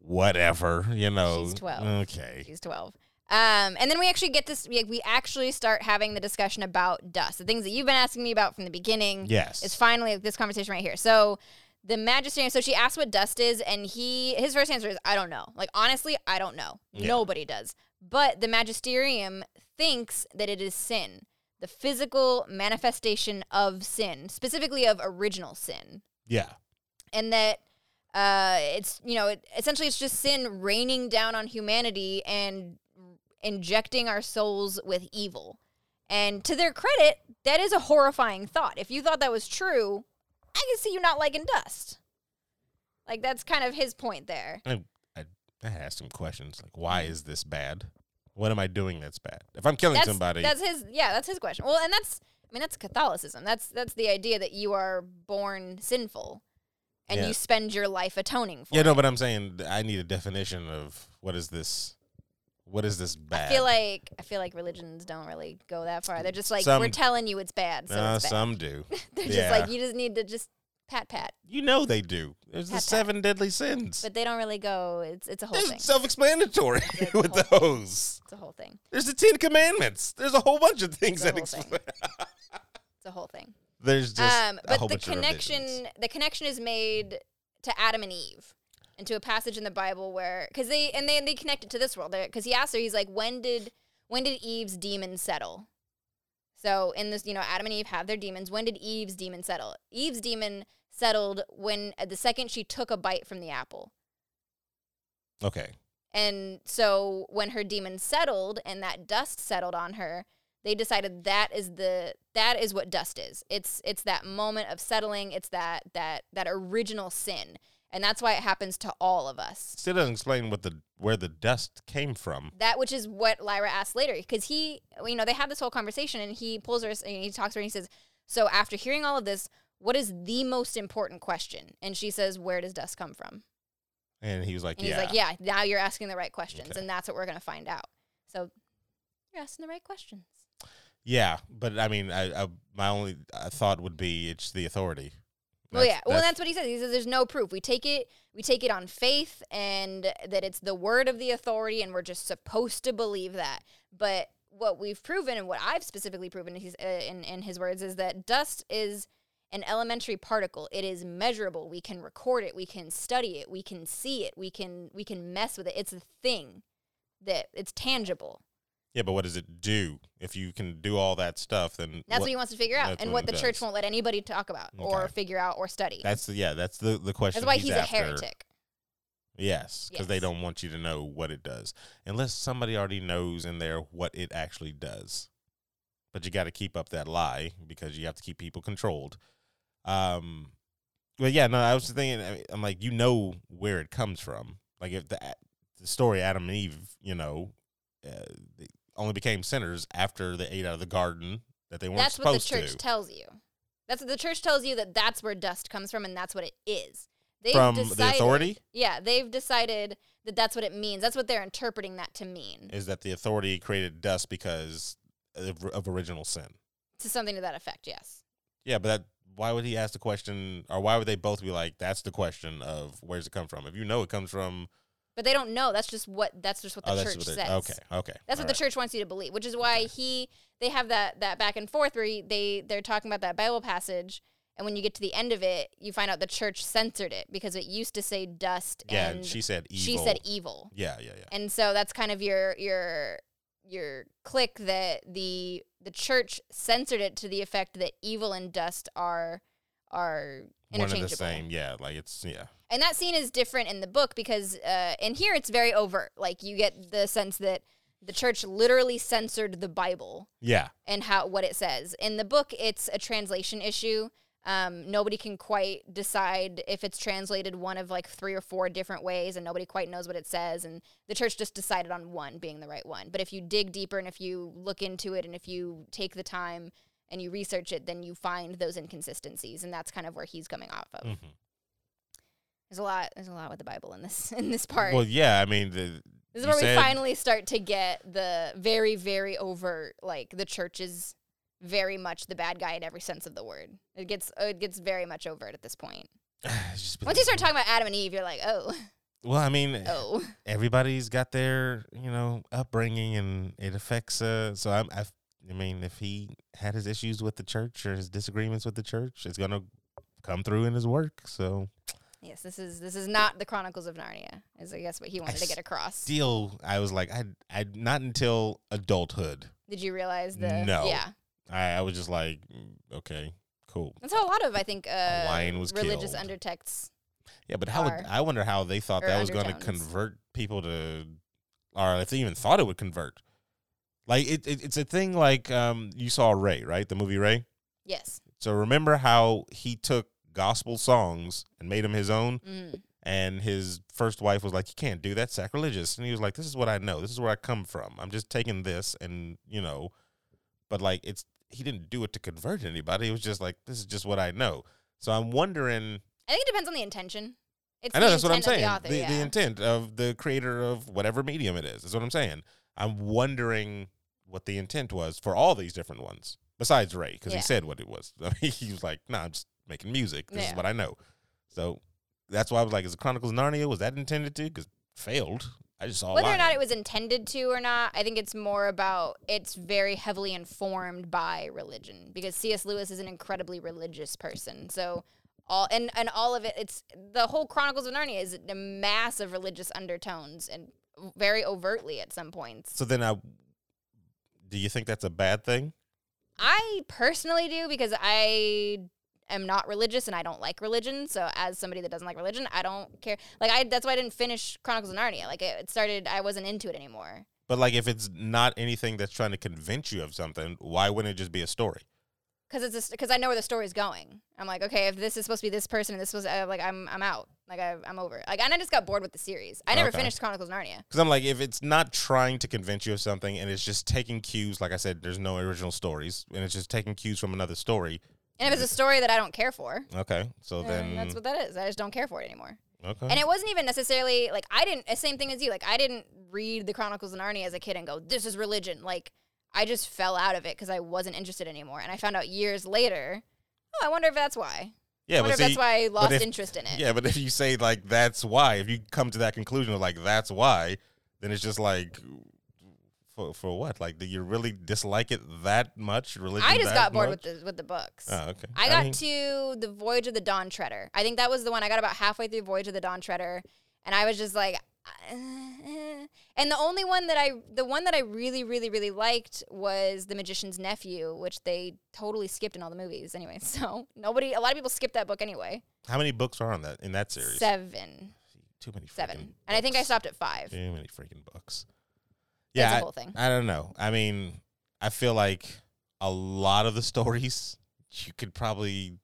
Speaker 2: whatever you know.
Speaker 1: She's 12.
Speaker 2: Okay.
Speaker 1: She's twelve. Um, and then we actually get this. We, we actually start having the discussion about dust, the things that you've been asking me about from the beginning.
Speaker 2: Yes.
Speaker 1: It's finally this conversation right here. So the magisterium. So she asks what dust is, and he his first answer is, "I don't know." Like honestly, I don't know.
Speaker 2: Yeah.
Speaker 1: Nobody does. But the magisterium thinks that it is sin, the physical manifestation of sin, specifically of original sin,
Speaker 2: Yeah.
Speaker 1: and that uh, it's you know it, essentially it's just sin raining down on humanity and injecting our souls with evil. And to their credit, that is a horrifying thought. If you thought that was true, I can see you not liking dust. Like that's kind of his point there.
Speaker 2: I had asked him questions like, "Why is this bad? What am I doing that's bad? If I'm killing
Speaker 1: Mm-hmm. That's,
Speaker 2: somebody,
Speaker 1: that's his yeah, that's his question. Well, and that's I mean that's Catholicism. That's that's the idea that you are born sinful and
Speaker 2: Yeah.
Speaker 1: you spend your life atoning for
Speaker 2: yeah,
Speaker 1: it.
Speaker 2: no." But I'm saying th- I need a definition of what is this? What is this bad?
Speaker 1: I feel like I feel like religions don't really go that far. They're just like
Speaker 2: Some-
Speaker 1: we're telling you it's bad, so
Speaker 2: Nah,
Speaker 1: it's bad.
Speaker 2: some do.
Speaker 1: They're
Speaker 2: yeah.
Speaker 1: just like you just need to just pat pat,
Speaker 2: you know they do. There's the
Speaker 1: Pat, pat.
Speaker 2: seven deadly sins.
Speaker 1: but they don't really go. It's it's a whole thing.
Speaker 2: It's self-explanatory
Speaker 1: Like,
Speaker 2: with
Speaker 1: whole-
Speaker 2: those.
Speaker 1: It's a whole thing.
Speaker 2: There's the Ten Commandments. There's a whole bunch of things
Speaker 1: The
Speaker 2: that
Speaker 1: whole thing.
Speaker 2: explain.
Speaker 1: It's a whole thing.
Speaker 2: There's just
Speaker 1: Um,
Speaker 2: a
Speaker 1: but
Speaker 2: whole
Speaker 1: the
Speaker 2: bunch of revisions.
Speaker 1: connection the connection is made to Adam and Eve and to a passage in the Bible where because they and they they connect it to this world because he asked her he's like when did when did Eve's demon settle? So in this you know Adam and Eve have their demons. When did Eve's demon settle? Eve's demon settled when uh, the second she took a bite from the apple.
Speaker 2: Okay.
Speaker 1: And so when her demon settled and that dust settled on her, they decided that is the that is what dust is. It's it's that moment of settling, it's that that that original sin. And that's why it happens to all of us.
Speaker 2: Still doesn't explain what the where the dust came from.
Speaker 1: That which is what Lyra asked later because he you know they have this whole conversation and he pulls her and he talks to her and he says, "So after hearing all of this, what is the most important question?" And she says, "Where does dust come from?"
Speaker 2: And he was like,
Speaker 1: And
Speaker 2: "Yeah."
Speaker 1: he's like, yeah, now you're asking the right questions,
Speaker 2: Okay.
Speaker 1: and that's what we're going to find out. So you're asking the right questions.
Speaker 2: Yeah, but I mean, I, I my only uh, thought would be it's the authority.
Speaker 1: well, yeah. well, that's what he says. He says there's no proof. We take it, we take it on faith, and that it's the word of the authority, and we're just supposed to believe that. But what we've proven, and what I've specifically proven, he's, uh, in in his words, is that dust is an elementary particle. It is measurable. We can record it. We can study it. We can see it. We can we can mess with it. It's a thing that it's tangible.
Speaker 2: yeah. But what does it do? If you can do all that stuff, then
Speaker 1: That's what, he wants to figure out,
Speaker 2: that's
Speaker 1: and
Speaker 2: what
Speaker 1: what
Speaker 2: he
Speaker 1: the church
Speaker 2: does.
Speaker 1: won't let anybody talk about or
Speaker 2: Okay.
Speaker 1: figure out or study. That's,
Speaker 2: That's the, yeah. That's the the question.
Speaker 1: why he's, a
Speaker 2: after.
Speaker 1: heretic.
Speaker 2: Yes, because they
Speaker 1: Yes.
Speaker 2: don't want you to know what it does, unless somebody already knows in there what it actually does. But you got to keep up that lie because you have to keep people controlled. Um, but yeah, no, I was just thinking. I mean, I'm like, you know where it comes from. Like if the the story Adam and Eve, you know, uh, they only became sinners after they ate out of the garden that they weren't
Speaker 1: That's what the
Speaker 2: supposed
Speaker 1: church
Speaker 2: to.
Speaker 1: tells you. That's what the church tells you that that's where dust comes from, and that's what it is. They've
Speaker 2: From the
Speaker 1: decided,
Speaker 2: authority?
Speaker 1: Yeah, they've decided that that's what it means. That's what they're interpreting that to mean.
Speaker 2: is that the authority created dust because of, of original sin.
Speaker 1: to something to that effect, yes.
Speaker 2: Yeah, but that why would he ask the question, or why would they both be like, "That's the question of where's it come from?" If you know it comes from,
Speaker 1: But they don't know. That's just what that's just what the
Speaker 2: oh, that's
Speaker 1: church
Speaker 2: what
Speaker 1: says.
Speaker 2: they're- okay, okay,
Speaker 1: That's what the church wants you to believe, which is why he they have that that back and forth where he, they they're talking about that Bible passage, and when you get to the end of it, you find out the church censored it because it used to say dust.
Speaker 2: yeah,
Speaker 1: and,
Speaker 2: and she said evil.
Speaker 1: she said e-, evil,
Speaker 2: yeah, yeah, yeah,
Speaker 1: and so that's kind of your your your click that the the church censored it to the effect that evil and dust are are
Speaker 2: one
Speaker 1: interchangeable.
Speaker 2: of the same. Yeah, like it's yeah,
Speaker 1: And that scene is different in the book because uh, in here it's very overt. Like you get the sense that the church literally censored the Bible
Speaker 2: yeah,
Speaker 1: and how what it says. In the book, it's a translation issue. Um, nobody can quite decide if it's translated one of like three or four different ways, and nobody quite knows what it says. And the church just decided on one being the right one. But if you dig deeper and if you look into it and if you take the time and you research it, then you find those inconsistencies, and that's kind of where he's coming off of.
Speaker 2: Mhm.
Speaker 1: There's a lot. There's a lot with the Bible in this in this part.
Speaker 2: Well, yeah, I mean, the,
Speaker 1: This is
Speaker 2: You
Speaker 1: where we
Speaker 2: said-
Speaker 1: finally start to get the very, very overt, like the church is very much the bad guy in every sense of the word. It gets it gets very much overt at this point.
Speaker 2: it's just been-
Speaker 1: Once you start talking about Adam and Eve, you're like, oh,
Speaker 2: well, I mean,
Speaker 1: oh,
Speaker 2: everybody's got their you know upbringing and it affects uh so I'm, i i mean if he had his issues with the church or his disagreements with the church it's gonna come through in his work so
Speaker 1: yes, this is this is not the Chronicles of Narnia. Is I guess what he wanted to get across.
Speaker 2: still i was like i i not until adulthood
Speaker 1: Did you realize the?
Speaker 2: No.
Speaker 1: Yeah,
Speaker 2: i i was just like mm, okay cool
Speaker 1: that's how a lot of I think uh,
Speaker 2: lion was
Speaker 1: religious
Speaker 2: killed.
Speaker 1: undertexts.
Speaker 2: yeah but how would
Speaker 1: Are-
Speaker 2: i wonder how they thought
Speaker 1: or
Speaker 2: that was gonna
Speaker 1: undertones.
Speaker 2: convert people to or if they even thought it would convert like it, it it's a thing like um you saw ray right the movie ray
Speaker 1: Yes.
Speaker 2: So remember how he took gospel songs and made them his own,
Speaker 1: Mm.
Speaker 2: and his first wife was like, "You can't do that, sacrilegious." And he was like, "This is what I know. This is where I come from. I'm just taking this, and you know." But like, it's he didn't do it to convert anybody. It was just like, "This is just what I know." So I'm wondering.
Speaker 1: I think it depends on the intention. It's
Speaker 2: I know
Speaker 1: the
Speaker 2: that's what I'm
Speaker 1: intent
Speaker 2: saying.
Speaker 1: of
Speaker 2: The,
Speaker 1: The, author, yeah.
Speaker 2: the intent of the creator of whatever medium it is. That's what I'm saying. I'm wondering what the intent was for all these different ones, besides Ray, because
Speaker 1: Yeah.
Speaker 2: he said what it was. I mean, he was like, "Nah, I'm just making music. This
Speaker 1: Yeah.
Speaker 2: is what I know." So that's why I was like, "Is the Chronicles of Narnia was that intended to?" Because failed. I just saw
Speaker 1: whether or
Speaker 2: lion.
Speaker 1: not it was intended to or not i think it's more about it's very heavily informed by religion because cs lewis is an incredibly religious person so all and and all of it it's the whole chronicles of narnia is a mass of religious undertones and very overtly at some points
Speaker 2: So then I. Do you think that's a bad thing?
Speaker 1: i personally do because i am not religious and i don't like religion so as somebody that doesn't like religion i don't care like i that's why i didn't finish chronicles of narnia like it started i wasn't into it anymore
Speaker 2: But like, if it's not anything that's trying to convince you of something, why wouldn't it just be a story?
Speaker 1: because it's because I know where the story's going. I'm like, okay, if this is supposed to be this person and this was uh, like, I'm I'm out. Like I, I'm over. Like and I just got bored with the series. I never
Speaker 2: Okay.
Speaker 1: finished Chronicles of Narnia.
Speaker 2: Because I'm like, if it's not trying to convince you of something and it's just taking cues, like I said, there's no original stories, and it's just taking cues from another story.
Speaker 1: And if it's a story that I don't care for,
Speaker 2: Okay, so
Speaker 1: then
Speaker 2: Mm. then
Speaker 1: that's what that is. I just don't care for it anymore.
Speaker 2: okay,
Speaker 1: And it wasn't even necessarily like I didn't. uh, Same thing as you. Like I didn't read the Chronicles of Narnia as a kid and go, "This is religion." Like I just fell out of it because I wasn't interested anymore. And I found out years later. Oh, I wonder if that's why.
Speaker 2: yeah,
Speaker 1: I wonder
Speaker 2: but
Speaker 1: if
Speaker 2: see,
Speaker 1: that's why I lost
Speaker 2: if-
Speaker 1: interest in it.
Speaker 2: yeah, but if you say like that's why, if you come to that conclusion of like that's why, then it's just like for for what? Like, do you really dislike it that much? Religion?
Speaker 1: I just
Speaker 2: that
Speaker 1: got bored
Speaker 2: much?
Speaker 1: with the with the books.
Speaker 2: Oh, okay.
Speaker 1: I got
Speaker 2: mean,
Speaker 1: to the Voyage of the Dawn Treader. I think that was the one I got about halfway through Voyage of the Dawn Treader, and I was just like, "Uh, and the only one that I, the one that I really, really, really liked was The Magician's Nephew, which they totally skipped in all the movies anyway. So nobody, a lot of people skipped that book anyway.
Speaker 2: how many books are on that in that series?
Speaker 1: Seven,
Speaker 2: Too many.
Speaker 1: seven,
Speaker 2: freaking
Speaker 1: and I think I
Speaker 2: books.
Speaker 1: stopped at five.
Speaker 2: Too many freaking books.
Speaker 1: That's
Speaker 2: Yeah,
Speaker 1: a
Speaker 2: I-
Speaker 1: whole thing.
Speaker 2: I don't know. I mean, I feel like a lot of the stories you could probably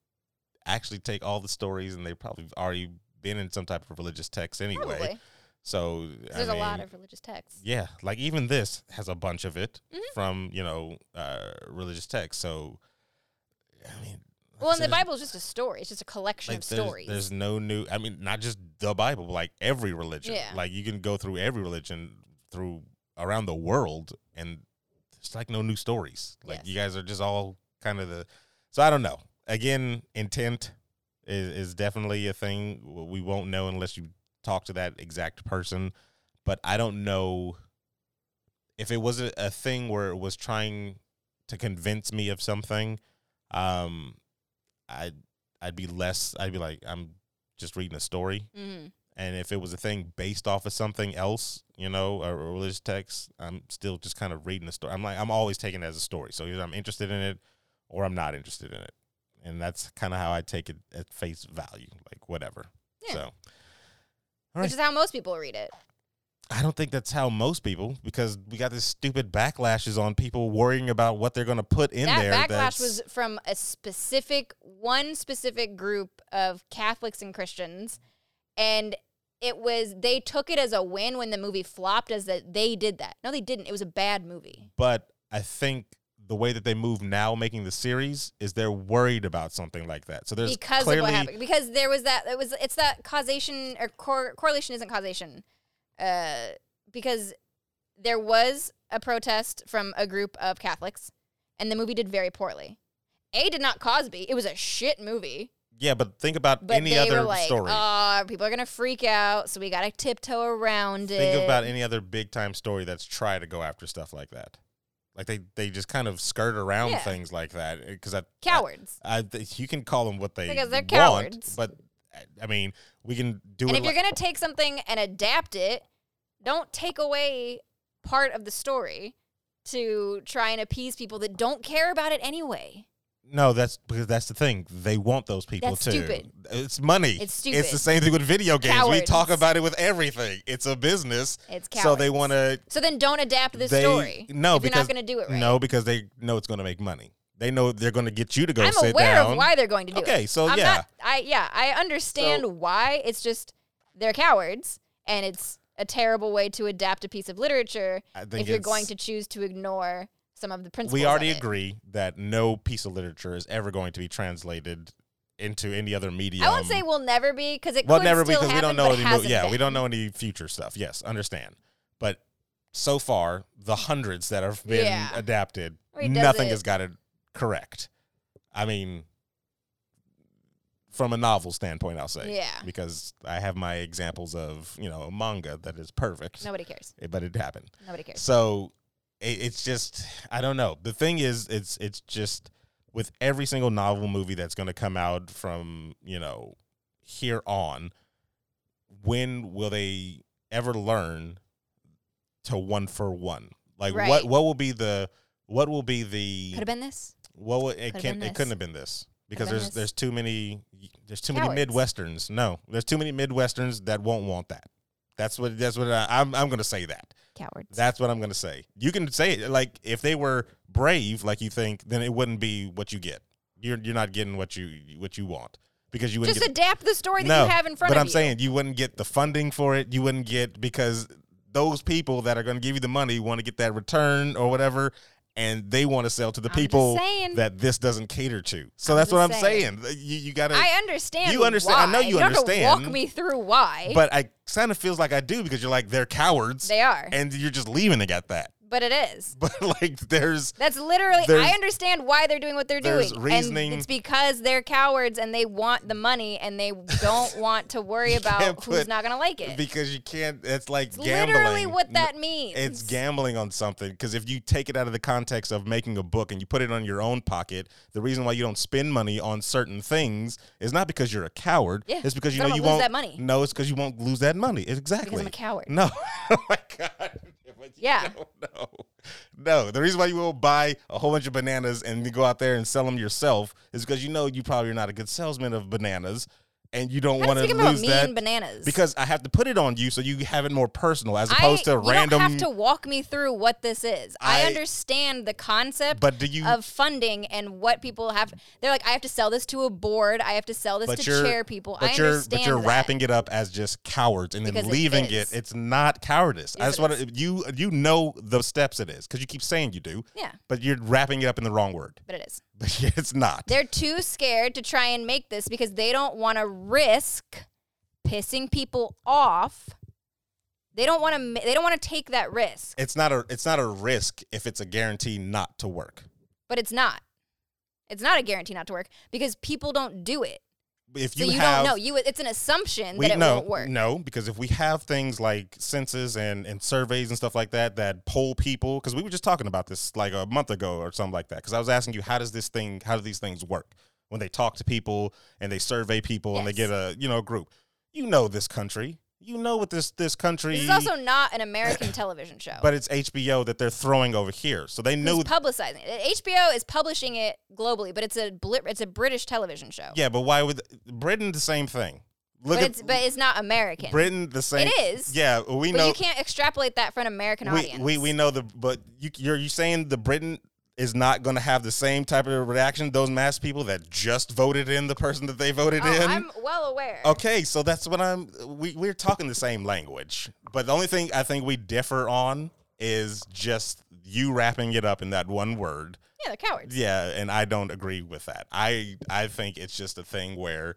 Speaker 2: actually take all the stories and they've probably already been in some type of religious text anyway.
Speaker 1: Probably. 'Cause
Speaker 2: So I
Speaker 1: There's a lot
Speaker 2: mean,
Speaker 1: of religious texts.
Speaker 2: yeah, like even this has a bunch of it
Speaker 1: Mhm.
Speaker 2: from you know uh, religious texts. So I mean, like I
Speaker 1: Well, and
Speaker 2: said,
Speaker 1: the
Speaker 2: it's-
Speaker 1: Bible is just a story. It's just a collection of
Speaker 2: there's,
Speaker 1: stories.
Speaker 2: There's no new. I mean, not just the Bible, like every religion.
Speaker 1: Yeah.
Speaker 2: Like you can go through every religion through around the world, and there's like no new stories. Like
Speaker 1: Yes.
Speaker 2: you guys are just all kind of the. So I don't know. Again, intent is is definitely a thing. W- We won't know unless you talk to that exact person. But I don't know if it was a, a thing where it was trying to convince me of something. Um, I I'd be less. I'd be like, I'm just reading a story.
Speaker 1: hmm
Speaker 2: And if it was a thing based off of something else, you know, a religious text, I'm still just kind of reading a story. I'm like, I'm always taking it as a story. So either I'm interested in it, or I'm not interested in it. And that's kind of how I take it at face value, like whatever.
Speaker 1: Yeah.
Speaker 2: So
Speaker 1: Which is how most people read it.
Speaker 2: I don't think that's how most people, because we got this stupid backlashes on people worrying about what they're going to put in
Speaker 1: that
Speaker 2: there.
Speaker 1: backlash
Speaker 2: that's-
Speaker 1: was from a specific one specific group of Catholics and Christians, and it was they took it as a win when the movie flopped as that they did that. No, they didn't. It was a bad movie.
Speaker 2: but I think the way that they move now, making the series, is they're worried about something like that. So there's
Speaker 1: because
Speaker 2: clearly
Speaker 1: of what happened. Because there was that. It was. It's that causation or cor- correlation isn't causation. Uh, because there was a protest from a group of Catholics, and the movie did very poorly. A did not Cosby. It was a shit movie.
Speaker 2: yeah. But think about
Speaker 1: But
Speaker 2: any
Speaker 1: they
Speaker 2: other
Speaker 1: were like,
Speaker 2: story.
Speaker 1: "Ah, people are gonna freak out, so we gotta tiptoe around it."
Speaker 2: think about any other big time story that's try to go after stuff like that. Like they, they just kind of skirt around
Speaker 1: Yeah.
Speaker 2: things like that because I
Speaker 1: cowards.
Speaker 2: I, th- you can call them what they
Speaker 1: Because they're
Speaker 2: want,
Speaker 1: cowards.
Speaker 2: But I mean, we can do
Speaker 1: and
Speaker 2: it.
Speaker 1: if you're
Speaker 2: li-
Speaker 1: gonna take something and adapt it, don't take away part of the story to try and appease people that don't care about it anyway.
Speaker 2: no, that's because that's the thing. They want those people
Speaker 1: That's
Speaker 2: too.
Speaker 1: stupid.
Speaker 2: It's money.
Speaker 1: It's
Speaker 2: It's the
Speaker 1: stupid.
Speaker 2: same thing with video games. We
Speaker 1: Cowards.
Speaker 2: talk about it with everything. It's a business.
Speaker 1: It's
Speaker 2: So they
Speaker 1: cowards.
Speaker 2: want to.
Speaker 1: So then don't adapt this
Speaker 2: they,
Speaker 1: story.
Speaker 2: No,
Speaker 1: if you're not
Speaker 2: because
Speaker 1: gonna do it right.
Speaker 2: no, because they know it's going to make money. They know they're going to get you to go
Speaker 1: I'm
Speaker 2: sit
Speaker 1: aware
Speaker 2: down.
Speaker 1: of why they're going to do it.
Speaker 2: Okay, so
Speaker 1: I'm
Speaker 2: yeah.
Speaker 1: not, I yeah, I understand
Speaker 2: So-
Speaker 1: why. It's just they're cowards, and it's a terrible way to adapt a piece of literature
Speaker 2: I think
Speaker 1: if you're
Speaker 2: it's-
Speaker 1: going to choose to ignore some of the principles.
Speaker 2: we
Speaker 1: of
Speaker 2: already
Speaker 1: it.
Speaker 2: agree that no piece of literature is ever going to be translated into any other medium.
Speaker 1: I won't say we'll never be because it
Speaker 2: well,
Speaker 1: could
Speaker 2: never
Speaker 1: still
Speaker 2: because we
Speaker 1: happen,
Speaker 2: don't know
Speaker 1: but it
Speaker 2: any. mo-
Speaker 1: hasn't
Speaker 2: Yeah,
Speaker 1: been.
Speaker 2: we don't know any future stuff. Yes, understand. But so far, the hundreds that have been
Speaker 1: Yeah.
Speaker 2: adapted,
Speaker 1: Wait, does
Speaker 2: nothing
Speaker 1: it-
Speaker 2: has got it correct. I mean, from a novel standpoint, I'll say.
Speaker 1: Yeah.
Speaker 2: Because I have my examples of you know a manga that is perfect, eh,
Speaker 1: Nobody cares.
Speaker 2: but it happened.
Speaker 1: Nobody cares.
Speaker 2: So it, it's just I don't know. The thing is, it's it's just with every single novel movie that's going to come out from you know here on, when will they ever learn to one for one? Like what
Speaker 1: Right.
Speaker 2: what will be the what will be the
Speaker 1: Could have been this.
Speaker 2: what will, it
Speaker 1: could've
Speaker 2: can
Speaker 1: been
Speaker 2: it
Speaker 1: this.
Speaker 2: couldn't have been this because
Speaker 1: been
Speaker 2: there's
Speaker 1: this.
Speaker 2: there's too many there's too many
Speaker 1: Cowards.
Speaker 2: midwesterns. No, there's too many midwesterns that won't want that. That's what that's what I, I'm I'm going to say that.
Speaker 1: Cowards.
Speaker 2: That's what I'm gonna say. You can say it like if they were brave, like you think, then it wouldn't be what you get. You're you're not getting what you what you want because you wouldn't
Speaker 1: Just
Speaker 2: get
Speaker 1: adapt the story that you have in front
Speaker 2: but
Speaker 1: of
Speaker 2: I'm
Speaker 1: you.
Speaker 2: saying you wouldn't get the funding for it. You wouldn't get because those people that are gonna give you the money want to get that return or whatever, and they want to sell to the
Speaker 1: I'm just
Speaker 2: people
Speaker 1: saying.
Speaker 2: that this doesn't cater to. So
Speaker 1: I'm
Speaker 2: that's what I'm
Speaker 1: just
Speaker 2: saying. You you gotta.
Speaker 1: I understand.
Speaker 2: You understand- I know
Speaker 1: why.
Speaker 2: you
Speaker 1: don't have to
Speaker 2: understand.
Speaker 1: walk me through why
Speaker 2: but I kind of feels like I do because you're like they're cowards,
Speaker 1: they are,
Speaker 2: and you're just leaving it at that.
Speaker 1: but it is.
Speaker 2: But like there's
Speaker 1: That's literally.
Speaker 2: There's-
Speaker 1: I understand why they're doing what they're
Speaker 2: there's
Speaker 1: doing.
Speaker 2: reasoning.
Speaker 1: And it's because they're cowards and they want the money and they don't want to worry
Speaker 2: You can't
Speaker 1: about
Speaker 2: put-
Speaker 1: who's not going to like it.
Speaker 2: because you can't it's like
Speaker 1: it's
Speaker 2: gambling
Speaker 1: literally what
Speaker 2: N-
Speaker 1: that means.
Speaker 2: it's gambling on something because if you take it out of the context of making a book and you put it on your own pocket the reason why you don't spend money on certain things is not because you're a coward
Speaker 1: Yeah,
Speaker 2: it's because you
Speaker 1: I don't
Speaker 2: know you
Speaker 1: wanna lose that
Speaker 2: won't
Speaker 1: money.
Speaker 2: no it's because you won't lose that money It's exactly
Speaker 1: because I'm a coward.
Speaker 2: no oh my god But you
Speaker 1: Yeah.
Speaker 2: don't know. no the reason why you will buy a whole bunch of bananas and you go out there and sell them yourself is because you know you probably are not a good salesman of bananas and you don't
Speaker 1: How
Speaker 2: want
Speaker 1: does
Speaker 2: to
Speaker 1: it become about
Speaker 2: lose
Speaker 1: me
Speaker 2: that
Speaker 1: and bananas?
Speaker 2: because I have to put it on you so you have it more personal as opposed
Speaker 1: I,
Speaker 2: to random.
Speaker 1: You don't have to walk me through what this is. I,
Speaker 2: I-
Speaker 1: understand the concept
Speaker 2: but do you?
Speaker 1: of funding and what people have. They're like, I have to sell this to a board. I have to sell this
Speaker 2: but
Speaker 1: to
Speaker 2: you're
Speaker 1: chair people.
Speaker 2: But
Speaker 1: I
Speaker 2: you're
Speaker 1: understand
Speaker 2: but you're
Speaker 1: that.
Speaker 2: wrapping it up as just cowards and then
Speaker 1: Because it
Speaker 2: leaving it,
Speaker 1: is.
Speaker 2: It's not cowardice. I
Speaker 1: Yes,
Speaker 2: just
Speaker 1: it
Speaker 2: want to you you know the steps it is because you keep saying you do,
Speaker 1: Yeah,
Speaker 2: but you're wrapping it up in the wrong word.
Speaker 1: but it is.
Speaker 2: But it's not.
Speaker 1: They're too scared to try and make this because they don't want to risk pissing people off. They don't want to. They don't want to take that risk.
Speaker 2: It's not a it's not a risk if it's a guarantee not to work.
Speaker 1: But it's not. It's not a guarantee not to work because people don't do it.
Speaker 2: If
Speaker 1: So
Speaker 2: you,
Speaker 1: you,
Speaker 2: have
Speaker 1: don't know. You it's an assumption
Speaker 2: we
Speaker 1: that it
Speaker 2: no
Speaker 1: won't work.
Speaker 2: no because if we have things like census and and surveys and stuff like that that poll people because we were just talking about this like a month ago or something like that because I was asking you how does this thing how do these things work when they talk to people and they survey people and they
Speaker 1: Yes.
Speaker 2: get a you know a group you know this country you know what this this country
Speaker 1: This is also not an American television show.
Speaker 2: but it's HBO that they're throwing over here so they
Speaker 1: Who's
Speaker 2: know
Speaker 1: publicizing it? HBO is publishing it globally, but it's a bli- it's a British television show.
Speaker 2: yeah but why would Britain the same thing
Speaker 1: but
Speaker 2: Look at
Speaker 1: it's but it's not American.
Speaker 2: Britain the same.
Speaker 1: it is.
Speaker 2: Yeah, we
Speaker 1: but
Speaker 2: know.
Speaker 1: you can't extrapolate that for an American
Speaker 2: we,
Speaker 1: audience.
Speaker 2: we we know the but you you're you saying the Britain is not going to have the same type of reaction those mass people that just voted in the person that they voted
Speaker 1: oh,
Speaker 2: in.
Speaker 1: I'm well aware.
Speaker 2: okay, so that's what I'm we we're talking the same language. But the only thing I think we differ on is just you wrapping it up in that one word.
Speaker 1: Yeah, they're cowards.
Speaker 2: Yeah, and I don't agree with that. I I think it's just a thing where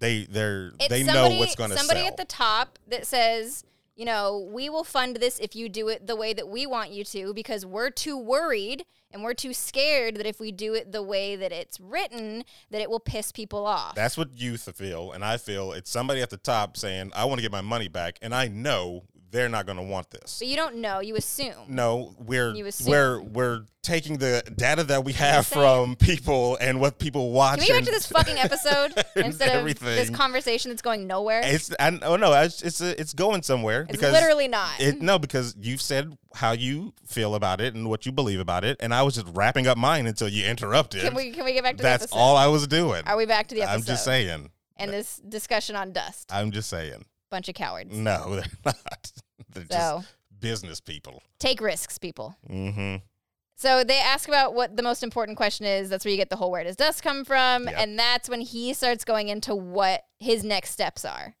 Speaker 2: they they're
Speaker 1: It's
Speaker 2: they
Speaker 1: somebody,
Speaker 2: know what's going to
Speaker 1: somebody
Speaker 2: sell.
Speaker 1: at the top that says, you know, we will fund this if you do it the way that we want you to, because we're too worried and we're too scared that if we do it the way that it's written, that it will piss people off.
Speaker 2: That's what youth feel, and I feel it's somebody at the top saying, "I want to get my money back," and I know they're not going to want this.
Speaker 1: but you don't know. You assume.
Speaker 2: No, we're
Speaker 1: You assume.
Speaker 2: we're we're taking the data that we have
Speaker 1: saying.
Speaker 2: from people and what people watch.
Speaker 1: Can we get back
Speaker 2: and-
Speaker 1: to this fucking episode
Speaker 2: and
Speaker 1: instead of this
Speaker 2: everything.
Speaker 1: conversation that's going nowhere? It's
Speaker 2: It's I, oh no, it's it's, it's going somewhere because
Speaker 1: literally not.
Speaker 2: It, no, because you've said how you feel about it and what you believe about it, and I was just wrapping up mine until you interrupted.
Speaker 1: can we can we get back to
Speaker 2: That's
Speaker 1: the episode?
Speaker 2: all I was doing.
Speaker 1: Are we back to the episode?
Speaker 2: I'm just saying.
Speaker 1: And this discussion on dust,
Speaker 2: I'm just saying.
Speaker 1: bunch of cowards.
Speaker 2: No, they're not. They're
Speaker 1: So
Speaker 2: Mm, just business people.
Speaker 1: take risks, people.
Speaker 2: Mm-hmm.
Speaker 1: So they ask about what the most important question is. That's where you get the whole where does dust come from?
Speaker 2: Yep.
Speaker 1: And that's when he starts going into what his next steps are.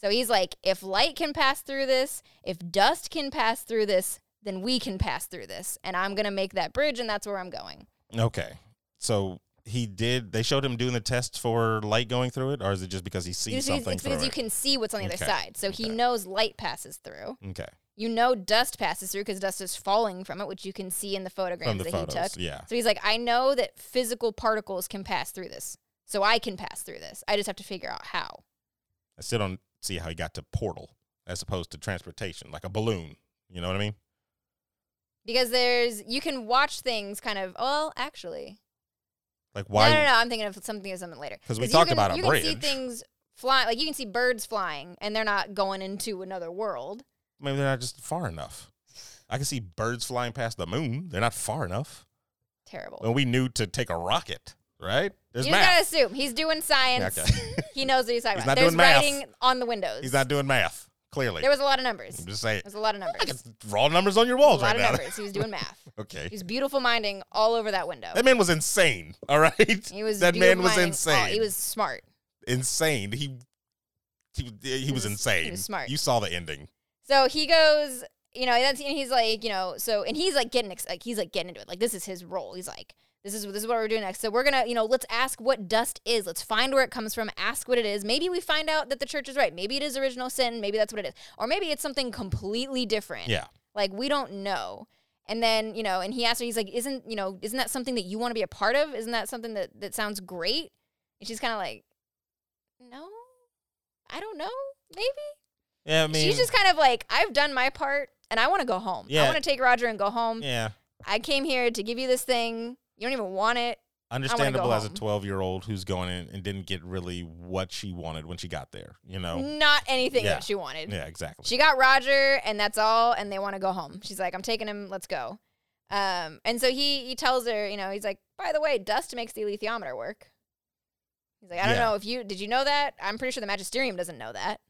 Speaker 1: So he's like, if light can pass through this, if dust can pass through this, then we can pass through this. And I'm going to make that bridge, and that's where I'm going.
Speaker 2: Okay. So he did. They showed him doing the test for light going through it, or is it just because he sees
Speaker 1: It's because-
Speaker 2: something
Speaker 1: it's because
Speaker 2: through
Speaker 1: you
Speaker 2: it?
Speaker 1: can see what's on the other
Speaker 2: Okay.
Speaker 1: side. So he
Speaker 2: Okay.
Speaker 1: knows light passes through.
Speaker 2: okay.
Speaker 1: You know dust passes through because dust is falling from it, which you can see in the photograms
Speaker 2: From the
Speaker 1: that
Speaker 2: photos.
Speaker 1: he took.
Speaker 2: Yeah.
Speaker 1: So he's like, I know that physical particles can pass through this. So I can pass through this. I just have to figure out how.
Speaker 2: I still don't see how he got to portal as opposed to transportation, like a balloon. You know what I mean?
Speaker 1: Because there's, you can watch things kind of, well, actually.
Speaker 2: Like why?
Speaker 1: No, no, no. I'm thinking of something of something later.
Speaker 2: 'Cause we
Speaker 1: you
Speaker 2: talked
Speaker 1: can-
Speaker 2: about a
Speaker 1: You can see
Speaker 2: bridge.
Speaker 1: things flying, like you can see birds flying, and they're not going into another world.
Speaker 2: Maybe they're not just far enough. I can see birds flying past the moon. They're not far enough.
Speaker 1: Terrible.
Speaker 2: When we knew to take a rocket, right? There's
Speaker 1: you just
Speaker 2: math.
Speaker 1: gotta assume he's doing science.
Speaker 2: Okay.
Speaker 1: He knows what he's talking
Speaker 2: He's
Speaker 1: about.
Speaker 2: not
Speaker 1: There's
Speaker 2: doing math.
Speaker 1: writing on the windows.
Speaker 2: He's not doing math. Clearly,
Speaker 1: There was a lot of numbers.
Speaker 2: I'm
Speaker 1: There
Speaker 2: just saying.
Speaker 1: was a lot of numbers.
Speaker 2: Look, it's raw numbers on your
Speaker 1: a
Speaker 2: walls
Speaker 1: lot
Speaker 2: right
Speaker 1: of
Speaker 2: now.
Speaker 1: numbers. He was doing math.
Speaker 2: Okay.
Speaker 1: He was beautiful minding all over that window.
Speaker 2: That man was insane. All right.
Speaker 1: He was
Speaker 2: that man was
Speaker 1: beautiful-minding all-
Speaker 2: insane.
Speaker 1: he was smart.
Speaker 2: insane. He he, was- he was
Speaker 1: was- he
Speaker 2: insane.
Speaker 1: was smart.
Speaker 2: You saw the ending.
Speaker 1: So he goes, you know, that's and he's like, you know, so and he's like getting ex- like he's like getting into it. Like this is his role. He's like, this is this is what we're doing next. So we're gonna, you know, let's ask what dust is. Let's find where it comes from. Ask what it is. Maybe we find out that the church is right. Maybe it is original sin. Maybe that's what it is. Or maybe it's something completely different.
Speaker 2: Yeah.
Speaker 1: Like we don't know. And then, you know, and he asked her, he's like, Isn't, you know, isn't that something that you want to be a part of? Isn't that something that, that sounds great? And she's kind of like, No, I don't know. Maybe.
Speaker 2: Yeah, I
Speaker 1: she's just kind of like, I've done my part and I want to go home. I
Speaker 2: Yeah.
Speaker 1: want to take Roger and go home.
Speaker 2: yeah,
Speaker 1: I came here to give you this thing. You don't even want it.
Speaker 2: understandable as a
Speaker 1: home.
Speaker 2: 12-year-old who's going in and didn't get really what she wanted when she got there, you know.
Speaker 1: Not anything
Speaker 2: Yeah.
Speaker 1: that she wanted.
Speaker 2: Yeah, exactly.
Speaker 1: She got Roger, and that's all. And they want to go home. She's like, "I'm taking him. Let's go." Um, and so he he tells her, you know, he's like, "By the way, dust makes the alethiometer work." He's like, "I don't
Speaker 2: Yeah.
Speaker 1: know if you did you know that. I'm pretty sure the magisterium doesn't know that."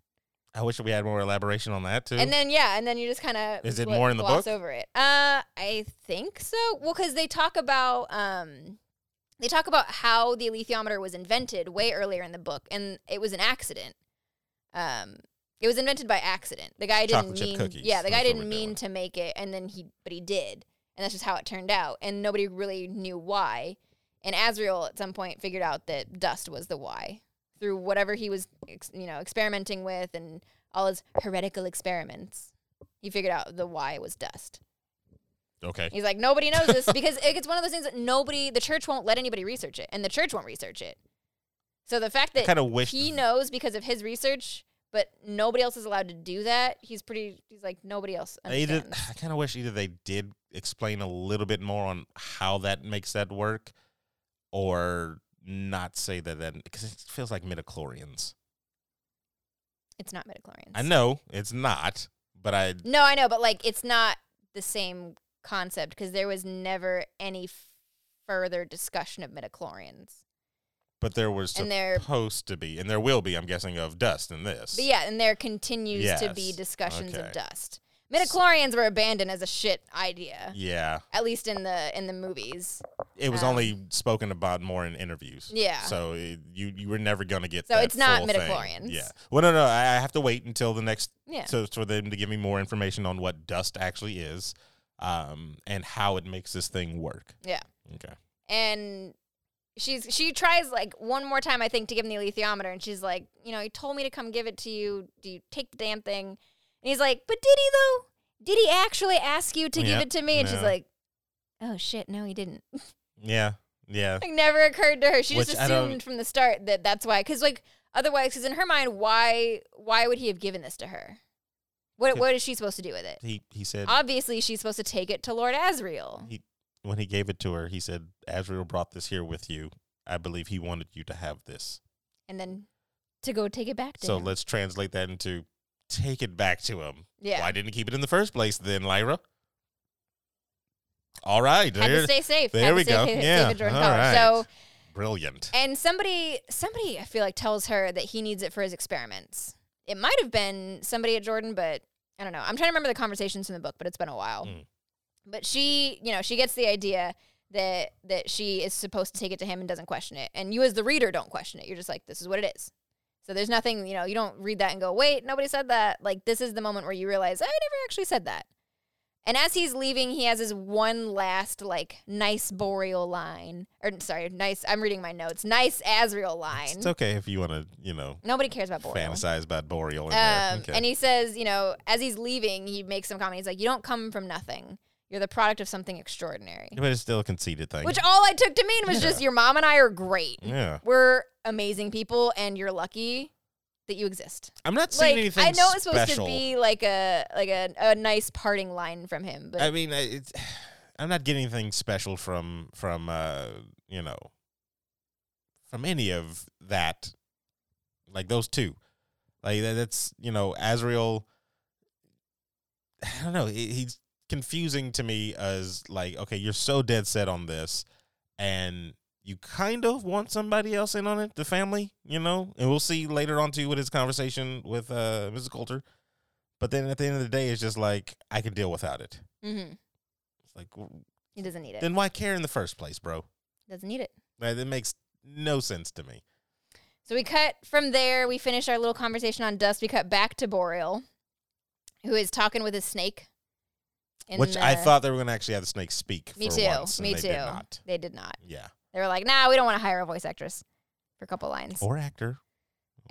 Speaker 2: I wish we had more elaboration on that too.
Speaker 1: And then yeah, and then you just kind of
Speaker 2: Is it more in the book?
Speaker 1: over it. Uh, I think so. Well, because they talk about um. They talk about how the alethiometer was invented way earlier in the book, and it was an accident. Um, it was invented by accident. The guy didn't
Speaker 2: Chocolate chip
Speaker 1: mean,
Speaker 2: cookies.
Speaker 1: yeah, the guy
Speaker 2: That's what
Speaker 1: didn't
Speaker 2: we're
Speaker 1: mean
Speaker 2: doing.
Speaker 1: to make it, and then he, but he did, and that's just how it turned out. And nobody really knew why. And Azrael at some point figured out that dust was the why through whatever he was, ex- you know, experimenting with and all his heretical experiments. He figured out the why was dust.
Speaker 2: okay.
Speaker 1: He's like, nobody knows this because it- it's one of those things that nobody, the church won't let anybody research it, and the church won't research it. So the fact
Speaker 2: I
Speaker 1: that
Speaker 2: kind of wish
Speaker 1: he knows because of his research, but nobody else is allowed to do that. He's pretty. He's like nobody else
Speaker 2: either,
Speaker 1: understands.
Speaker 2: I kind of wish either they did explain a little bit more on how that makes that work or not say that then because it feels like midichlorians.
Speaker 1: It's not midichlorians.
Speaker 2: I know it's not, but I
Speaker 1: No, I know, but like it's not the same concept because there was never any f- further discussion of midichlorians.
Speaker 2: but there was
Speaker 1: And there-
Speaker 2: supposed to be, and there will be, I'm guessing, of dust in this.
Speaker 1: But yeah, and there continues to be
Speaker 2: Yes.
Speaker 1: discussions
Speaker 2: Okay.
Speaker 1: of dust. Midichlorians were abandoned as a shit idea,
Speaker 2: Yeah.
Speaker 1: at least in the in the movies.
Speaker 2: It was
Speaker 1: Um,
Speaker 2: only spoken about more in interviews.
Speaker 1: Yeah.
Speaker 2: So it, you you were never going to get
Speaker 1: So
Speaker 2: that
Speaker 1: it's not
Speaker 2: full thing.
Speaker 1: midichlorians.
Speaker 2: Yeah. Well, no, no. I, I have to wait until the next
Speaker 1: Yeah.
Speaker 2: so for them to give me more information on what dust actually is, um, and how it makes this thing work.
Speaker 1: Yeah.
Speaker 2: Okay.
Speaker 1: and she's she tries like one more time I think to give him the alethiometer, and she's like, you know, he told me to come give it to you. Do you take the damn thing? And he's like, but did he though? Did he actually ask you to give
Speaker 2: Yeah,
Speaker 1: it to me? And she's
Speaker 2: no.
Speaker 1: like, oh shit, no, he didn't.
Speaker 2: Yeah. Yeah.
Speaker 1: Like never occurred to her. She
Speaker 2: Which
Speaker 1: just
Speaker 2: I don't-
Speaker 1: assumed from the start that that's why, because like otherwise, because in her mind, why why would he have given this to her? What
Speaker 2: Good.
Speaker 1: what is she supposed to do with it?
Speaker 2: He he said
Speaker 1: Obviously, she's supposed to take it to Lord Asriel.
Speaker 2: he when he gave it to her, he said, "Azrael brought this here with you. I believe he wanted you to have this.
Speaker 1: and then to go take it back to
Speaker 2: So
Speaker 1: him.
Speaker 2: let's translate that into take it back to him.
Speaker 1: yeah.
Speaker 2: Why didn't he keep it in the first place then, Lyra? All right.
Speaker 1: Had
Speaker 2: there-
Speaker 1: to stay safe.
Speaker 2: there
Speaker 1: Had to
Speaker 2: we
Speaker 1: stay
Speaker 2: go.
Speaker 1: safe- safe
Speaker 2: Yeah,
Speaker 1: and during
Speaker 2: all
Speaker 1: college.
Speaker 2: right.
Speaker 1: So
Speaker 2: brilliant.
Speaker 1: and somebody somebody I feel like tells her that he needs it for his experiments. It might have been somebody at Jordan, but I don't know. I'm trying to remember the conversations from the book, but it's been a while.
Speaker 2: Mm.
Speaker 1: But she, you know, she gets the idea that that she is supposed to take it to him and doesn't question it. And you as the reader don't question it. You're just like, this is what it is. So there's nothing, you know, you don't read that and go, wait, nobody said that. Like this is the moment where you realize I never actually said that. And as he's leaving, he has his one last like nice boreal line, or sorry, nice. I'm reading my notes. Nice Asriel line.
Speaker 2: It's okay if you want to, you know,
Speaker 1: Nobody cares about boreal.
Speaker 2: fantasize about Boreal. In there.
Speaker 1: Um,
Speaker 2: Okay.
Speaker 1: And he says, you know, as he's leaving, he makes some comment. He's like, "You don't come from nothing. You're the product of something extraordinary."
Speaker 2: but it's still a conceited thing.
Speaker 1: Which all I took to mean was
Speaker 2: Yeah.
Speaker 1: just your mom and I are great.
Speaker 2: yeah.
Speaker 1: We're amazing people, and you're lucky that you exist.
Speaker 2: I'm not seeing
Speaker 1: Like
Speaker 2: anything
Speaker 1: I know it's supposed
Speaker 2: special.
Speaker 1: to be like a like a, a nice parting line from him, but
Speaker 2: I mean, I- it's, I'm not getting anything special from from uh, you know, from any of that, like those two, like that, that's you know, Azrael. I don't know. He, he's confusing to me as like, okay, you're so dead set on this, and you kind of want somebody else in on it, the family, you know. And we'll see later on too with his conversation with uh, Mrs. Coulter. But then at the end of the day, it's just like I can deal without it.
Speaker 1: hmm
Speaker 2: It's like, w-
Speaker 1: he doesn't need it.
Speaker 2: then why care in the first place, bro?
Speaker 1: doesn't need it.
Speaker 2: Like, that makes no sense to me.
Speaker 1: So we cut from there. We finish our little conversation on dust. We cut back to Boreal, who is talking with his snake. in
Speaker 2: Which I
Speaker 1: the-
Speaker 2: thought they were going to actually have the snake speak.
Speaker 1: Me
Speaker 2: for
Speaker 1: too.
Speaker 2: once, and
Speaker 1: me
Speaker 2: they
Speaker 1: too.
Speaker 2: Did not.
Speaker 1: They did not.
Speaker 2: Yeah.
Speaker 1: They were like, "Nah, we don't want to hire a voice actress for a couple lines.
Speaker 2: Or actor. Or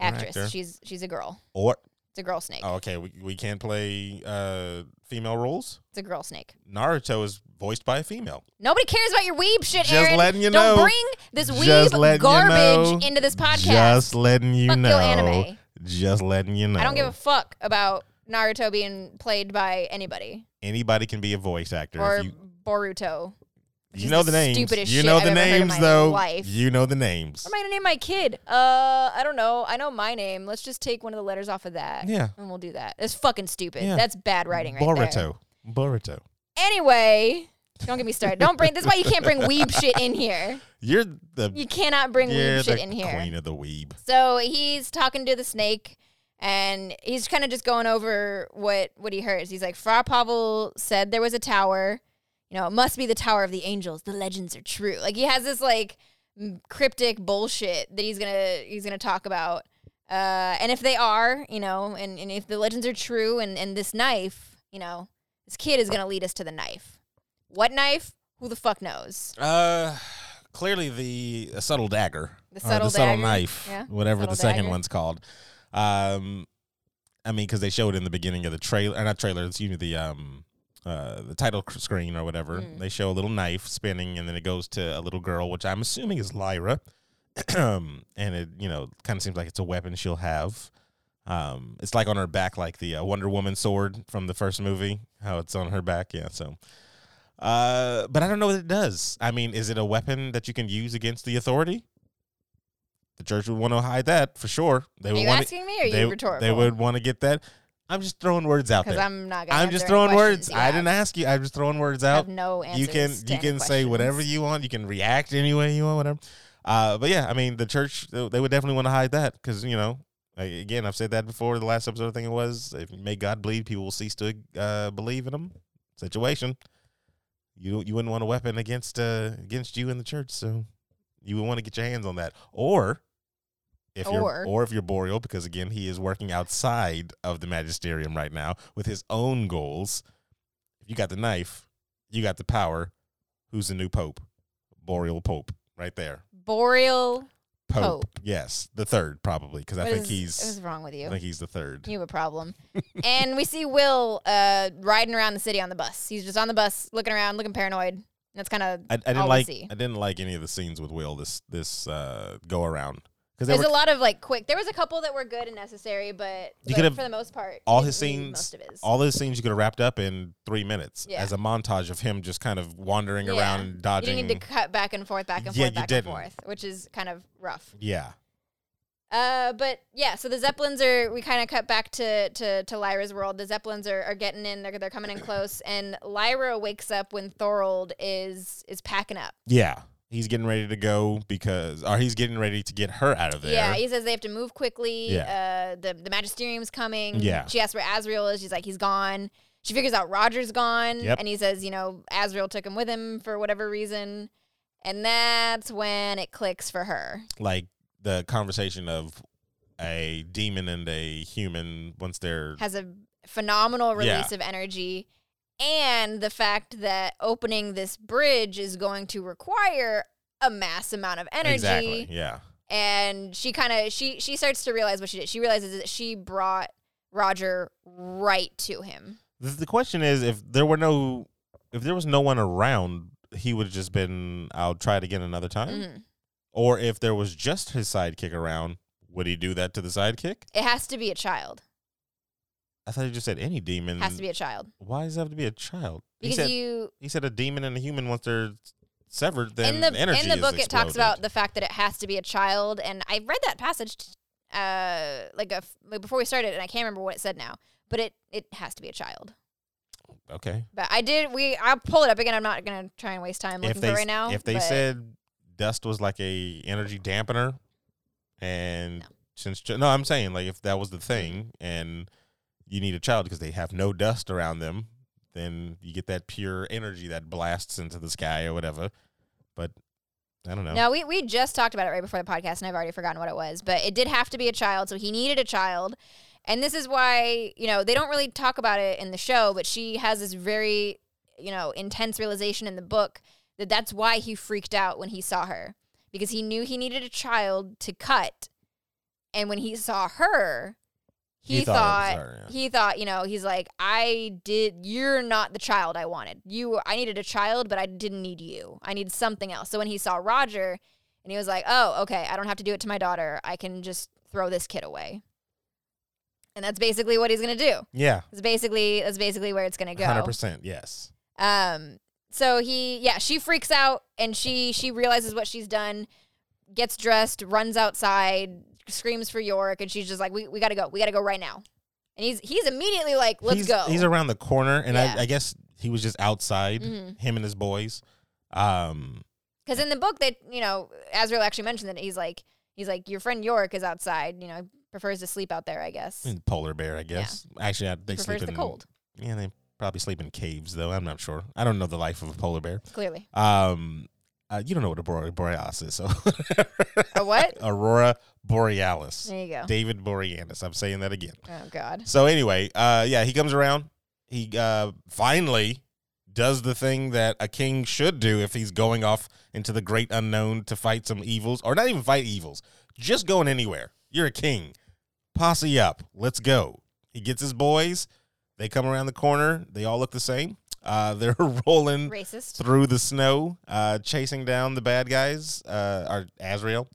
Speaker 1: Actress.
Speaker 2: actor.
Speaker 1: She's she's a girl.
Speaker 2: Or
Speaker 1: It's a girl snake.
Speaker 2: oh, okay, we, we can't play uh, female roles.
Speaker 1: It's a girl snake.
Speaker 2: Naruto is voiced by a female.
Speaker 1: Nobody cares about your weeb shit,
Speaker 2: Just
Speaker 1: Aaron.
Speaker 2: letting you
Speaker 1: don't
Speaker 2: know.
Speaker 1: bring this
Speaker 2: Just letting
Speaker 1: weeb
Speaker 2: you
Speaker 1: garbage
Speaker 2: know.
Speaker 1: into this podcast.
Speaker 2: Just letting you
Speaker 1: Fuck
Speaker 2: know.
Speaker 1: your anime.
Speaker 2: Just letting you know.
Speaker 1: I don't give a fuck about Naruto being played by anybody
Speaker 2: Anybody can be a voice actor.
Speaker 1: or
Speaker 2: if you
Speaker 1: Boruto. which
Speaker 2: you
Speaker 1: is
Speaker 2: know
Speaker 1: the
Speaker 2: the names.
Speaker 1: stupidest
Speaker 2: you
Speaker 1: shit
Speaker 2: know
Speaker 1: I've
Speaker 2: the
Speaker 1: ever heard in
Speaker 2: names
Speaker 1: my
Speaker 2: though.
Speaker 1: life.
Speaker 2: You know the names.
Speaker 1: What am I gonna name my kid? Uh, I don't know. I know my name. Let's just take one of the letters off of that.
Speaker 2: Yeah.
Speaker 1: And we'll do that. It's fucking stupid.
Speaker 2: Yeah.
Speaker 1: That's bad writing right
Speaker 2: Boruto.
Speaker 1: there.
Speaker 2: Boruto.
Speaker 1: Anyway, don't get me started. Don't bring. That's why you can't bring weeb shit in here.
Speaker 2: You're the
Speaker 1: You cannot bring
Speaker 2: you're
Speaker 1: weeb shit
Speaker 2: the
Speaker 1: in here.
Speaker 2: Queen of the weeb.
Speaker 1: So he's talking to the snake, and he's kind of just going over what what he hears. He's like, Fra Pavel said there was a tower. You know, it must be the Tower of the Angels. The legends are true. Like he has this like m- cryptic bullshit that he's gonna he's gonna talk about. Uh, and if they are, you know, and, and if the legends are true, and and this knife, you know, this kid is gonna lead us to the knife. What knife? Who the fuck knows?
Speaker 2: Uh, clearly the uh, subtle dagger,
Speaker 1: The
Speaker 2: or
Speaker 1: subtle
Speaker 2: subtle
Speaker 1: dagger,
Speaker 2: knife,
Speaker 1: yeah,
Speaker 2: whatever
Speaker 1: subtle
Speaker 2: the second
Speaker 1: dagger.
Speaker 2: one's called. Um, I mean, because they showed in the beginning of the trailer, or not trailer, excuse me, the um, uh, the title cr- screen or whatever.
Speaker 1: Mm.
Speaker 2: They show a little knife spinning, and then it goes to a little girl, which I'm assuming is Lyra. and it, you know, kind of seems like it's a weapon she'll have. Um, it's like on her back, like the uh, Wonder Woman sword from the first movie. How it's on her back, yeah. So, uh, but I don't know what it does. I mean, is it a weapon that you can use against the authority? The church would want to hide that for sure. They
Speaker 1: Are
Speaker 2: would
Speaker 1: you
Speaker 2: want
Speaker 1: asking me? Or are
Speaker 2: to, they,
Speaker 1: you rhetorical?
Speaker 2: they would want to get that. I'm just throwing words out
Speaker 1: because
Speaker 2: there.
Speaker 1: I'm not. gonna
Speaker 2: I'm
Speaker 1: answer
Speaker 2: just
Speaker 1: any
Speaker 2: throwing
Speaker 1: questions
Speaker 2: words.
Speaker 1: you
Speaker 2: I
Speaker 1: have.
Speaker 2: didn't ask you. I'm just throwing words
Speaker 1: I
Speaker 2: out
Speaker 1: have no answers.
Speaker 2: you can
Speaker 1: to
Speaker 2: you
Speaker 1: any
Speaker 2: can say whatever
Speaker 1: questions.
Speaker 2: you want. You can react any way you want, whatever. Uh, but yeah, I mean, the church they they would definitely want to hide that because you know, a- again, I've said that before. The last episode, I think it was, if you make God bleed, people will cease to uh, believe in Him. Situation, you you wouldn't want a weapon against uh, against you in the church, so you would want to get your hands on that, or if
Speaker 1: Or-
Speaker 2: you're or if you're Boreal, because again, he is working outside of the magisterium right now with his own goals. If you got the knife, you got the power. Who's the new pope? Boreal Pope, right there.
Speaker 1: Boreal.
Speaker 2: Pope.
Speaker 1: Pope.
Speaker 2: Yes, the third probably because I
Speaker 1: What
Speaker 2: think
Speaker 1: is- What
Speaker 2: he's
Speaker 1: is wrong with
Speaker 2: I
Speaker 1: you?
Speaker 2: think he's the third.
Speaker 1: You have a problem. and we see Will uh, riding around the city on the bus. He's just on the bus, looking around, looking paranoid. That's kind of
Speaker 2: I, I
Speaker 1: all
Speaker 2: didn't
Speaker 1: we
Speaker 2: like
Speaker 1: see.
Speaker 2: I didn't like any of the scenes with Will this this uh, go around because they
Speaker 1: there's
Speaker 2: were
Speaker 1: a lot of like quick. There was a couple that were good and necessary, but,
Speaker 2: You
Speaker 1: but
Speaker 2: could have
Speaker 1: for the most part,
Speaker 2: all
Speaker 1: we
Speaker 2: his
Speaker 1: didn't need
Speaker 2: scenes-
Speaker 1: most of his.
Speaker 2: all those scenes you could have wrapped up in three minutes
Speaker 1: Yeah.
Speaker 2: as a montage of him just kind of wandering
Speaker 1: Yeah.
Speaker 2: around and
Speaker 1: you
Speaker 2: dodging.
Speaker 1: didn't need to cut back and forth, back and
Speaker 2: Yeah,
Speaker 1: forth,
Speaker 2: you
Speaker 1: back
Speaker 2: didn't.
Speaker 1: and forth, which is kind of rough.
Speaker 2: yeah,
Speaker 1: Uh, but yeah, so the Zeppelins are. We kind of cut back to to to Lyra's world. The Zeppelins are, are getting in. They're they're coming in close, and Lyra wakes up when Thorold is is packing up.
Speaker 2: yeah, he's getting ready to go because or he's getting ready to get her out of there.
Speaker 1: Yeah, he says they have to move quickly. Uh, the the magisterium's coming.
Speaker 2: Yeah.
Speaker 1: She asks where Azrael is. She's like, he's gone. She figures out Roger's gone.
Speaker 2: Yep.
Speaker 1: And he says, you know, Azrael took him with him for whatever reason. And that's when it clicks for her.
Speaker 2: like the conversation of a demon and a human once they're
Speaker 1: Has a phenomenal
Speaker 2: Yeah.
Speaker 1: release of energy. And the fact that opening this bridge is going to require a mass amount of energy.
Speaker 2: exactly yeah
Speaker 1: and she kind of she she starts to realize what she did. She realizes that she brought Roger right to him.
Speaker 2: The, the question is, if there were no, if there was no one around, he would have just been. I'll try it again another time.
Speaker 1: Mhm.
Speaker 2: Or if there was just his sidekick around, would he do that to the sidekick?
Speaker 1: It has to be a child.
Speaker 2: I thought he just said any demon.
Speaker 1: It has to be a child
Speaker 2: Why does it have to be a child? He
Speaker 1: because
Speaker 2: Mm. said,
Speaker 1: you
Speaker 2: he said a demon and a human once they're severed, then
Speaker 1: in the
Speaker 2: energy
Speaker 1: in the
Speaker 2: is
Speaker 1: book it talks
Speaker 2: exploded.
Speaker 1: about the fact that it has to be a child, and I read that passage t- uh like a f- like before we started, and I can't remember what it said now, but it it has to be a child.
Speaker 2: okay.
Speaker 1: But I did we I'll pull it up again. I'm not gonna try and waste time looking
Speaker 2: If they
Speaker 1: for it
Speaker 2: s-
Speaker 1: right now.
Speaker 2: if they
Speaker 1: but
Speaker 2: said dust was like a energy dampener, and since since no, I'm saying like if that was the thing, and you need a child because they have no dust around them, then you get that pure energy that blasts into the sky or whatever. But I don't know.
Speaker 1: No, we, we just talked about it right before the podcast, and I've already forgotten what it was. But it did have to be a child, so he needed a child. And this is why, you know, they don't really talk about it in the show, but she has this very, you know, intense realization in the book that that's why he freaked out when he saw her because he knew he needed a child to cut. And when he saw her, he, thought,
Speaker 2: it was her, yeah.
Speaker 1: he thought, you know, he's like, I did. You're not the child I wanted. You, I needed a child, but I didn't need you. I need something else. So when he saw Roger, and he was like, Oh, okay, I don't have to do it to my daughter. I can just throw this kid away. And that's basically what he's gonna do.
Speaker 2: yeah,
Speaker 1: It's basically that's basically where it's gonna go.
Speaker 2: hundred percent. Yes.
Speaker 1: Um, so he, yeah, she freaks out and she she realizes what she's done, gets dressed, runs outside, screams for York, and she's just like, "We we gotta go, we gotta go right now." And he's he's immediately like, "Let's
Speaker 2: he's,
Speaker 1: go."
Speaker 2: He's around the corner, and
Speaker 1: Yeah.
Speaker 2: I, I guess he was just outside.
Speaker 1: Mhm.
Speaker 2: Him and his boys. Um,
Speaker 1: Because in the book, that you know, Azrael actually mentioned that he's like he's like your friend York is outside. You know, prefers to sleep out there, I guess.
Speaker 2: and polar bear, I guess. Actually, I, they
Speaker 1: prefers
Speaker 2: sleep
Speaker 1: the
Speaker 2: in
Speaker 1: cold,
Speaker 2: Yeah, they probably sleep in caves, though. I'm not sure. I don't know the life of a polar bear.
Speaker 1: clearly.
Speaker 2: Um, uh, you don't know what Aurora Borealis is, so
Speaker 1: A what?
Speaker 2: Aurora Borealis.
Speaker 1: There you go.
Speaker 2: David Boreanis. I'm saying that again.
Speaker 1: Oh God.
Speaker 2: So anyway, uh, yeah, he comes around. He uh, finally does the thing that a king should do if he's going off into the great unknown to fight some evils, or not even fight evils, just going anywhere. You're a king. Posse up. Let's go. He gets his boys. They come around the corner. They all look the same. Uh, they're rolling
Speaker 1: Racist.
Speaker 2: through the snow, uh, chasing down the bad guys, uh, or Azrael,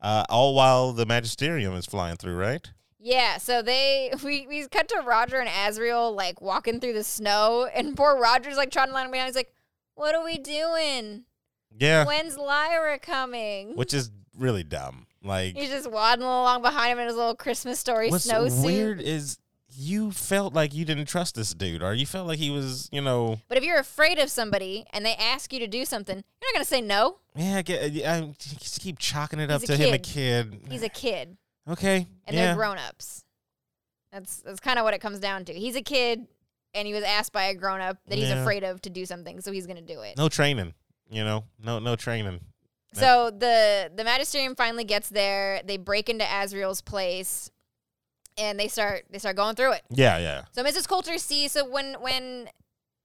Speaker 2: uh, all while the Magisterium is flying through, right?
Speaker 1: Yeah, so they we, we cut to Roger and Azriel like walking through the snow, and poor Roger's like trotting along behind. He's like, "What are we doing?
Speaker 2: Yeah.
Speaker 1: When's Lyra coming?"
Speaker 2: which is really dumb. Like,
Speaker 1: He's just waddling along behind him in his little Christmas story
Speaker 2: what's
Speaker 1: snowsuit.
Speaker 2: weird is you felt like you didn't trust this dude, or you felt like he was, you know,
Speaker 1: But if you're afraid of somebody and they ask you to do something, you're not going to say no.
Speaker 2: yeah, I, get, I just keep chalking it up
Speaker 1: He's
Speaker 2: to
Speaker 1: a
Speaker 2: him a kid.
Speaker 1: He's a kid
Speaker 2: okay,
Speaker 1: and
Speaker 2: yeah,
Speaker 1: they're grown-ups. That's that's kind of what it comes down to. He's a kid and he was asked by a grown-up that he's
Speaker 2: Yeah.
Speaker 1: afraid of to do something, so he's going to do it.
Speaker 2: no training, you know, no no training.
Speaker 1: So the the magisterium finally gets there. They break into Azriel's place and they start they start going through it.
Speaker 2: Yeah, yeah,
Speaker 1: So Mrs. Coulter sees so when when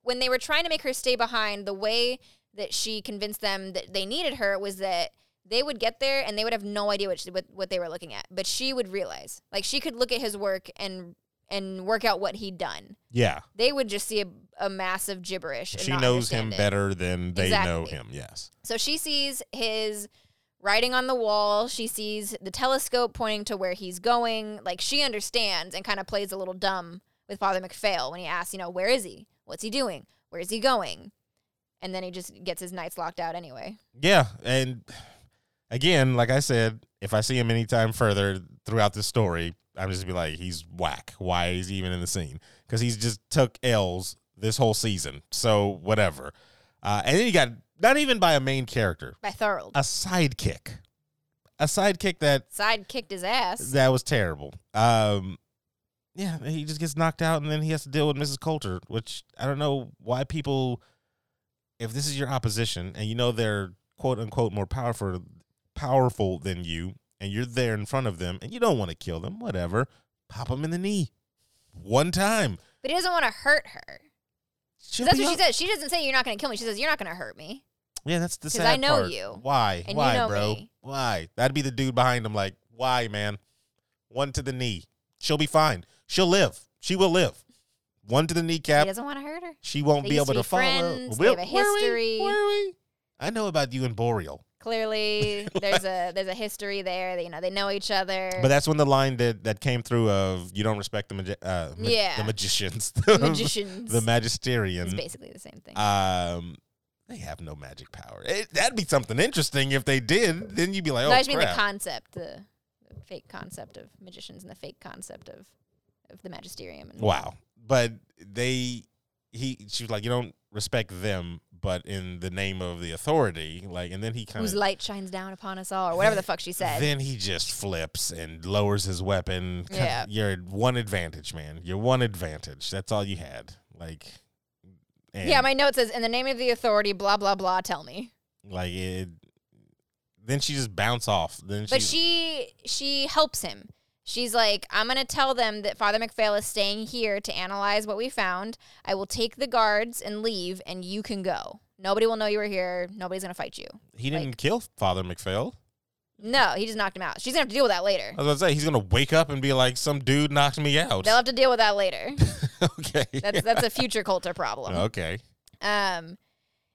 Speaker 1: when they were trying to make her stay behind, the way that she convinced them that they needed her was that they would get there and they would have no idea what she, what, what they were looking at, but she would realize. Like she could look at his work and and work out what he'd done.
Speaker 2: yeah.
Speaker 1: They would just see a, a mass of gibberish. And
Speaker 2: She
Speaker 1: not
Speaker 2: knows him
Speaker 1: understand it.
Speaker 2: better than they know
Speaker 1: Exactly.
Speaker 2: him. Yes.
Speaker 1: So she sees his writing on the wall. She sees the telescope pointing to where he's going. Like she understands and kind of plays a little dumb with Father MacPhail when he asks, you know, where is he? What's he doing? Where is he going? And then he just gets his knights locked out anyway.
Speaker 2: Yeah, and again, like I said, if I see him anytime further throughout the story, I'm just be like, he's whack. Why is he even in the scene? Because he's just took L's this whole season. So whatever. Uh, and then he got not even by a main character,
Speaker 1: By Thorold.
Speaker 2: a sidekick, a sidekick that
Speaker 1: Side kicked his ass.
Speaker 2: that was terrible. Um, yeah, he just gets knocked out, and then he has to deal with Mrs. Coulter, which I don't know why people. If this is your opposition, and you know they're quote unquote more powerful, powerful than you, and you're there in front of them, and you don't want to kill them, whatever, pop them in the knee, one time.
Speaker 1: But he doesn't want to hurt her. 'Cause
Speaker 2: She'll
Speaker 1: That's
Speaker 2: be
Speaker 1: what she
Speaker 2: up.
Speaker 1: says. She doesn't say you're not going to kill me. She says you're not going to hurt me.
Speaker 2: Yeah, that's the
Speaker 1: 'Cause
Speaker 2: sad
Speaker 1: I know
Speaker 2: part.
Speaker 1: you,
Speaker 2: Why?
Speaker 1: and you
Speaker 2: why,
Speaker 1: know
Speaker 2: bro?
Speaker 1: me.
Speaker 2: Why? That'd be the dude behind him, like, why, man? One to the knee. She'll be fine. She'll live. She will live. One to the
Speaker 1: He
Speaker 2: kneecap.
Speaker 1: doesn't want to hurt her.
Speaker 2: She won't
Speaker 1: They
Speaker 2: be
Speaker 1: used
Speaker 2: able
Speaker 1: to
Speaker 2: to
Speaker 1: be
Speaker 2: follow.
Speaker 1: friends. They have a
Speaker 2: were we?
Speaker 1: history.
Speaker 2: Were we? I know about you and Boreal.
Speaker 1: Clearly, there's a there's a history there. They, you know, they know each other.
Speaker 2: But that's when the line that, that came through of you don't respect the magi- uh, ma-
Speaker 1: Yeah.
Speaker 2: the magicians,
Speaker 1: magicians.
Speaker 2: the
Speaker 1: It's
Speaker 2: magisterian.
Speaker 1: basically the same thing.
Speaker 2: Um, they have no magic power. It, that'd be something interesting if they did. Then you'd be like, oh,
Speaker 1: no, I just mean the
Speaker 2: crap.
Speaker 1: concept, the, the fake concept of magicians and the fake concept of of the magisterium. And
Speaker 2: Wow. But they he she was like, You don't respect them, but in the name of the authority, like and then he kind
Speaker 1: whose
Speaker 2: of
Speaker 1: light shines down upon us all, or whatever the fuck she said.
Speaker 2: then he just flips and lowers his weapon. Kinda-
Speaker 1: Yeah.
Speaker 2: You're at one advantage, man. You're one advantage. That's all you had. Like and
Speaker 1: yeah, my note says, "In the name of the authority, blah blah blah." Tell me,
Speaker 2: like it then she just bounce off. Then she,
Speaker 1: but she she helps him. She's like, "I'm gonna tell them that Father MacPhail is staying here to analyze what we found. I will take the guards and leave, and you can go. Nobody will know you were here. Nobody's gonna fight you."
Speaker 2: he didn't kill Father McPhail.
Speaker 1: No, he just knocked him out. She's gonna have to deal with that later.
Speaker 2: I was gonna say he's gonna wake up and be like, Some dude knocked me out.
Speaker 1: They'll have to deal with that later.
Speaker 2: okay.
Speaker 1: That's that's a future Coulter problem.
Speaker 2: okay.
Speaker 1: Um,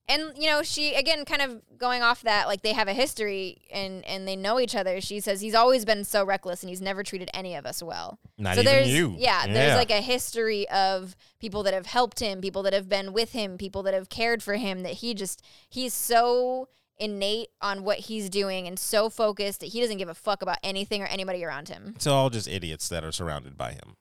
Speaker 1: and you know, she again kind of going off that like they have a history and and they know each other. She says he's always been so reckless and he's never treated any of us well.
Speaker 2: Not
Speaker 1: so
Speaker 2: even
Speaker 1: there's
Speaker 2: you.
Speaker 1: Yeah, there's like a history of people that have helped him, people that have been with him, people that have cared for him that he just he's so innate on what he's doing and so focused that he doesn't give a fuck about anything or anybody around him.
Speaker 2: It's all just idiots that are surrounded by him.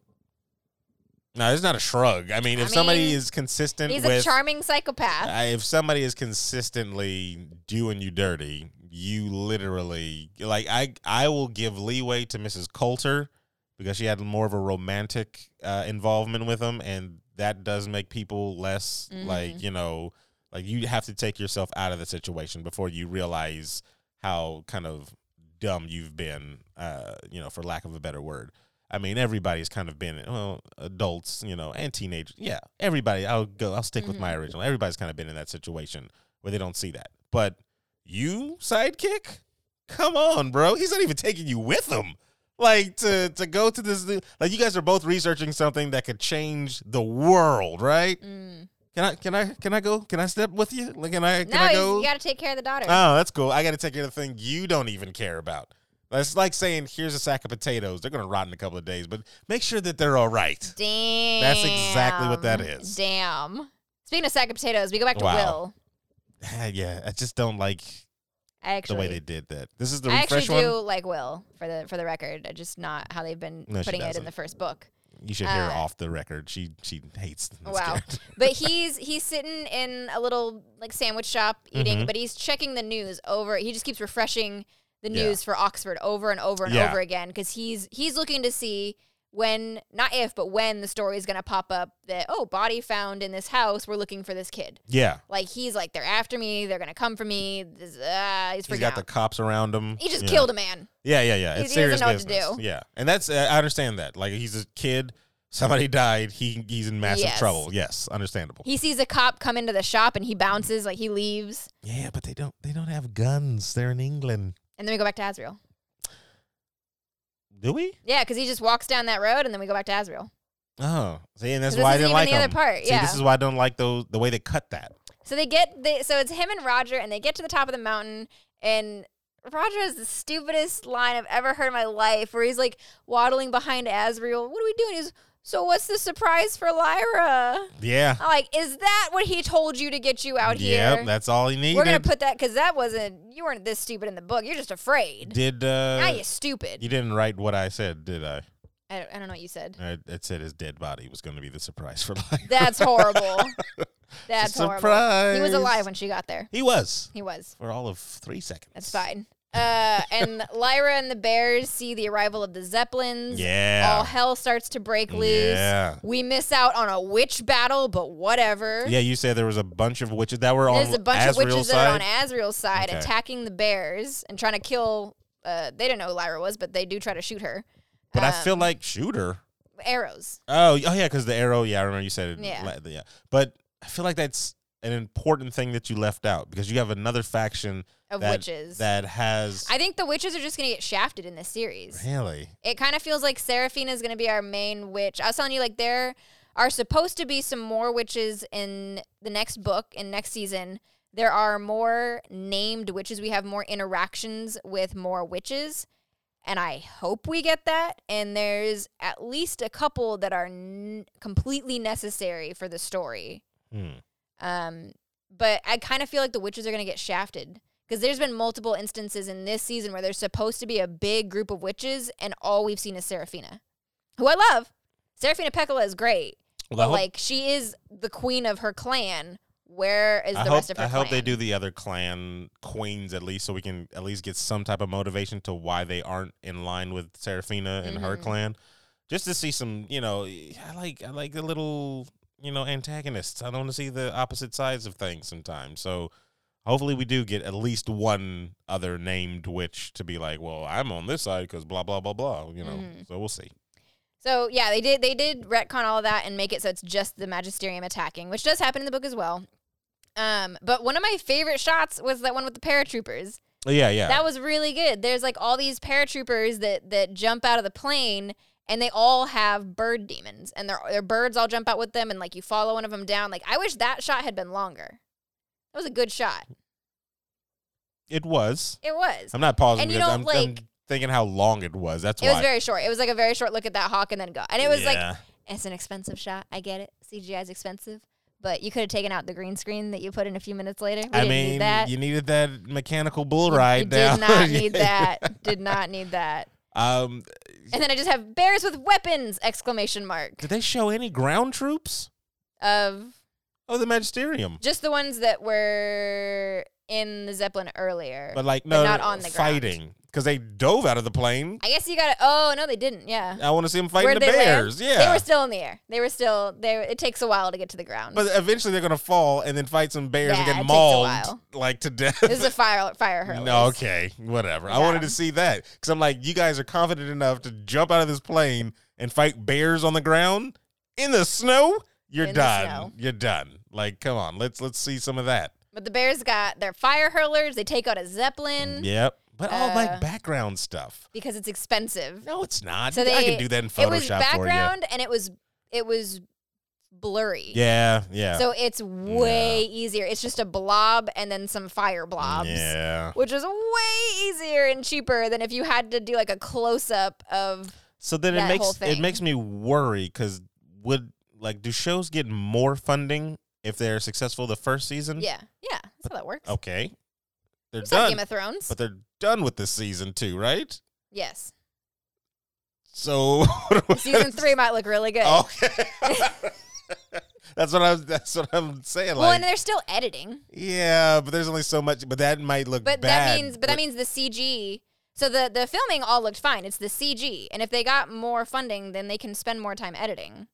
Speaker 2: No, it's not a shrug. I mean,
Speaker 1: I
Speaker 2: if somebody
Speaker 1: mean,
Speaker 2: is consistent
Speaker 1: He's a
Speaker 2: with,
Speaker 1: charming psychopath.
Speaker 2: I- if somebody is consistently doing you dirty, you literally like I I will give leeway to Mrs. Coulter because she had more of a romantic uh, involvement with him, and that does make people less
Speaker 1: Mm-hmm.
Speaker 2: like you know like you have to take yourself out of the situation before you realize how kind of dumb you've been, uh, you know, for lack of a better word. I mean, everybody's kind of been well, adults, you know, and teenagers. Yeah, everybody. I'll go. I'll stick with my original. Everybody's kind of been in that situation where they don't see that. But you sidekick, come on, bro. He's not even taking you with him. Like to to go to this like you guys are both researching something that could change the world, right?
Speaker 1: Mm.
Speaker 2: Can I can I can I go? Can I step with you? Like, can I can
Speaker 1: No,
Speaker 2: I
Speaker 1: he's-
Speaker 2: go?
Speaker 1: you got to take care of the daughter.
Speaker 2: Oh, that's cool. I got to take care of the thing you don't even care about. That's like saying, here's a sack of potatoes. They're going to rot in a couple of days, but make sure that they're all right.
Speaker 1: Damn.
Speaker 2: exactly what that is.
Speaker 1: Damn. Speaking of sack of potatoes, we go back to
Speaker 2: Wow.
Speaker 1: Will.
Speaker 2: yeah, I just don't like
Speaker 1: I actually,
Speaker 2: the way they did that. This is the
Speaker 1: I
Speaker 2: refresh
Speaker 1: actually
Speaker 2: one.
Speaker 1: do like Will for the for the record, uh, just not how they've been
Speaker 2: No, she
Speaker 1: putting it
Speaker 2: doesn't.
Speaker 1: in the first book.
Speaker 2: You should hear her
Speaker 1: Uh,
Speaker 2: off the record. She she hates this
Speaker 1: Wow.
Speaker 2: character.
Speaker 1: But he's he's sitting in a little like sandwich shop eating,
Speaker 2: Mhm.
Speaker 1: but he's checking the news over. He just keeps refreshing the
Speaker 2: Yeah.
Speaker 1: news for Oxford over and over and
Speaker 2: Yeah.
Speaker 1: over again because he's he's looking to see when not if but when the story is going to pop up that oh body found in this house we're looking for this kid
Speaker 2: Yeah.
Speaker 1: like he's like they're after me they're going to come for me this, uh, he's freaking
Speaker 2: He's got the
Speaker 1: out
Speaker 2: cops around him.
Speaker 1: he just
Speaker 2: Yeah.
Speaker 1: killed a man
Speaker 2: Yeah, yeah, yeah. It's
Speaker 1: he doesn't
Speaker 2: serious
Speaker 1: know what to
Speaker 2: business.
Speaker 1: do.
Speaker 2: Yeah, and that's uh, I understand that. Like he's a kid. Somebody died. He he's in massive
Speaker 1: Yes.
Speaker 2: trouble. Yes, understandable.
Speaker 1: he sees a cop come into the shop and he bounces like he leaves
Speaker 2: yeah, but they don't they don't have guns. They're in England.
Speaker 1: and then we go back to Asriel
Speaker 2: Do we?
Speaker 1: yeah because he just walks down that road and then we go back to Asriel
Speaker 2: Oh, see, and that's
Speaker 1: So this
Speaker 2: why I
Speaker 1: isn't
Speaker 2: didn't
Speaker 1: even
Speaker 2: like
Speaker 1: the other
Speaker 2: them.
Speaker 1: part,
Speaker 2: See, this
Speaker 1: yeah.
Speaker 2: is why I don't like those the way they cut that.
Speaker 1: So they get they so it's him and Roger and they get to the top of the mountain and Roger has the stupidest line I've ever heard in my life where he's like waddling behind Asriel. What are we doing? He's so what's the surprise for Lyra?
Speaker 2: Yeah.
Speaker 1: I'm like, is that what he told you to get you out
Speaker 2: Yep,
Speaker 1: here?
Speaker 2: that's all he needed.
Speaker 1: We're gonna put that because that wasn't you weren't this stupid in the book. You're just afraid.
Speaker 2: Did uh?
Speaker 1: now you're stupid.
Speaker 2: you didn't write what I said, did I?
Speaker 1: I, don't, I don't know what you said.
Speaker 2: I it said his dead body was going to be the surprise for life.
Speaker 1: That's horrible. That's horrible.
Speaker 2: surprise.
Speaker 1: He was alive when she got there.
Speaker 2: He was
Speaker 1: He was.
Speaker 2: for all of three seconds.
Speaker 1: That's fine. Uh, and Lyra and the bears see the arrival of the Zeppelins. All
Speaker 2: Yeah.
Speaker 1: hell starts to break loose.
Speaker 2: Yeah.
Speaker 1: We miss out on a witch battle, but whatever.
Speaker 2: Yeah, you said there was a bunch of witches that were on
Speaker 1: There's a bunch
Speaker 2: Asriel's
Speaker 1: of witches that are
Speaker 2: side.
Speaker 1: on Asriel's side
Speaker 2: Okay.
Speaker 1: attacking the bears and trying to kill. Uh, they don't know who Lyra was, but they do try to shoot her.
Speaker 2: but I feel
Speaker 1: um,
Speaker 2: like shooter.
Speaker 1: Arrows.
Speaker 2: Oh, oh yeah, because the arrow. Yeah, I remember you said it.
Speaker 1: Yeah.
Speaker 2: Yeah. yeah, but I feel like that's an important thing that you left out because you have another faction
Speaker 1: Of
Speaker 2: that,
Speaker 1: witches.
Speaker 2: that has
Speaker 1: I think the witches are just going to get shafted in this series.
Speaker 2: really.
Speaker 1: it kind of feels like Seraphina is going to be our main witch. I was telling you, like, there are supposed to be some more witches in the next book, in next season. There are more named witches. We have more interactions with more witches. And I hope we get that. And there's at least a couple that are n- completely necessary for the story.
Speaker 2: Hmm.
Speaker 1: Um, but I kind of feel like the witches are going to get shafted because there's been multiple instances in this season where there's supposed to be a big group of witches, and all we've seen is Seraphina, who I love. Seraphina Pecola is great.
Speaker 2: Well, I
Speaker 1: But
Speaker 2: hope-
Speaker 1: like, she is the queen of her clan. Where is the
Speaker 2: I hope,
Speaker 1: rest of her
Speaker 2: I hope they
Speaker 1: clan?
Speaker 2: do the other clan queens at least, so we can at least get some type of motivation to why they aren't in line with Serafina and her
Speaker 1: Mhm.
Speaker 2: clan. Just to see some, you know, I like I like the little, you know, antagonists. I don't want to see the opposite sides of things sometimes. So hopefully we do get at least one other named witch to be like, well, I'm on this side because blah blah blah blah. You know,
Speaker 1: Mhm.
Speaker 2: so we'll see.
Speaker 1: So yeah, they did they did retcon all of that and make it so it's just the magisterium attacking, which does happen in the book as well. Um, but one of my favorite shots was that one with the paratroopers.
Speaker 2: Yeah, yeah.
Speaker 1: That was really good. There's like all these paratroopers that that jump out of the plane and they all have bird demons and their their birds all jump out with them and like you follow one of them down. Like I wish that shot had been longer. That was a good shot.
Speaker 2: it was.
Speaker 1: It was.
Speaker 2: I'm not pausing
Speaker 1: And you
Speaker 2: because I'm,
Speaker 1: don't,
Speaker 2: I'm
Speaker 1: like-
Speaker 2: thinking how long it was. That's
Speaker 1: It
Speaker 2: why.
Speaker 1: was very short. It was like a very short look at that hawk and then go. And it was like
Speaker 2: Yeah.
Speaker 1: it's an expensive shot. I get it. CGI is expensive, but you could have taken out the green screen that you put in a few minutes later. We
Speaker 2: I
Speaker 1: didn't
Speaker 2: mean,
Speaker 1: need that.
Speaker 2: you needed that mechanical bull
Speaker 1: You-
Speaker 2: ride
Speaker 1: you
Speaker 2: down.
Speaker 1: did not need that. Did not need that.
Speaker 2: Um,
Speaker 1: And then I just have bears with weapons! Exclamation mark
Speaker 2: did they show any ground troops
Speaker 1: of
Speaker 2: of the Magisterium?
Speaker 1: Just the ones that were in the Zeppelin earlier.
Speaker 2: But like, no,
Speaker 1: not on the ground.
Speaker 2: fighting because they dove out of the plane.
Speaker 1: I guess you got to. Oh no, they didn't. Yeah.
Speaker 2: I want to see them
Speaker 1: Where
Speaker 2: fighting the
Speaker 1: did they land?
Speaker 2: bears. Yeah,
Speaker 1: They were still in the air. They were still there. It takes a while to get to the ground.
Speaker 2: but eventually they're gonna fall and then fight some bears
Speaker 1: Yeah,
Speaker 2: and
Speaker 1: it
Speaker 2: get
Speaker 1: takes a
Speaker 2: mauled
Speaker 1: while.
Speaker 2: like to
Speaker 1: this is
Speaker 2: death.
Speaker 1: a fire fire hurlers.
Speaker 2: No, okay, whatever. I
Speaker 1: Yeah.
Speaker 2: wanted to see that because I'm like, you guys are confident enough to jump out of this plane and fight bears on the ground in the snow. You're
Speaker 1: In the
Speaker 2: done.
Speaker 1: snow.
Speaker 2: You're done. Like, come on, let's let's see some of that.
Speaker 1: But the Bears got their fire hurlers. They take out a Zeppelin
Speaker 2: Yep. But all
Speaker 1: Uh,
Speaker 2: like background stuff.
Speaker 1: because it's expensive.
Speaker 2: No, it's not.
Speaker 1: So
Speaker 2: I
Speaker 1: they-
Speaker 2: can do that in
Speaker 1: It was
Speaker 2: Photoshop for you.
Speaker 1: background and it was it was blurry.
Speaker 2: Yeah, yeah.
Speaker 1: So it's way easier. It's just a blob and then some fire blobs.
Speaker 2: Yeah.
Speaker 1: which is way easier and cheaper than if you had to do like a close up of.
Speaker 2: So then
Speaker 1: that
Speaker 2: it
Speaker 1: whole
Speaker 2: makes it
Speaker 1: thing.
Speaker 2: makes me worry because would like do shows get more funding if they're successful the first season?
Speaker 1: Yeah, yeah, that's how that works.
Speaker 2: Okay. They're
Speaker 1: It's like
Speaker 2: Oh, done,
Speaker 1: Game of Thrones.
Speaker 2: but they're done with this season too, right?
Speaker 1: yes,
Speaker 2: So what do we-
Speaker 1: Season three might look really good.
Speaker 2: Oh, Okay. that's what I'm. That's what I'm saying.
Speaker 1: well,
Speaker 2: Like,
Speaker 1: and they're still editing,
Speaker 2: yeah, but there's only so much. But that might look
Speaker 1: but
Speaker 2: bad.
Speaker 1: that means but that means the CG. So the the filming all looked fine. It's the CG, and if they got more funding, then they can spend more time editing.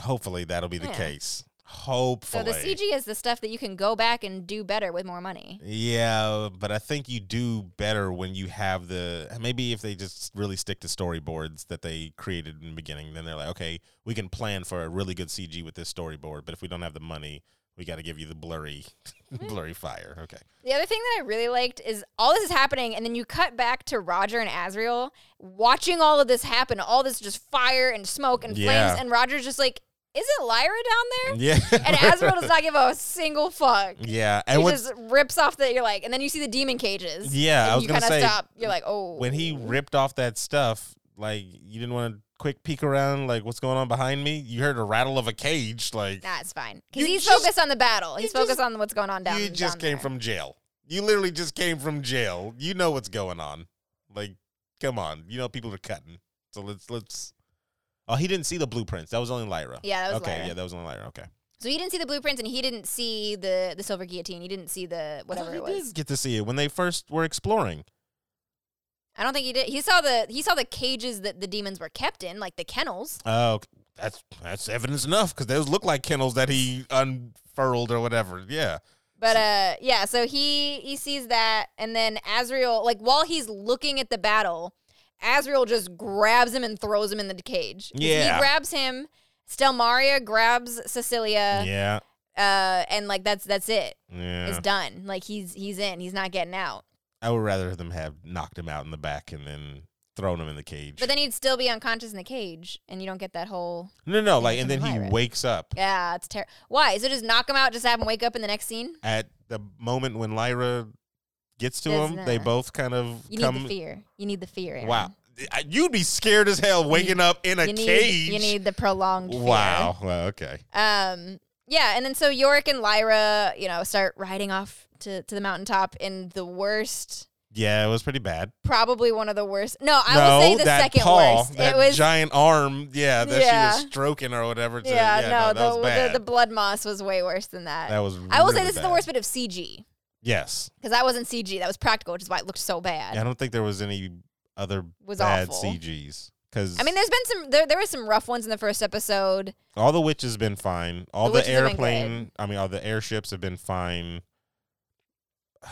Speaker 2: hopefully that'll be the
Speaker 1: Yeah.
Speaker 2: case.
Speaker 1: So
Speaker 2: Hopefully.
Speaker 1: the CG is the stuff that you can go back and do better with more money.
Speaker 2: Yeah, but I think you do better when you have the maybe if they just really stick to storyboards that they created in the beginning, then they're like, okay, we can plan for a really good CG with this storyboard, but if we don't have the money, we got to give you the blurry,
Speaker 1: Mm-hmm.
Speaker 2: blurry fire. Okay,
Speaker 1: The other thing that I really liked is all this is happening, and then you cut back to Roger and Azriel watching all of this happen, all this just fire and smoke and
Speaker 2: Yeah.
Speaker 1: flames, and Roger's just like, "Is it Lyra down there?"
Speaker 2: yeah,
Speaker 1: And Azriel does not give a single fuck.
Speaker 2: yeah,
Speaker 1: He
Speaker 2: and what's
Speaker 1: just rips off the. You're like, and then you see the demon cages.
Speaker 2: Yeah,
Speaker 1: and
Speaker 2: I was
Speaker 1: you
Speaker 2: gonna
Speaker 1: kinda
Speaker 2: say,
Speaker 1: stop. You're like, oh,
Speaker 2: when he ripped off that stuff, like you didn't want to quick peek around, like what's going on behind me. You heard a rattle of a cage, like
Speaker 1: Nah, it's fine
Speaker 2: You
Speaker 1: because he's
Speaker 2: just-
Speaker 1: focused on the battle. He's
Speaker 2: just-
Speaker 1: focused on what's going on down.
Speaker 2: you just
Speaker 1: down
Speaker 2: came
Speaker 1: there.
Speaker 2: from jail. You literally just came from jail. You know what's going on. Like, come on. You know people are cutting. So let's let's. Oh, he didn't see the blueprints. That was only Lyra.
Speaker 1: Yeah, that was
Speaker 2: okay.
Speaker 1: Lyra.
Speaker 2: Yeah, that was only Lyra. Okay.
Speaker 1: So he didn't see the blueprints, and he didn't see the the silver guillotine. He didn't see the whatever it
Speaker 2: I
Speaker 1: was.
Speaker 2: Oh, did get to see it when they first were exploring.
Speaker 1: I don't think he did. He saw the he saw the cages that the demons were kept in, like the kennels.
Speaker 2: Oh, okay. that's that's evidence enough because those look like kennels that he unfurled or whatever. Yeah.
Speaker 1: But uh, yeah. So he he sees that, and then Azrael, like while he's looking at the battle, Azrael just grabs him and throws him in the cage. 'Cause
Speaker 2: Yeah.
Speaker 1: he grabs him. Stelmaria grabs Cecilia,
Speaker 2: yeah.
Speaker 1: uh, and like that's that's it.
Speaker 2: Yeah.
Speaker 1: It's done. Like he's he's in. He's not getting out.
Speaker 2: I would rather them have knocked him out in the back and then thrown him in the cage.
Speaker 1: But then he'd still be unconscious in the cage, and you don't get that whole
Speaker 2: no, no,
Speaker 1: Yeah,
Speaker 2: like, and then he
Speaker 1: Lyra.
Speaker 2: wakes up.
Speaker 1: yeah. It's terrible. Why? So just knock him out. Just have him wake up in the next scene.
Speaker 2: at the moment when Lyra gets to
Speaker 1: Says
Speaker 2: him, they
Speaker 1: nah.
Speaker 2: both kind of
Speaker 1: You
Speaker 2: come.
Speaker 1: need the fear. You need the fear. Aaron.
Speaker 2: Wow, I- you'd be scared as hell waking up in a
Speaker 1: you need,
Speaker 2: cage.
Speaker 1: You need the prolonged fear.
Speaker 2: wow. Well, okay.
Speaker 1: Um, yeah, and then so Yorick and Lyra, you know, start riding off to, to the mountaintop in the worst,
Speaker 2: Yeah, it was pretty bad.
Speaker 1: probably one of the worst. No, I
Speaker 2: no,
Speaker 1: will say the
Speaker 2: that
Speaker 1: second
Speaker 2: paw,
Speaker 1: worst. it
Speaker 2: that
Speaker 1: was
Speaker 2: giant arm. Yeah, that
Speaker 1: Yeah.
Speaker 2: she was stroking or whatever. To,
Speaker 1: yeah, no,
Speaker 2: that was
Speaker 1: the,
Speaker 2: bad.
Speaker 1: the the blood moss was way worse than that.
Speaker 2: that was.
Speaker 1: I will say
Speaker 2: really
Speaker 1: this is the
Speaker 2: bad.
Speaker 1: worst bit of CG
Speaker 2: Yes,
Speaker 1: because that wasn't CG, that was practical, which is why it looked so bad.
Speaker 2: I don't think there was any other
Speaker 1: Was
Speaker 2: bad
Speaker 1: awful.
Speaker 2: CGs because
Speaker 1: I mean, there's been some there there were some rough ones in the first episode.
Speaker 2: All the witches been fine. All
Speaker 1: The
Speaker 2: the,
Speaker 1: witches have been
Speaker 2: airplane, I mean, all the airships have been fine.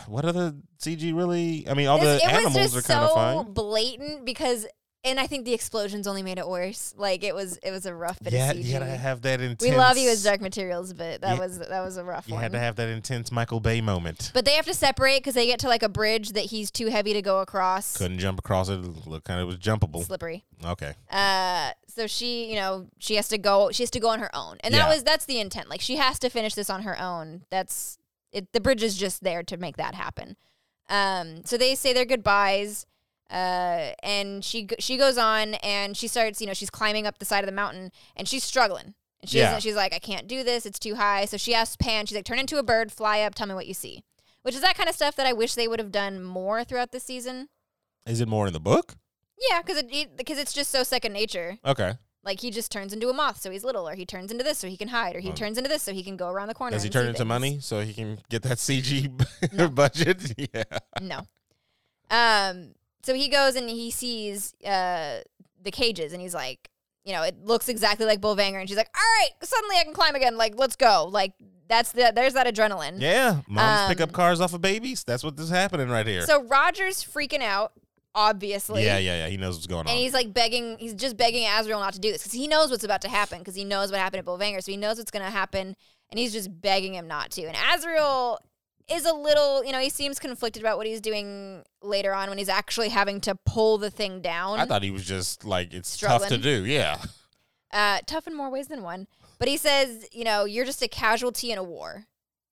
Speaker 2: What other CG really? I mean, all
Speaker 1: It's-
Speaker 2: the
Speaker 1: it was
Speaker 2: animals are
Speaker 1: just
Speaker 2: kind of
Speaker 1: so
Speaker 2: fine.
Speaker 1: blatant because, and I think the explosions only made it worse. Like it was, it was a rough bit
Speaker 2: You
Speaker 1: of
Speaker 2: had,
Speaker 1: CG.
Speaker 2: you had to have that intense.
Speaker 1: we love you as Dark Materials, but that
Speaker 2: You-
Speaker 1: was that was a rough
Speaker 2: You
Speaker 1: one.
Speaker 2: had to have that intense Michael Bay moment.
Speaker 1: but they have to separate because they get to like a bridge that he's too heavy to go across.
Speaker 2: Couldn't jump across it. Look, kind of was jumpable.
Speaker 1: Slippery.
Speaker 2: Okay.
Speaker 1: Uh, so she, you know, she has to go. She has to go on her own, and that
Speaker 2: Yeah.
Speaker 1: was that's the intent. Like she has to finish this on her own. That's it. The bridge is just there to make that happen. Um, so they say their goodbyes, uh, and she g- she goes on and she starts. You know, she's climbing up the side of the mountain, and she's struggling. And she
Speaker 2: Yeah.
Speaker 1: doesn't- she's like, I can't do this. It's too high. So she asks Pan. She's like, turn into a bird, fly up, tell me what you see. Which is that kind of stuff that I wish they would have done more throughout the season.
Speaker 2: Is it more in the book?
Speaker 1: Yeah, because it because it's just so second nature.
Speaker 2: Okay.
Speaker 1: Like he just turns into a moth, so he's little, or he turns into this, so he can hide, or he
Speaker 2: Oh.
Speaker 1: turns into this, so he can go around the corner.
Speaker 2: Does he
Speaker 1: and
Speaker 2: turn
Speaker 1: see
Speaker 2: into
Speaker 1: things.
Speaker 2: money so he can get that CG
Speaker 1: No.
Speaker 2: budget? Yeah.
Speaker 1: No. Um. So he goes and he sees uh the cages, and he's like, you know, it looks exactly like Bullvanger, and she's like, all right, suddenly I can climb again. Like, let's go. Like that's the there's that adrenaline.
Speaker 2: Yeah. Moms pick up
Speaker 1: Um,
Speaker 2: cars off of babies. That's what is happening right here.
Speaker 1: So Roger's freaking out, obviously.
Speaker 2: yeah, yeah, yeah. He knows what's going on.
Speaker 1: And he's like begging, he's just begging Azrael not to do this because he knows what's about to happen because he knows what happened at Bolvanger. So he knows what's going to happen and he's just begging him not to. And Azrael is a little, you know, he seems conflicted about what he's doing later on when he's actually having to pull the thing down.
Speaker 2: I thought he was just like it's tough
Speaker 1: Struggling.
Speaker 2: to do. Yeah.
Speaker 1: uh, tough in more ways than one. But he says, you know, you're just a casualty in a war.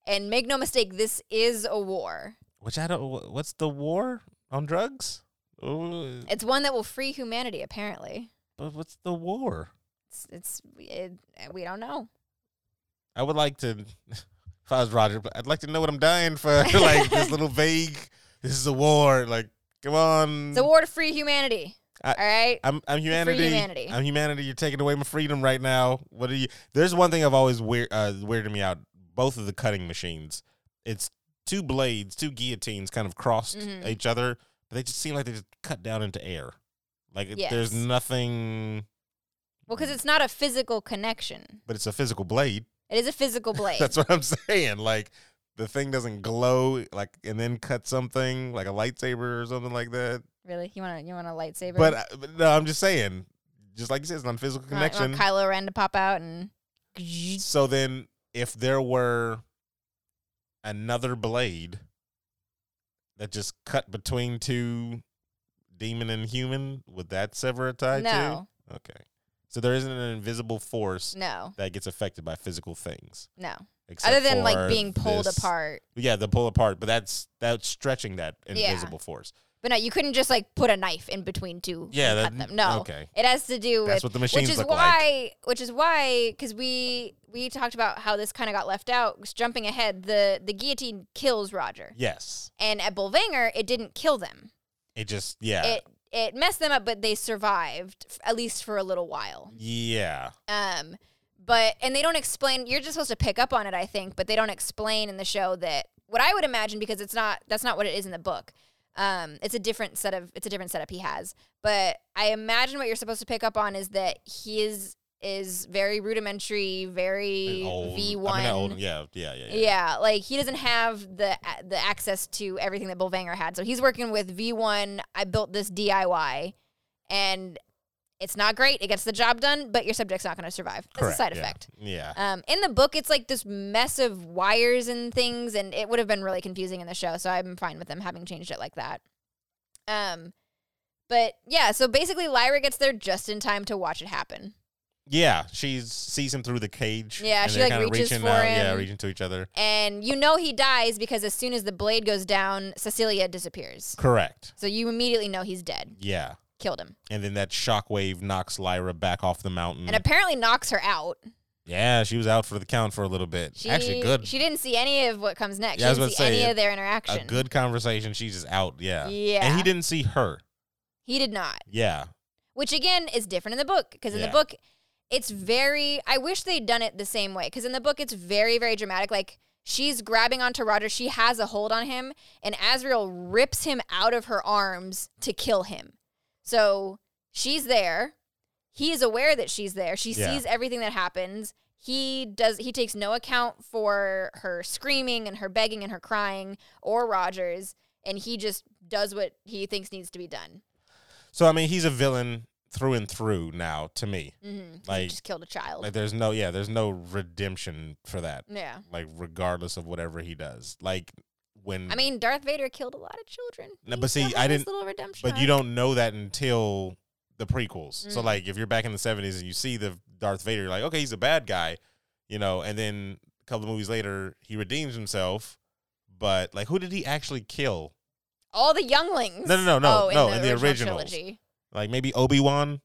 Speaker 1: And make no mistake, this is a war.
Speaker 2: Which I don't. wh- What's the war on drugs? Ooh,
Speaker 1: It's one that will free humanity, apparently.
Speaker 2: but what's the war?
Speaker 1: It's, it's it, we don't know.
Speaker 2: I would like to. If I was Roger, but I'd like to know what I'm dying for. like this little vague. This is a war. Like come on. Mm.
Speaker 1: It's a war to free humanity.
Speaker 3: All right.
Speaker 2: I'm I'm humanity.
Speaker 1: humanity.
Speaker 2: I'm humanity. You're taking away my freedom right now. What are you? There's one thing I've always weird uh, weirded me out. Both of the cutting machines. It's two blades, two guillotines, kind of crossed
Speaker 1: Mm-hmm.
Speaker 3: Mhm.
Speaker 2: each other, but they just seem like they just cut down into air. Like it- there's
Speaker 1: Yes.
Speaker 2: nothing,
Speaker 1: Well, because it's not a physical connection.
Speaker 2: but it's a physical blade.
Speaker 1: It is a physical blade.
Speaker 2: That's what I'm saying. Like the thing doesn't glow, like and then cut something like a lightsaber or something like that.
Speaker 1: really? You want to you want a lightsaber?
Speaker 2: But, uh, I- but no, I'm just saying. Just like you said, it's not a physical
Speaker 1: You want- you
Speaker 2: connection.
Speaker 1: want Kylo Ren to pop out and.
Speaker 2: So then, if there were another blade that just cut between two demon and human, would that sever a tie
Speaker 1: No,
Speaker 2: too? Okay. So there isn't an invisible force
Speaker 1: no,
Speaker 2: that gets affected by physical things,
Speaker 1: no.
Speaker 2: except
Speaker 1: Other than
Speaker 2: for
Speaker 1: like being pulled
Speaker 2: this-
Speaker 1: apart.
Speaker 2: Yeah, the pull apart, but that's that's stretching that
Speaker 1: Yeah.
Speaker 2: invisible force.
Speaker 1: But no, you couldn't just like put a knife in between two.
Speaker 2: Yeah,
Speaker 1: and
Speaker 2: that,
Speaker 1: cut them. No,
Speaker 2: Okay,
Speaker 1: it has to do with
Speaker 2: that's what the machines
Speaker 1: which is
Speaker 2: look like.
Speaker 1: why which is why because we we talked about how this kind of got left out 'cause jumping ahead the the guillotine kills roger
Speaker 2: Yes,
Speaker 1: and at Bolvanger, it didn't kill them
Speaker 2: it just yeah,
Speaker 1: it it messed them up but they survived f- at least for a little while
Speaker 2: yeah.
Speaker 1: um but and they don't explain you're just supposed to pick up on it i think but they don't explain in the show that what i would imagine because it's not that's not what it is in the book um it's a different set of it's a different setup he has but i imagine what you're supposed to pick up on is that he is is very rudimentary very
Speaker 2: Old- I mean,
Speaker 1: v1
Speaker 2: not old, yeah, yeah, yeah, yeah.
Speaker 1: yeah, like he doesn't have the the access to everything that Bolvanger had. So he's working with V1. I built this DIY, and it's not great. It gets the job done, but your subject's not going to survive. That's a side
Speaker 2: yeah.
Speaker 1: effect.
Speaker 2: Yeah.
Speaker 1: Um, in the book, it's like this mess of wires and things, and it would have been really confusing in the show. So I'm fine with them having changed it like that. Um, but yeah, so basically, Lyra gets there just in time to watch it happen.
Speaker 2: Yeah, she sees him through the cage.
Speaker 1: Yeah,
Speaker 2: and
Speaker 1: she,
Speaker 2: they're
Speaker 1: like,
Speaker 2: kinda
Speaker 1: reaches
Speaker 2: reaching
Speaker 1: for
Speaker 2: out, Yeah,
Speaker 1: him.
Speaker 2: reaching to each other.
Speaker 1: And you know he dies because as soon as the blade goes down, Cecilia disappears.
Speaker 2: Correct.
Speaker 1: So you immediately know he's dead.
Speaker 2: Yeah,
Speaker 1: Killed him.
Speaker 2: and then that shockwave knocks Lyra back off the mountain.
Speaker 1: And apparently knocks her out.
Speaker 2: yeah, she was out for the count for a little bit.
Speaker 1: She,
Speaker 2: Actually, good.
Speaker 1: She didn't see any of what comes next.
Speaker 2: Yeah, I
Speaker 1: she
Speaker 2: was
Speaker 1: didn't see
Speaker 2: about to say,
Speaker 1: any of their
Speaker 2: a
Speaker 1: interaction.
Speaker 2: good conversation. She's just out. Yeah.
Speaker 1: yeah.
Speaker 2: And he
Speaker 1: he, did-
Speaker 2: didn't see her.
Speaker 1: not.
Speaker 2: Yeah.
Speaker 1: Which again is different in the book because in
Speaker 2: Yeah.
Speaker 1: the book it's very I wish they'd done it the same way because in the book it's very very dramatic like she's grabbing onto Roger, she has a hold on him and Azrael rips him out of her arms to kill him. So she's there. He is aware that she's there. She
Speaker 2: Yeah.
Speaker 1: sees everything that happens. He does he takes no account for her screaming and her begging and her crying or Rogers and he just does what he thinks needs to be done.
Speaker 2: So I mean, he's a villain through and through now to me.
Speaker 1: Mm-hmm. he
Speaker 2: Like-
Speaker 1: just killed a child.
Speaker 2: Like there's no yeah, there's no redemption for that.
Speaker 1: yeah.
Speaker 2: Like regardless of whatever he does. Like when
Speaker 1: I mean, Darth Vader killed a lot of children.
Speaker 2: Mm. No,
Speaker 1: He
Speaker 2: but see,
Speaker 1: still
Speaker 2: I
Speaker 1: had his
Speaker 2: didn't-
Speaker 1: Little redemption
Speaker 2: But you don't know that until the prequels. So
Speaker 1: Mm.
Speaker 2: like if you're back in the seventies and you see the Darth Vader, you're like, okay, he's a bad guy, you know, and then a couple of movies later he redeems himself. But like who did he actually kill?
Speaker 1: all the younglings.
Speaker 2: No, no, no, no,
Speaker 1: oh,
Speaker 2: no,
Speaker 1: In the, original trilogy.
Speaker 2: Like maybe Obi Wan?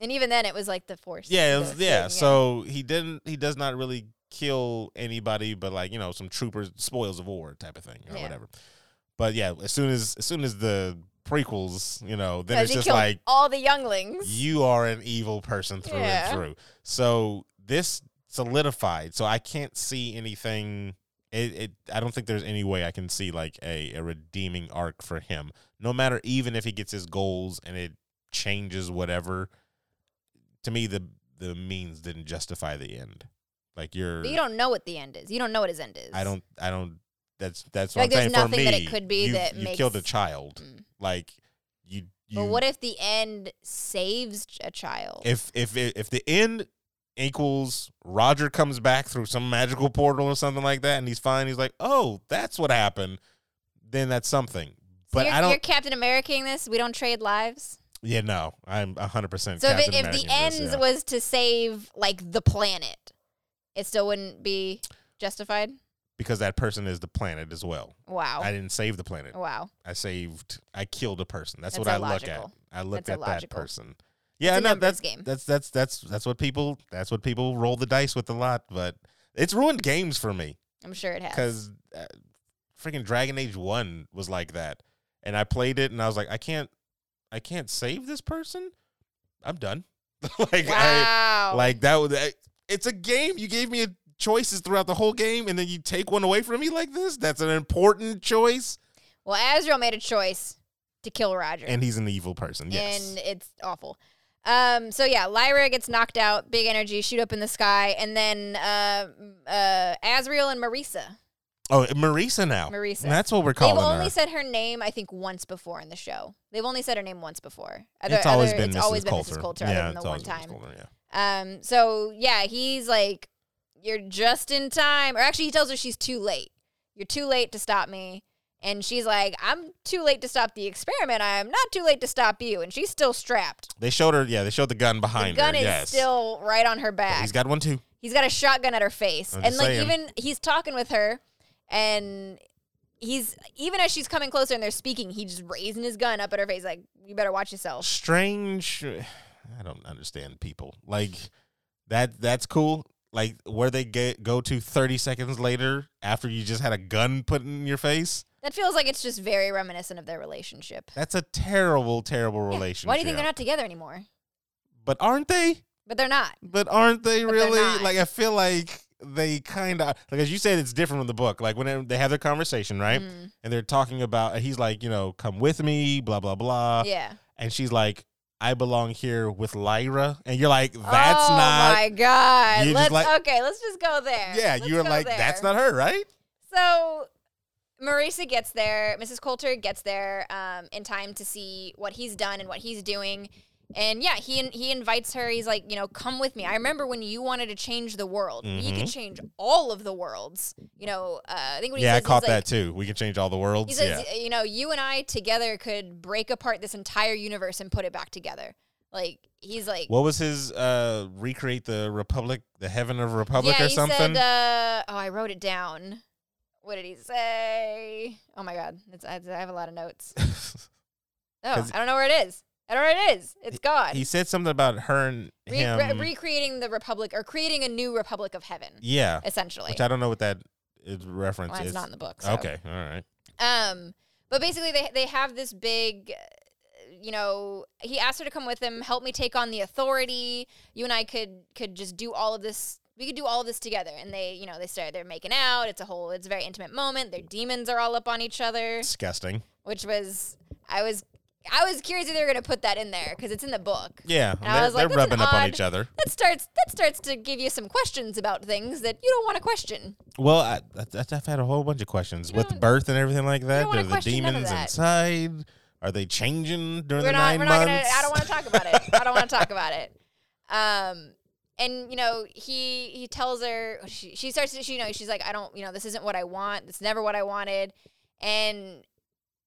Speaker 1: And even then, it was like the Force.
Speaker 2: Yeah, it
Speaker 1: the
Speaker 2: was-
Speaker 1: thing,
Speaker 2: yeah. So he didn't he does not really kill anybody but like, you know, some troopers spoils of war type of thing or
Speaker 1: Yeah.
Speaker 2: whatever. But yeah, as soon as as soon as the prequels, you know, then
Speaker 1: Because
Speaker 2: it's
Speaker 1: he
Speaker 2: just
Speaker 1: killed
Speaker 2: like
Speaker 1: all the younglings.
Speaker 2: you are an evil person through
Speaker 1: Yeah.
Speaker 2: and through. So this solidified. So I can't see anything. It, it. I don't think there's any way I can see like a, a redeeming arc for him. No matter even if he gets his goals and it changes whatever. To me, the the means didn't justify the end. Like you're.
Speaker 1: But you don't know what the end is. You don't know what his end is.
Speaker 2: I don't. I don't. That's that's what
Speaker 1: Like,
Speaker 2: I'm
Speaker 1: there's
Speaker 2: saying. for
Speaker 1: nothing
Speaker 2: me,
Speaker 1: that it could be
Speaker 2: you,
Speaker 1: that
Speaker 2: you
Speaker 1: makes-
Speaker 2: killed a child.
Speaker 1: Mm.
Speaker 2: Like you. you
Speaker 1: But what if the end saves a child?
Speaker 2: if if if the end equals Roger comes back through some magical portal or something like that, and he's fine, he's like, oh, that's what happened. Then that's something.
Speaker 1: So
Speaker 2: But
Speaker 1: you're,
Speaker 2: I
Speaker 1: you're
Speaker 2: don't.
Speaker 1: Captain Americaing this. We don't trade lives.
Speaker 2: Yeah, no, I'm hundred percent.
Speaker 1: So if, it, if the end was to save like the planet, it still wouldn't be justified.
Speaker 2: because that person is the planet as well.
Speaker 1: Wow.
Speaker 2: I didn't save the planet.
Speaker 1: wow.
Speaker 2: I saved. I killed a person. That's,
Speaker 1: Oh. That's
Speaker 2: what I look at.
Speaker 1: illogical.
Speaker 2: I looked
Speaker 1: That's
Speaker 2: at that
Speaker 1: illogical.
Speaker 2: person.
Speaker 1: It's
Speaker 2: Yeah,
Speaker 1: a
Speaker 2: no,
Speaker 1: numbers
Speaker 2: that's
Speaker 1: game.
Speaker 2: that's that's that's that's what people that's what people roll the dice with a lot. But it's ruined games for me.
Speaker 1: I'm sure it has.
Speaker 2: because uh, freaking Dragon Age One was like that, and I played it and I was like, I can't I can't save this person. I'm done. like
Speaker 4: wow.
Speaker 2: I like that was that- it's a game. You gave me a choices throughout the whole game and then you take one away from me like this? That's an important choice
Speaker 1: Well, Azrael made a choice to kill Roger,
Speaker 2: and he's an evil person. Yes.
Speaker 1: and it's awful. Um, so yeah, Lyra gets knocked out, big energy, shoot up in the sky, and then uh, uh, Azriel and Marisa.
Speaker 2: oh, Marisa now.
Speaker 1: Marisa.
Speaker 2: That's what we're
Speaker 1: They've
Speaker 2: calling
Speaker 1: only
Speaker 2: her.
Speaker 1: said her name, I think, once before in the show. They've only said her name once before.
Speaker 2: it's always been
Speaker 1: it's
Speaker 2: Mrs.
Speaker 1: always
Speaker 2: Coulter.
Speaker 1: been Mrs. Coulter,
Speaker 2: yeah,
Speaker 1: other than
Speaker 2: it's
Speaker 1: the one
Speaker 2: always Mrs.
Speaker 1: time.
Speaker 2: Coulter, yeah.
Speaker 1: Um, so yeah, he's like, "You're just in time," or actually, he tells her she's too late. You're too late to stop me, and she's like, "I'm too late to stop the experiment. I am not too late to stop you." And she's still strapped.
Speaker 2: They showed her. Yeah, they showed the gun
Speaker 1: The
Speaker 2: behind
Speaker 1: gun
Speaker 2: her.
Speaker 1: is
Speaker 2: yes.
Speaker 1: still right on her
Speaker 2: But
Speaker 1: back.
Speaker 2: he's got one too.
Speaker 1: He's got a shotgun at her face.
Speaker 2: I'm
Speaker 1: and
Speaker 2: just
Speaker 1: like
Speaker 2: saying.
Speaker 1: even he's talking with her and he's even as she's coming closer and they're speaking, he's just raising his gun up at her face like, You better watch yourself.
Speaker 2: Strange. I don't understand people like that. That's cool. Like where they get, go to thirty seconds later after you just had a gun put in your face.
Speaker 1: That feels like it's just very reminiscent of their relationship.
Speaker 2: That's a terrible, terrible relationship.
Speaker 1: Why do you think they're not together anymore?
Speaker 2: But aren't they?
Speaker 1: But they're not.
Speaker 2: But aren't they
Speaker 1: they're
Speaker 2: really?
Speaker 1: not.
Speaker 2: Like I feel like they kind of like as you said, it's different from the book. Like when they have their conversation, right?
Speaker 1: Mm,
Speaker 2: And they're talking about he's like, you know, come with me, blah blah blah.
Speaker 1: yeah.
Speaker 2: and she's like, I belong here with Lyra. And you're like, that's
Speaker 1: oh
Speaker 2: not.
Speaker 1: my god.
Speaker 2: You just
Speaker 1: Let's
Speaker 2: like-
Speaker 1: okay, let's just go there.
Speaker 2: Yeah,
Speaker 1: Let's
Speaker 2: you were
Speaker 1: go
Speaker 2: like,
Speaker 1: there.
Speaker 2: that's not her, right?
Speaker 1: So Marisa gets there. Mrs. Coulter gets there um, in time to see what he's done and what he's doing. And yeah, he he invites her. He's like, you know, come with me. I remember when you wanted to change the world. We
Speaker 2: Mm-hmm.
Speaker 1: could change all of the worlds. You know, uh, I think when he
Speaker 2: Yeah, I
Speaker 1: says, he's
Speaker 2: caught
Speaker 1: like-
Speaker 2: that too. We can change all the worlds.
Speaker 1: He says,
Speaker 2: yeah.
Speaker 1: you know, you and I together could break apart this entire universe and put it back together. Like he's like,
Speaker 2: What was his uh recreate the Republic, the heaven of Republic
Speaker 1: yeah,
Speaker 2: or
Speaker 1: he
Speaker 2: something?
Speaker 1: Said, uh, oh, I wrote it down. What did he say? Oh my god, it's, I, I have a lot of notes. Oh,
Speaker 2: Cause-
Speaker 1: I don't know where it is. I don't know where it is. It's gone.
Speaker 2: he said something about her and
Speaker 1: Re-
Speaker 2: him.
Speaker 1: re- recreating the republic or creating a new republic of heaven,
Speaker 2: yeah.
Speaker 1: essentially.
Speaker 2: Which I don't know what that is reference
Speaker 1: well, it's
Speaker 2: is.
Speaker 1: not in the book. So.
Speaker 2: Okay, all right.
Speaker 1: Um, but basically, they they have this big, uh, you know, he asked her to come with him, help me take on the authority. You and I could could just do all of this. We could do all of this together. And they, you know, they start they're making out. It's a whole, it's a very intimate moment. Their demons are all up on each other,
Speaker 2: Disgusting.
Speaker 1: which was I was I was curious if they were gonna put that in there because it's in the book.
Speaker 2: Yeah,
Speaker 1: I
Speaker 2: they're,
Speaker 1: was like,
Speaker 2: they're
Speaker 1: that's an
Speaker 2: rubbing up on
Speaker 1: odd-
Speaker 2: each other.
Speaker 1: That starts that starts to give you some questions about things that you don't want to question.
Speaker 2: Well, I, I, I've had a whole bunch of questions
Speaker 1: You
Speaker 2: with
Speaker 1: don't-
Speaker 2: birth and everything like that.
Speaker 1: wanna
Speaker 2: Are the
Speaker 1: question none of
Speaker 2: demons
Speaker 1: that.
Speaker 2: inside? Are they changing during
Speaker 1: we're
Speaker 2: the
Speaker 1: not,
Speaker 2: 9
Speaker 1: we're not
Speaker 2: months?
Speaker 1: gonna i don't want to talk about it i don't want to talk about it um and you know he he tells her she, she starts to she, you know she's like i don't you know this isn't what i want it's never what i wanted and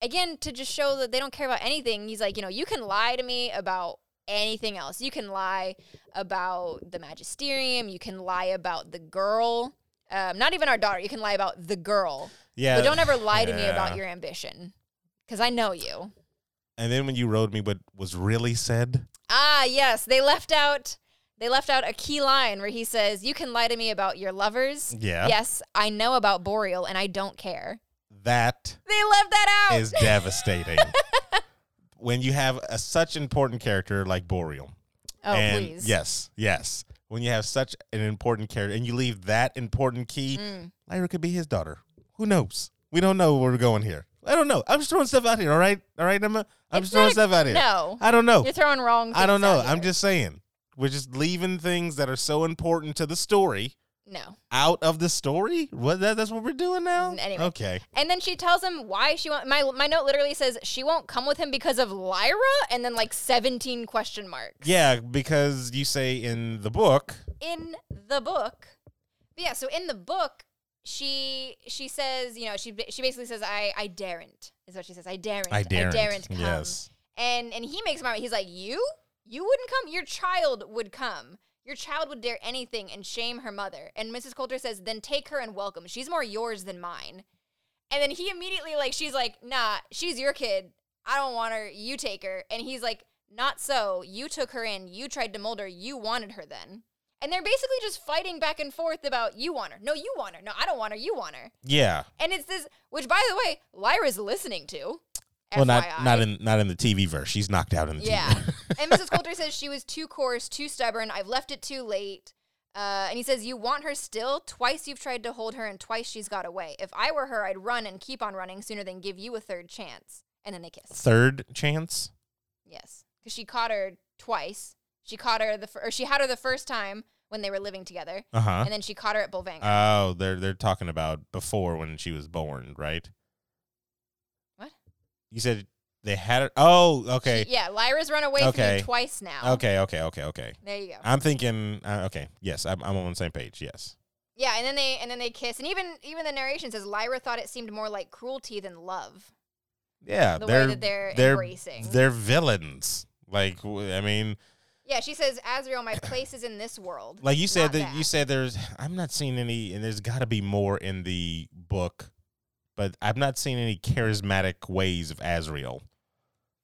Speaker 1: again to just show that they don't care about anything he's like you know you can lie to me about anything else you can lie about the magisterium you can lie about the girl um, not even our daughter you can lie about the girl
Speaker 2: yeah.
Speaker 1: but don't ever lie to me
Speaker 2: yeah.
Speaker 1: about your ambition because i know you
Speaker 2: And then when you rode me, what was really said?
Speaker 1: Ah, yes, they left out they left out a key line where he says, "You can lie to me about your lovers."
Speaker 2: Yeah.
Speaker 1: Yes, I know about Boreal and I don't care.
Speaker 2: That
Speaker 1: They left that out.
Speaker 2: is devastating. when you have a, such important character like Boreal.
Speaker 1: oh,
Speaker 2: and
Speaker 1: please.
Speaker 2: Yes, yes. When you have such an important character and you leave that important key,
Speaker 1: Mm.
Speaker 2: Lyra could be his daughter. Who knows? We don't know where we're going here. I don't know. I'm just throwing stuff out here, all right? All right, Emma? I'm
Speaker 1: It's
Speaker 2: just throwing
Speaker 1: not-
Speaker 2: stuff out here.
Speaker 1: No.
Speaker 2: I don't know.
Speaker 1: You're throwing wrong
Speaker 2: Oh. I don't
Speaker 1: things out
Speaker 2: know. I'm
Speaker 1: here.
Speaker 2: just saying. We're just leaving things that are so important to the story
Speaker 1: No.
Speaker 2: out of the story? What that, that's what we're doing now?
Speaker 1: Mm, anyway.
Speaker 2: Okay.
Speaker 1: And then she tells him why she won't my my note literally says she won't come with him because of Lyra and then like 17 question marks
Speaker 2: Yeah, because you say in the book,
Speaker 1: in the book. But yeah, so in the book she she says, you know, she ba- she basically says I I daren't is what she says. I daren't.
Speaker 2: I daren't.
Speaker 1: I daren't come.
Speaker 2: Yes.
Speaker 1: and and he makes a moment. He's like, "You, you wouldn't come. Your child would come. Your child would dare anything and shame her mother." And Mrs. Coulter says, "Then take her and welcome. She's more yours than mine." And then he immediately like, she's like, "Nah, she's your kid. I don't want her. You take her." And he's like, "Not so. You took her in. You tried to mold her. You wanted her then." And they're basically just fighting back and forth about you want her. No, you want her. No, I don't want her. You want her.
Speaker 2: Yeah.
Speaker 1: And it's this, which by the way, Lyra's listening to. FYI.
Speaker 2: Well, not not in not in the TV verse. She's knocked out in the
Speaker 1: Yeah.
Speaker 2: TV.
Speaker 1: and Mrs. Coulter says she was too coarse, too stubborn. I've left it too late. Uh, and he says, You want her still? Twice you've tried to hold her, and twice she's got away. If I were her, I'd run and keep on running sooner than give you a third chance. And then they kiss.
Speaker 2: Third chance.
Speaker 1: Yes. Because she caught her twice. She caught her, the fir- or she had her the first time when they were living together.
Speaker 2: Uh huh.
Speaker 1: And then she caught her at Bolvang.
Speaker 2: Oh, they're they're talking about before when she was born, right?
Speaker 1: What?
Speaker 2: You said they had her. Oh, okay,
Speaker 1: She- yeah, Lyra's run away from
Speaker 2: Okay.
Speaker 1: you twice now.
Speaker 2: okay, okay, okay, okay.
Speaker 1: There you go.
Speaker 2: I'm thinking. Uh, okay, yes, I'm, I'm on the same page. Yes.
Speaker 1: Yeah, and then they and then they kiss, and even even the narration says Lyra thought it seemed more like cruelty than love.
Speaker 2: Yeah,
Speaker 1: The way
Speaker 2: they're
Speaker 1: that they're
Speaker 2: they're
Speaker 1: embracing.
Speaker 2: they're villains. Like w- I mean,
Speaker 1: Yeah, she says, Azrael, my place is in this world.
Speaker 2: like you said
Speaker 1: Not
Speaker 2: that,
Speaker 1: that.
Speaker 2: you said there's. I'm not seeing any, and there's got to be more in the book, but I've not seen any charismatic ways of Azriel.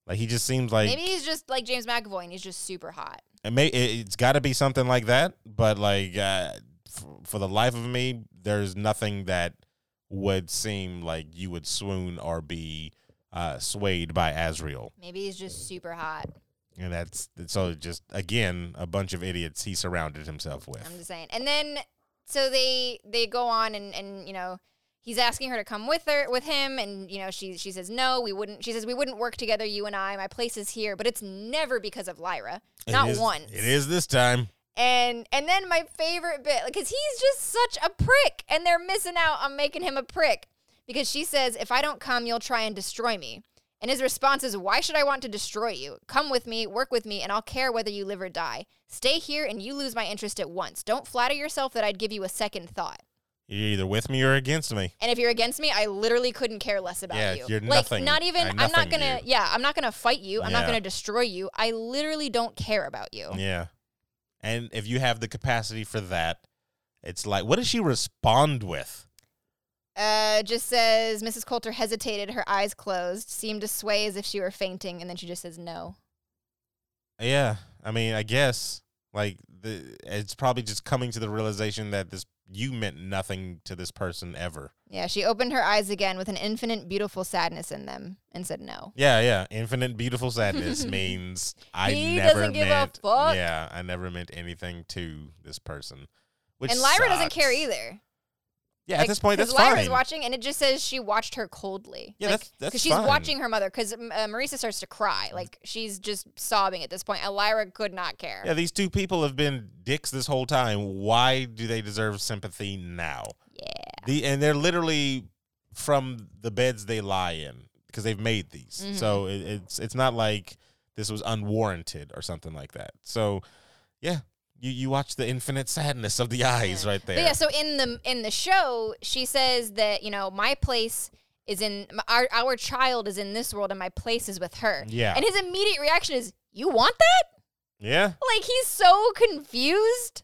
Speaker 2: Like he just seems like
Speaker 1: Maybe he's just like James McAvoy and he's just super hot.
Speaker 2: it may it, it's got to be something like that but like uh, f- for the life of me there's nothing that would seem like you would swoon or be uh, swayed by Azrael
Speaker 1: Maybe he's just super hot.
Speaker 2: and that's so just again a bunch of idiots he surrounded himself with
Speaker 1: I'm just saying. And then so they they go on and and you know he's asking her to come with her with him and you know she she says no we wouldn't she says we wouldn't work together you and I my place is here but it's never because of Lyra
Speaker 2: It
Speaker 1: not
Speaker 2: is-
Speaker 1: once
Speaker 2: it is this time
Speaker 1: and and then my favorite bit because he's just such a prick and they're missing out on making him a prick because she says if i don't come you'll try and destroy me and his response is why should i want to destroy you come with me work with me and i'll care whether you live or die stay here and you lose my interest at once don't flatter yourself that i'd give you a second thought
Speaker 2: you're either with me or against me
Speaker 1: and if you're against me i literally couldn't care less about
Speaker 2: Yeah,
Speaker 1: you
Speaker 2: you're
Speaker 1: like
Speaker 2: nothing.
Speaker 1: not even
Speaker 2: I
Speaker 1: i'm not
Speaker 2: nothing
Speaker 1: gonna
Speaker 2: you.
Speaker 1: yeah i'm not gonna fight you i'm not
Speaker 2: Yeah.
Speaker 1: gonna destroy you i literally don't care about you
Speaker 2: yeah and if you have the capacity for that it's like what does she respond with
Speaker 1: Uh, just says Mrs. Coulter hesitated, her eyes closed, seemed to sway as if she were fainting, and then she just says no.
Speaker 2: Yeah, I mean, I guess like the it's probably just coming to the realization that this you meant nothing to this person ever.
Speaker 1: Yeah, she opened her eyes again with an infinite, beautiful sadness in them and said no.
Speaker 2: Yeah, yeah. Infinite beautiful sadness means I
Speaker 1: He
Speaker 2: never
Speaker 1: doesn't give a
Speaker 2: meant.
Speaker 1: fuck.
Speaker 2: Yeah, I never meant anything to this person. Which
Speaker 1: and Lyra doesn't
Speaker 2: sucks.
Speaker 1: care either.
Speaker 2: Yeah,
Speaker 1: Like,
Speaker 2: at this point,
Speaker 1: 'cause
Speaker 2: that's
Speaker 1: Lyra's
Speaker 2: fine.
Speaker 1: watching, and it just says she watched her coldly.
Speaker 2: Yeah,
Speaker 1: Like,
Speaker 2: that's- that's
Speaker 1: 'cause she's
Speaker 2: fine.
Speaker 1: watching her mother because uh, Marisa starts to cry. Like she's just sobbing at this point. And Lyra could not care.
Speaker 2: yeah, these two people have been dicks this whole time. Why do they deserve sympathy now?
Speaker 1: Yeah.
Speaker 2: The and they're literally from the beds they lie in because they've made these.
Speaker 1: Mhm.
Speaker 2: So it, it's it's not like this was unwarranted or something like that. So yeah, you you watch the infinite sadness of the eyes right there.
Speaker 1: But yeah, so in the in the show, she says that you know my place is in m- our our child is in this world and my place is with her.
Speaker 2: Yeah.
Speaker 1: And his immediate reaction is, "You want that?"
Speaker 2: yeah.
Speaker 1: Like he's so confused.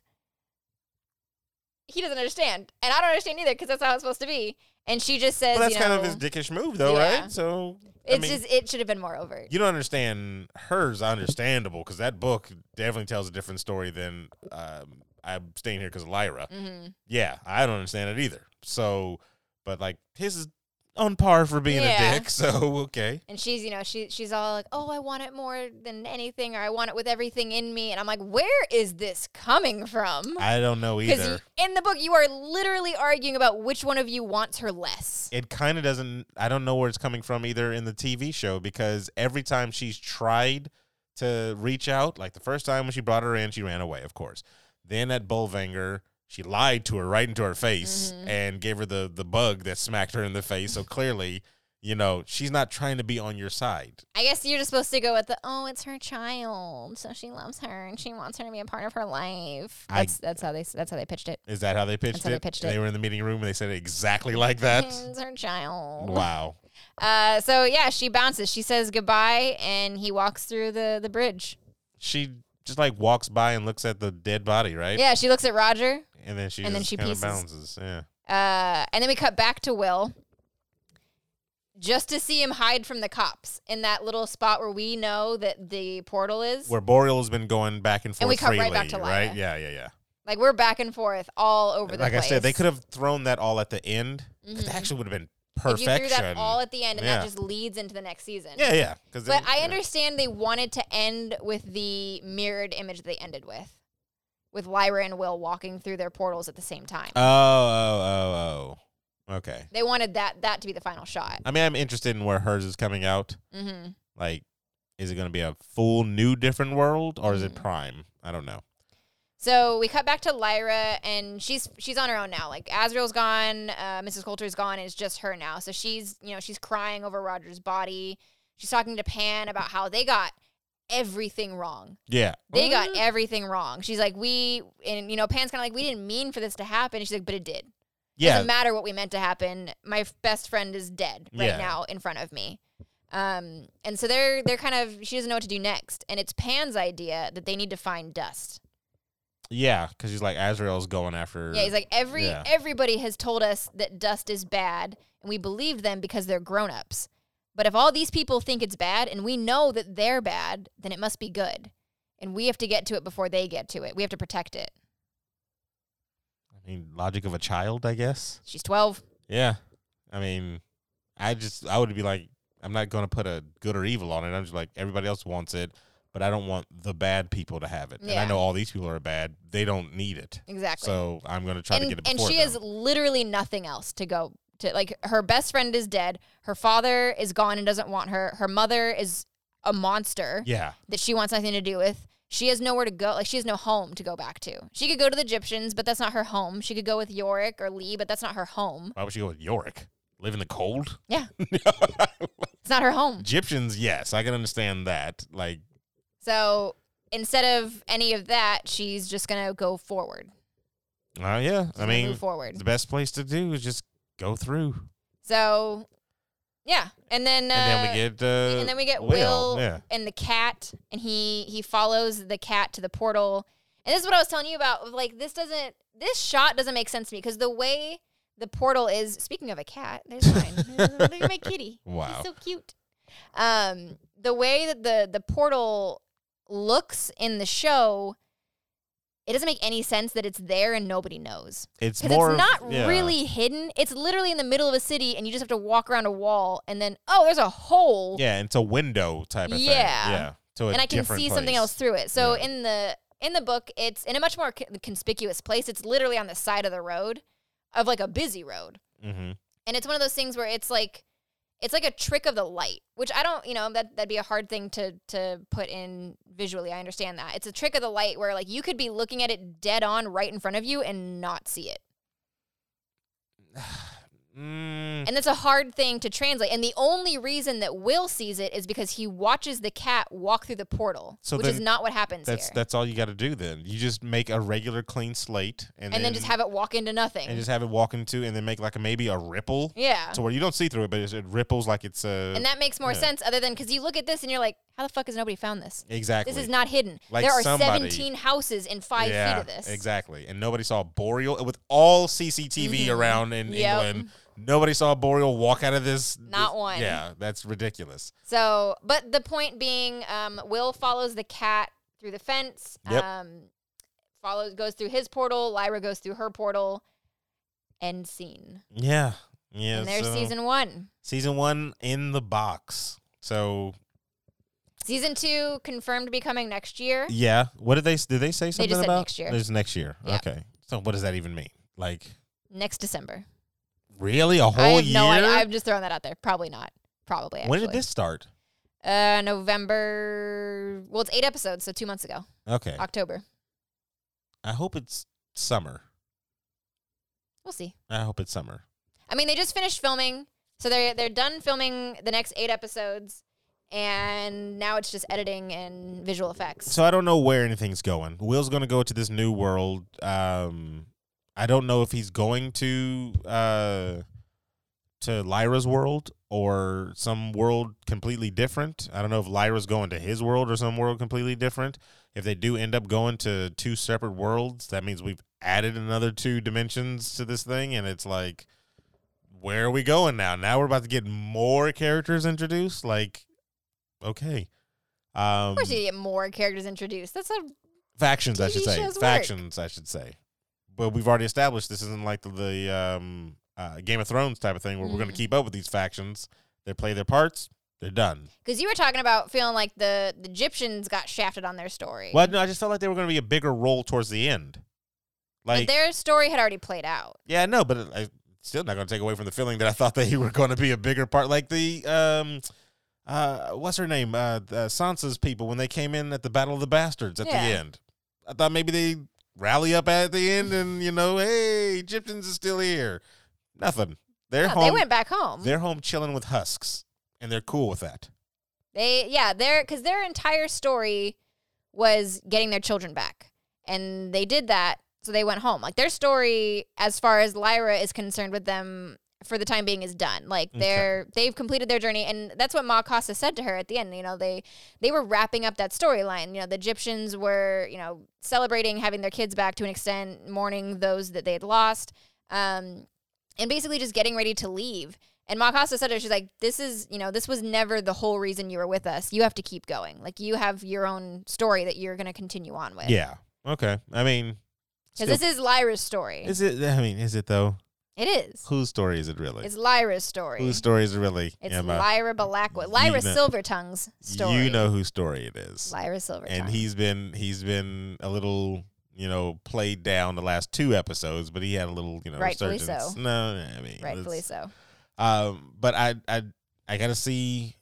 Speaker 1: He doesn't understand, and I don't understand either because that's how it's supposed to be. And she just says,
Speaker 2: Well, that's
Speaker 1: "You know,
Speaker 2: kind of his dickish move though,
Speaker 1: Yeah.
Speaker 2: right? So I
Speaker 1: it's
Speaker 2: mean,
Speaker 1: just it should have been more overt."
Speaker 2: you don't understand hers. Understandable because that book definitely tells a different story than um, I'm staying here because Lyra.
Speaker 1: hmm
Speaker 2: Yeah, I don't understand it either. So, but like his is on par for being
Speaker 1: Yeah.
Speaker 2: a dick. So okay,
Speaker 1: And she's, you know, she she's all like, "Oh, I want it more than anything, or I want it with everything in me." And I'm like, "Where is this coming from?"
Speaker 2: I don't know either.
Speaker 1: Because in the book, you are literally arguing about which one of you wants her less.
Speaker 2: it kind of doesn't. I don't know where it's coming from either in the TV show because every time she's tried to reach out, like the first time when she brought her in, she ran away, of course. Then at Bullvanger, she lied to her right into her face
Speaker 1: Mm-hmm.
Speaker 2: and gave her the the bug that smacked her in the face. So clearly, you know, she's not trying to be on your side.
Speaker 1: I guess you're just supposed to go with the oh, it's her child, so she loves her and she wants her to be a part of her life.
Speaker 2: I-
Speaker 1: That's that's how they that's how they pitched it.
Speaker 2: Is that how they pitched
Speaker 1: how they
Speaker 2: it?
Speaker 1: pitched
Speaker 2: And
Speaker 1: it.
Speaker 2: were in the meeting room and they said it exactly like that.
Speaker 1: It's her child.
Speaker 2: Wow.
Speaker 1: Uh, so yeah, she bounces. She says goodbye, and he walks through the the bridge.
Speaker 2: She just like walks by and looks at the dead body, right?
Speaker 1: Yeah, she looks at Roger,
Speaker 2: And then she
Speaker 1: And then
Speaker 2: just
Speaker 1: she
Speaker 2: kind of
Speaker 1: pieces.
Speaker 2: bounces. Yeah.
Speaker 1: uh, and then we cut back to Will. Just to see him hide from the cops in that little spot where we know that the portal is.
Speaker 2: Where Boreal's been going back and forth
Speaker 1: And we cut
Speaker 2: freely,
Speaker 1: right back to Lyra.
Speaker 2: right? Yeah, yeah, yeah.
Speaker 1: Like we're back and forth all over the
Speaker 2: like
Speaker 1: place.
Speaker 2: I said, they could have thrown that all at the end. 'cause
Speaker 1: Mhm.
Speaker 2: That actually would have been
Speaker 1: If you
Speaker 2: perfection.
Speaker 1: threw that all at the end, and
Speaker 2: Yeah.
Speaker 1: that just leads into the next season.
Speaker 2: yeah, yeah. Because
Speaker 1: But I understand they wanted to end with the mirrored image they ended with, with Lyra and Will walking through their portals at the same time.
Speaker 2: Uh, Oh, oh, oh, oh. Okay.
Speaker 1: they wanted that that to be the final shot.
Speaker 2: I mean, I'm interested in where hers is coming out.
Speaker 1: Mm-hmm.
Speaker 2: Like, is it going to be a full new different world or is
Speaker 1: Mm.
Speaker 2: it Prime? I don't know.
Speaker 1: So we cut back to Lyra, and she's she's on her own now. Like Azrael's gone, uh, Mrs. Coulter's gone, and it's just her now. So she's you know she's crying over Roger's body. She's talking to Pan about how they got everything wrong.
Speaker 2: Yeah.
Speaker 1: They got everything wrong. She's like, we and you know Pan's kind of like, we didn't mean for this to happen. She's like, but it did.
Speaker 2: Yeah.
Speaker 1: Doesn't matter what we meant to happen. My f- best friend is dead right
Speaker 2: Yeah.
Speaker 1: now in front of me. Um, and so they're they're kind of she doesn't know what to do next, and it's Pan's idea that they need to find dust.
Speaker 2: Yeah. Because he's like, Azrael's going after.
Speaker 1: Yeah, he's like every
Speaker 2: Yeah.
Speaker 1: everybody has told us that dust is bad, and we believe them because they're grown-ups. But if all these people think it's bad and we know that they're bad, then it must be good. And we have to get to it before they get to it. We have to protect it.
Speaker 2: I mean, logic of a child, I guess.
Speaker 1: She's 12.
Speaker 2: Yeah. I mean, I just, I would be like, I'm not going to put a good or evil on it. I'm just like, everybody else wants it, but I don't want the bad people to have it. And I
Speaker 1: Yeah.
Speaker 2: know all these people are bad. They don't need it.
Speaker 1: Exactly.
Speaker 2: So I'm going to try
Speaker 1: and,
Speaker 2: to get it
Speaker 1: and
Speaker 2: before
Speaker 1: she
Speaker 2: them.
Speaker 1: has literally nothing else to go to like her best friend is dead. Her father is gone and doesn't want her. Her mother is a monster.
Speaker 2: Yeah.
Speaker 1: that she wants nothing to do with. She has nowhere to go. Like she has no home to go back to. She could go to the Egyptians, but that's not her home. She could go with Yorick or Lee, but that's not her home.
Speaker 2: Why would she go with Yorick? Live in the cold?
Speaker 1: Yeah. It's not her home.
Speaker 2: Egyptians, yes, I can understand that. Like,
Speaker 1: So instead of any of that, she's just gonna go forward.
Speaker 2: oh yeah,
Speaker 1: She's
Speaker 2: I
Speaker 1: gonna
Speaker 2: mean,
Speaker 1: move forward.
Speaker 2: the best place to do is just go through,
Speaker 1: So, yeah, and then uh,
Speaker 2: and then we get, uh,
Speaker 1: and then we get
Speaker 2: Will,
Speaker 1: Will,
Speaker 2: yeah.
Speaker 1: and the cat, and he he follows the cat to the portal. And this is what I was telling you about. Like this doesn't this shot doesn't make sense to me because the way the portal is. Speaking of a cat, there's mine. Look at my kitty.
Speaker 2: Wow.
Speaker 1: She's so cute. Um, the way that the the portal looks in the show, it doesn't make any sense that it's there and nobody knows.
Speaker 2: it's
Speaker 1: Because
Speaker 2: more
Speaker 1: it's
Speaker 2: of-
Speaker 1: not
Speaker 2: yeah.
Speaker 1: really hidden. It's literally in the middle of a city, and you just have to walk around a wall, and then oh, there's a hole,
Speaker 2: yeah, it's a window type of thing,
Speaker 1: Yeah.
Speaker 2: yeah, to a
Speaker 1: and I can
Speaker 2: different
Speaker 1: see something
Speaker 2: place.
Speaker 1: else through it. So
Speaker 2: Yeah.
Speaker 1: in the in the book, it's in a much more con- conspicuous place. It's literally on the side of the road, of like a busy road,
Speaker 2: Mhm.
Speaker 1: and it's one of those things where it's like it's like a trick of the light, which I don't, you know, that that'd be a hard thing to to put in visually. I understand that it's a trick of the light where like you could be looking at it dead on right in front of you and not see it.
Speaker 2: Mm,
Speaker 1: And that's a hard thing to translate. And the only reason that Will sees it is because he watches the cat walk through the portal,
Speaker 2: So
Speaker 1: which is
Speaker 2: then
Speaker 1: not what happens
Speaker 2: that's
Speaker 1: here.
Speaker 2: that's all you got to do. Then you just make a regular clean slate, and,
Speaker 1: and then, just have it walk into nothing.
Speaker 2: and just have it walk into, and then make like a, maybe a ripple,
Speaker 1: yeah.
Speaker 2: to where you don't see through it, but it's- it ripples like it's a
Speaker 1: and that makes more
Speaker 2: yeah.
Speaker 1: sense other than because you look at this and you're like, how the fuck has nobody found this?
Speaker 2: exactly.
Speaker 1: This is not hidden.
Speaker 2: Like
Speaker 1: there are
Speaker 2: somebody-
Speaker 1: 17 houses in five feet of this.
Speaker 2: Exactly. And nobody saw Boreal with all CCTV around in
Speaker 1: Mm-hmm. Yep.
Speaker 2: England. Nobody saw Boreal walk out of this.
Speaker 1: Not
Speaker 2: this-
Speaker 1: one.
Speaker 2: Yeah, that's ridiculous.
Speaker 1: So, but the point being, um, Will follows the cat through the fence.
Speaker 2: Yep.
Speaker 1: Um, follows goes through his portal. Lyra goes through her portal. End scene.
Speaker 2: Yeah. Yeah.
Speaker 1: and there's
Speaker 2: so-
Speaker 1: season one.
Speaker 2: season one in the box. So
Speaker 1: Season two confirmed to be coming next year.
Speaker 2: yeah. What did they did they say something
Speaker 1: just said
Speaker 2: about
Speaker 1: next year.
Speaker 2: There's next year.
Speaker 1: Yeah.
Speaker 2: Okay. So what does that even mean? Like
Speaker 1: Next December.
Speaker 2: really a whole
Speaker 1: I have
Speaker 2: year?
Speaker 1: no idea. I'm just throwing that out there. Probably not. Probably. Actually.
Speaker 2: when did this start?
Speaker 1: Uh, November. Well, it's eight episodes, so two months ago,
Speaker 2: Okay.
Speaker 1: October.
Speaker 2: I hope it's summer.
Speaker 1: We'll see.
Speaker 2: I hope it's summer.
Speaker 1: I mean, they just finished filming, so they're they're done filming the next eight episodes, and now it's just editing and visual effects.
Speaker 2: So I don't know where anything's going. Will's going to go to this new world. Um, I don't know if he's going to uh, to Lyra's world or some world completely different. I don't know if Lyra's going to his world or some world completely different. If they do end up going to two separate worlds, that means we've added another two dimensions to this thing, and it's like, where are we going now? Now we're about to get more characters introduced. Like, okay. Um,
Speaker 1: of course, you get more characters introduced. That's a
Speaker 2: factions, I
Speaker 1: TV
Speaker 2: should say.
Speaker 1: shows work.
Speaker 2: Factions, I should say. But we've already established this isn't like the, the um, uh, Game of Thrones type of thing where we're going to keep up with these factions. They play their parts, they're done.
Speaker 1: Because you were talking about feeling like the, the Egyptians got shafted on their story.
Speaker 2: Well, no, I just felt like they were going to be a bigger role towards the end.
Speaker 1: But
Speaker 2: Like,
Speaker 1: their story had already played out.
Speaker 2: yeah, no, but it- I still not going to take away from the feeling that I thought they were going to be a bigger part. Like the um, uh, what's her name? Uh, the Sansa's people when they came in at the Battle of the Bastards at
Speaker 1: Yeah.
Speaker 2: the end. I thought maybe they rally up at the end and you know, hey, Egyptians are still here. Nothing. They're
Speaker 1: No,
Speaker 2: home.
Speaker 1: they went back home.
Speaker 2: They're home chilling with husks, and they're cool with that.
Speaker 1: They yeah, their because their entire story was getting their children back, and they did that, so they went home. Like their story, as far as Lyra is concerned with them, for the time being, is done. Like
Speaker 2: Okay.
Speaker 1: they're they've completed their journey, and that's what Ma Costa said to her at the end. You know, they they were wrapping up that storyline. You know, the Egyptians were you know celebrating having their kids back to an extent, mourning those that they had lost. Um, and basically just getting ready to leave. And Makasa said to her, she's like, this is, you know, this was never the whole reason you were with us. You have to keep going. Like, you have your own story that you're going to continue on with.
Speaker 2: Yeah. Okay. I mean,
Speaker 1: Because
Speaker 2: still-
Speaker 1: this is Lyra's story.
Speaker 2: is it? I mean, is it though?
Speaker 1: it is.
Speaker 2: Whose story is it really?
Speaker 1: It's Lyra's story.
Speaker 2: Whose story is it really?
Speaker 1: it's
Speaker 2: Emma?
Speaker 1: Lyra Balakwa.
Speaker 2: you
Speaker 1: Lyra
Speaker 2: know-
Speaker 1: Silvertongue's story.
Speaker 2: You know whose story it is.
Speaker 1: Lyra Silvertongue.
Speaker 2: and he's been he's been a little you know played down the last two episodes, but he had a little you know
Speaker 1: Rightfully
Speaker 2: resurgence.
Speaker 1: so.
Speaker 2: No, no, I mean
Speaker 1: Rightfully
Speaker 2: it's-
Speaker 1: so.
Speaker 2: Um, but I I I gotta see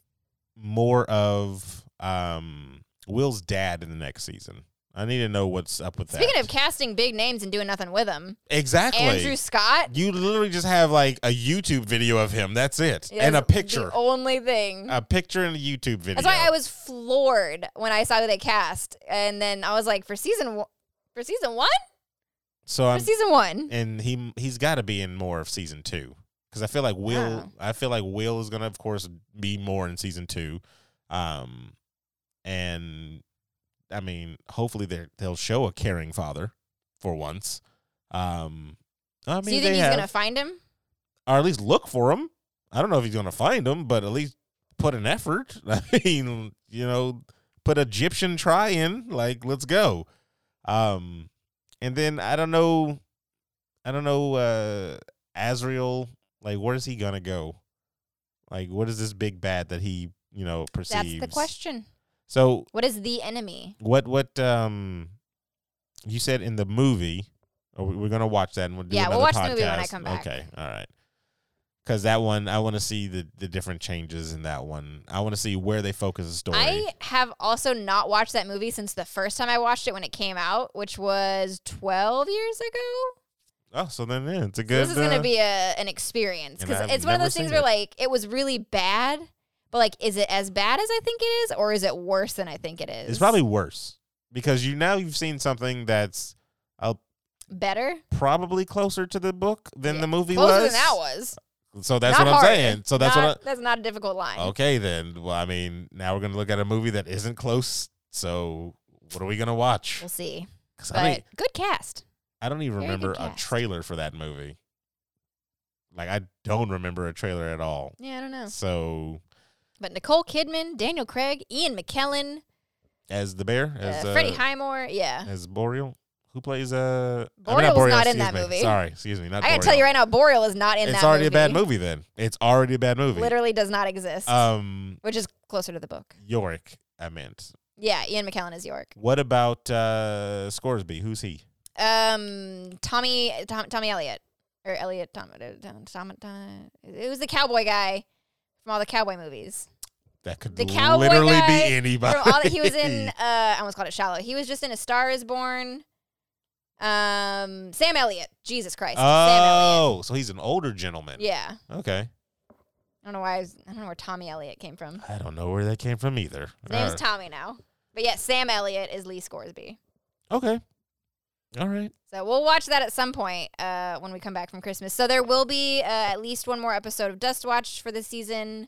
Speaker 2: more of um Will's dad in the next season. I need to know what's up with
Speaker 1: Speaking
Speaker 2: that.
Speaker 1: of casting big names and doing nothing with them,
Speaker 2: exactly.
Speaker 1: Andrew Scott
Speaker 2: you literally just have like a YouTube video of him. That's it,
Speaker 1: is
Speaker 2: and a
Speaker 1: The
Speaker 2: picture,
Speaker 1: only thing.
Speaker 2: a picture and a YouTube video.
Speaker 1: That's why I was floored when I saw who they cast, and then I was like, for season, one, for season one,
Speaker 2: so
Speaker 1: for
Speaker 2: I'm
Speaker 1: season one,
Speaker 2: and he he's got to be in more of season two because I feel like Will
Speaker 1: Wow.
Speaker 2: I feel like Will is gonna of course be more in season two, um, and I mean hopefully they they'll show a caring father for once. Um, I mean
Speaker 1: so you
Speaker 2: they
Speaker 1: think he's
Speaker 2: have,
Speaker 1: gonna find him?
Speaker 2: or at least look for him. I don't know if he's gonna find him, but at least put an effort. I mean, you know, put Egyptian try in. Like, let's go. Um, and then I don't know, I don't know, uh, Azrael. Like, where is he gonna go? Like, what is this big bad that he you know perceives?
Speaker 1: That's the question.
Speaker 2: So
Speaker 1: What is the enemy?
Speaker 2: what what um you said in the movie or we- we're gonna watch that and we'll do
Speaker 1: Yeah, we'll
Speaker 2: another
Speaker 1: watch
Speaker 2: podcast.
Speaker 1: the movie when I come back.
Speaker 2: okay all right because that one i want to see the the different changes in that one i want to see where they focus the story
Speaker 1: I have also not watched that movie since the first time I watched it when it came out, which was twelve years ago.
Speaker 2: oh so then yeah, it's a
Speaker 1: So
Speaker 2: good
Speaker 1: this is gonna
Speaker 2: uh,
Speaker 1: be a, an experience
Speaker 2: and I
Speaker 1: because
Speaker 2: have
Speaker 1: it's one of
Speaker 2: never
Speaker 1: those things
Speaker 2: seen
Speaker 1: where
Speaker 2: it.
Speaker 1: like it was really bad, but like is it as bad as I think it is, or is it worse than I think it is?
Speaker 2: it's probably worse because you now you've seen something that's uh,
Speaker 1: better,
Speaker 2: probably closer to the book than
Speaker 1: Yeah,
Speaker 2: the movie
Speaker 1: closer
Speaker 2: was
Speaker 1: than that was.
Speaker 2: so that's
Speaker 1: Not
Speaker 2: what i'm
Speaker 1: hard.
Speaker 2: saying so Oh, that's what I,
Speaker 1: Not- that's not a difficult line.
Speaker 2: Okay, then. Well, I mean, now we're gonna look at a movie that isn't close. So, what are we gonna watch?
Speaker 1: We'll see.
Speaker 2: 'Cause
Speaker 1: But
Speaker 2: I, mean,
Speaker 1: good cast.
Speaker 2: I don't even
Speaker 1: very good
Speaker 2: remember a
Speaker 1: cast.
Speaker 2: trailer for that movie. Like, I don't remember a trailer at all.
Speaker 1: Yeah, I don't know.
Speaker 2: So,
Speaker 1: But Nicole Kidman, Daniel Craig, Ian McKellen,
Speaker 2: as the bear, as
Speaker 1: uh,
Speaker 2: uh,
Speaker 1: Freddie Highmore. Yeah.
Speaker 2: as Boreal, who plays uh, I mean,
Speaker 1: Boreal's not in
Speaker 2: excuse
Speaker 1: that
Speaker 2: me.
Speaker 1: movie.
Speaker 2: Sorry, excuse me. Not
Speaker 1: I gotta tell you right now, Boreal is not in
Speaker 2: it's
Speaker 1: that
Speaker 2: already
Speaker 1: movie.
Speaker 2: a bad movie. Then it's already a bad movie.
Speaker 1: Literally does not exist,
Speaker 2: Um,
Speaker 1: which is closer to the book.
Speaker 2: Yorick, I meant.
Speaker 1: Yeah, Ian McKellen is York.
Speaker 2: What about uh Scoresby? Who's he?
Speaker 1: Um, Tommy, Tom, Tommy Elliot, or Elliot Tom, uh, Tom, Tom, Tom- It was the cowboy guy from all the cowboy movies.
Speaker 2: That could
Speaker 1: The cowboy
Speaker 2: literally
Speaker 1: guy
Speaker 2: be anybody.
Speaker 1: From all that he was in, uh, I almost called it shallow. He was just in A Star Is Born. Um, Sam Elliott. Jesus Christ, Sam
Speaker 2: oh, so he's an older gentleman.
Speaker 1: Elliott. Yeah, I
Speaker 2: Okay.
Speaker 1: don't know why. I, was, I don't know where Tommy Elliott came from.
Speaker 2: I don't know where that came from either.
Speaker 1: His name's
Speaker 2: Uh,
Speaker 1: Tommy now. But yeah, Sam Elliott is Lee Scoresby.
Speaker 2: okay. All right.
Speaker 1: So we'll watch that at some point uh, when we come back from Christmas. So there will be uh, at least one more episode of Dust Watch for this season.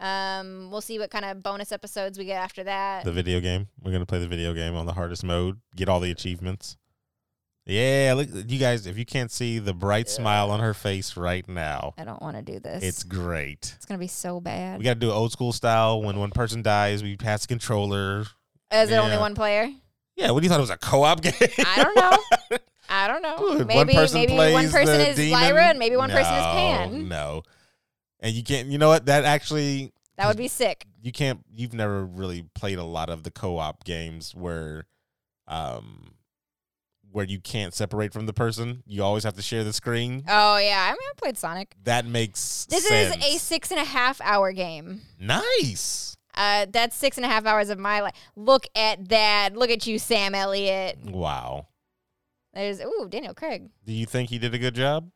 Speaker 1: Um, we'll see what kind of bonus episodes we get after that.
Speaker 2: The video game. We're gonna play the video game on the hardest mode. Get all the achievements. Yeah, look, you guys. If you can't see the bright smile on her face right now,
Speaker 1: I don't want to do this.
Speaker 2: it's great.
Speaker 1: it's gonna be so
Speaker 2: We
Speaker 1: bad.
Speaker 2: got to do it old school style. When one person dies, we pass the controller.
Speaker 1: Is it only
Speaker 2: yeah.
Speaker 1: one player?
Speaker 2: Yeah, what do you thought it was a co-op game?
Speaker 1: I don't know.
Speaker 5: I don't know.
Speaker 2: Dude,
Speaker 5: maybe maybe one
Speaker 2: plays
Speaker 5: person
Speaker 2: the
Speaker 5: is
Speaker 2: demon.
Speaker 5: Lyra and maybe one person is
Speaker 2: No,
Speaker 5: Pan.
Speaker 2: No, and you can't. You know what? That actually,
Speaker 5: That would be sick.
Speaker 2: you can't. You've never really played a lot of the co-op games where, um, where you can't separate from the person. You always have to share the screen.
Speaker 5: Oh yeah, I mean I played Sonic.
Speaker 2: That makes
Speaker 1: This
Speaker 2: sense.
Speaker 1: is a six and a half hour game.
Speaker 2: nice.
Speaker 1: Uh, that's six and a half hours of my life. Look at that. Look at you, Sam Elliott.
Speaker 2: Wow.
Speaker 1: There's ooh, Daniel Craig.
Speaker 2: Do you think he did a good job?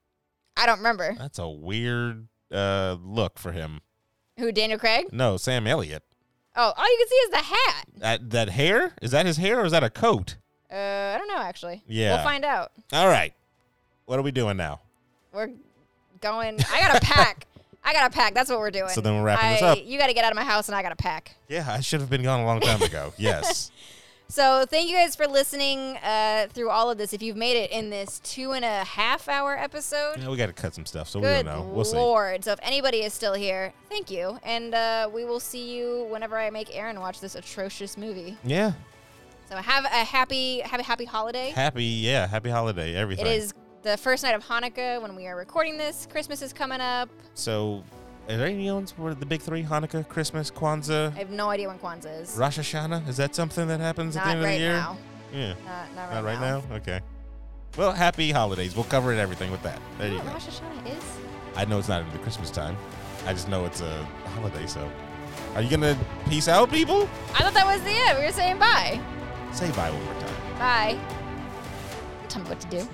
Speaker 1: I don't remember
Speaker 2: That's a weird uh look for him.
Speaker 1: who Daniel Craig.
Speaker 2: No, Sam Elliott.
Speaker 1: Oh, all you can see is the hat.
Speaker 2: That that hair? Is that his hair or is that a coat?
Speaker 1: Uh, I don't know actually.
Speaker 2: Yeah.
Speaker 1: we'll find out.
Speaker 2: All right. What are we doing now?
Speaker 1: We're going. I gotta pack. I gotta pack. That's what we're doing.
Speaker 2: So then we're wrapping this
Speaker 1: I-
Speaker 2: up.
Speaker 1: You gotta get out of my house, and I gotta pack.
Speaker 2: Yeah, I should have been gone a long time ago. yes.
Speaker 1: So thank you guys for listening uh, through all of this. If you've made it in this two and a half hour episode,
Speaker 2: Yeah, we got to cut some stuff, so
Speaker 1: good
Speaker 2: we don't know. We'll see.
Speaker 1: lord! So if anybody is still here, thank you, and uh, we will see you whenever I make Aaron watch this atrocious movie.
Speaker 2: Yeah.
Speaker 1: So have a happy, have a happy holiday.
Speaker 2: Happy, yeah, happy holiday, everything.
Speaker 1: It is the first night of Hanukkah when we are recording this. Christmas is coming up.
Speaker 2: So, are there any ones where the big three Hanukkah, Christmas, Kwanzaa,
Speaker 1: I have no idea when Kwanzaa is.
Speaker 2: Rosh Hashanah? Is that something that happens
Speaker 1: Not
Speaker 2: at the end
Speaker 1: right
Speaker 2: of the year?
Speaker 1: now.
Speaker 2: Yeah.
Speaker 1: Not, not right,
Speaker 2: Not right now? Okay. Well, happy holidays. We'll cover it everything with that. There
Speaker 1: You
Speaker 2: you
Speaker 1: know what
Speaker 2: go.
Speaker 1: Rosh Hashanah is?
Speaker 2: I know it's not into Christmas time. I just know it's a holiday, so. Are you going to peace out, people?
Speaker 1: I thought that was the end. We were saying bye.
Speaker 2: Say bye one more time.
Speaker 1: Bye. Tell me what to do.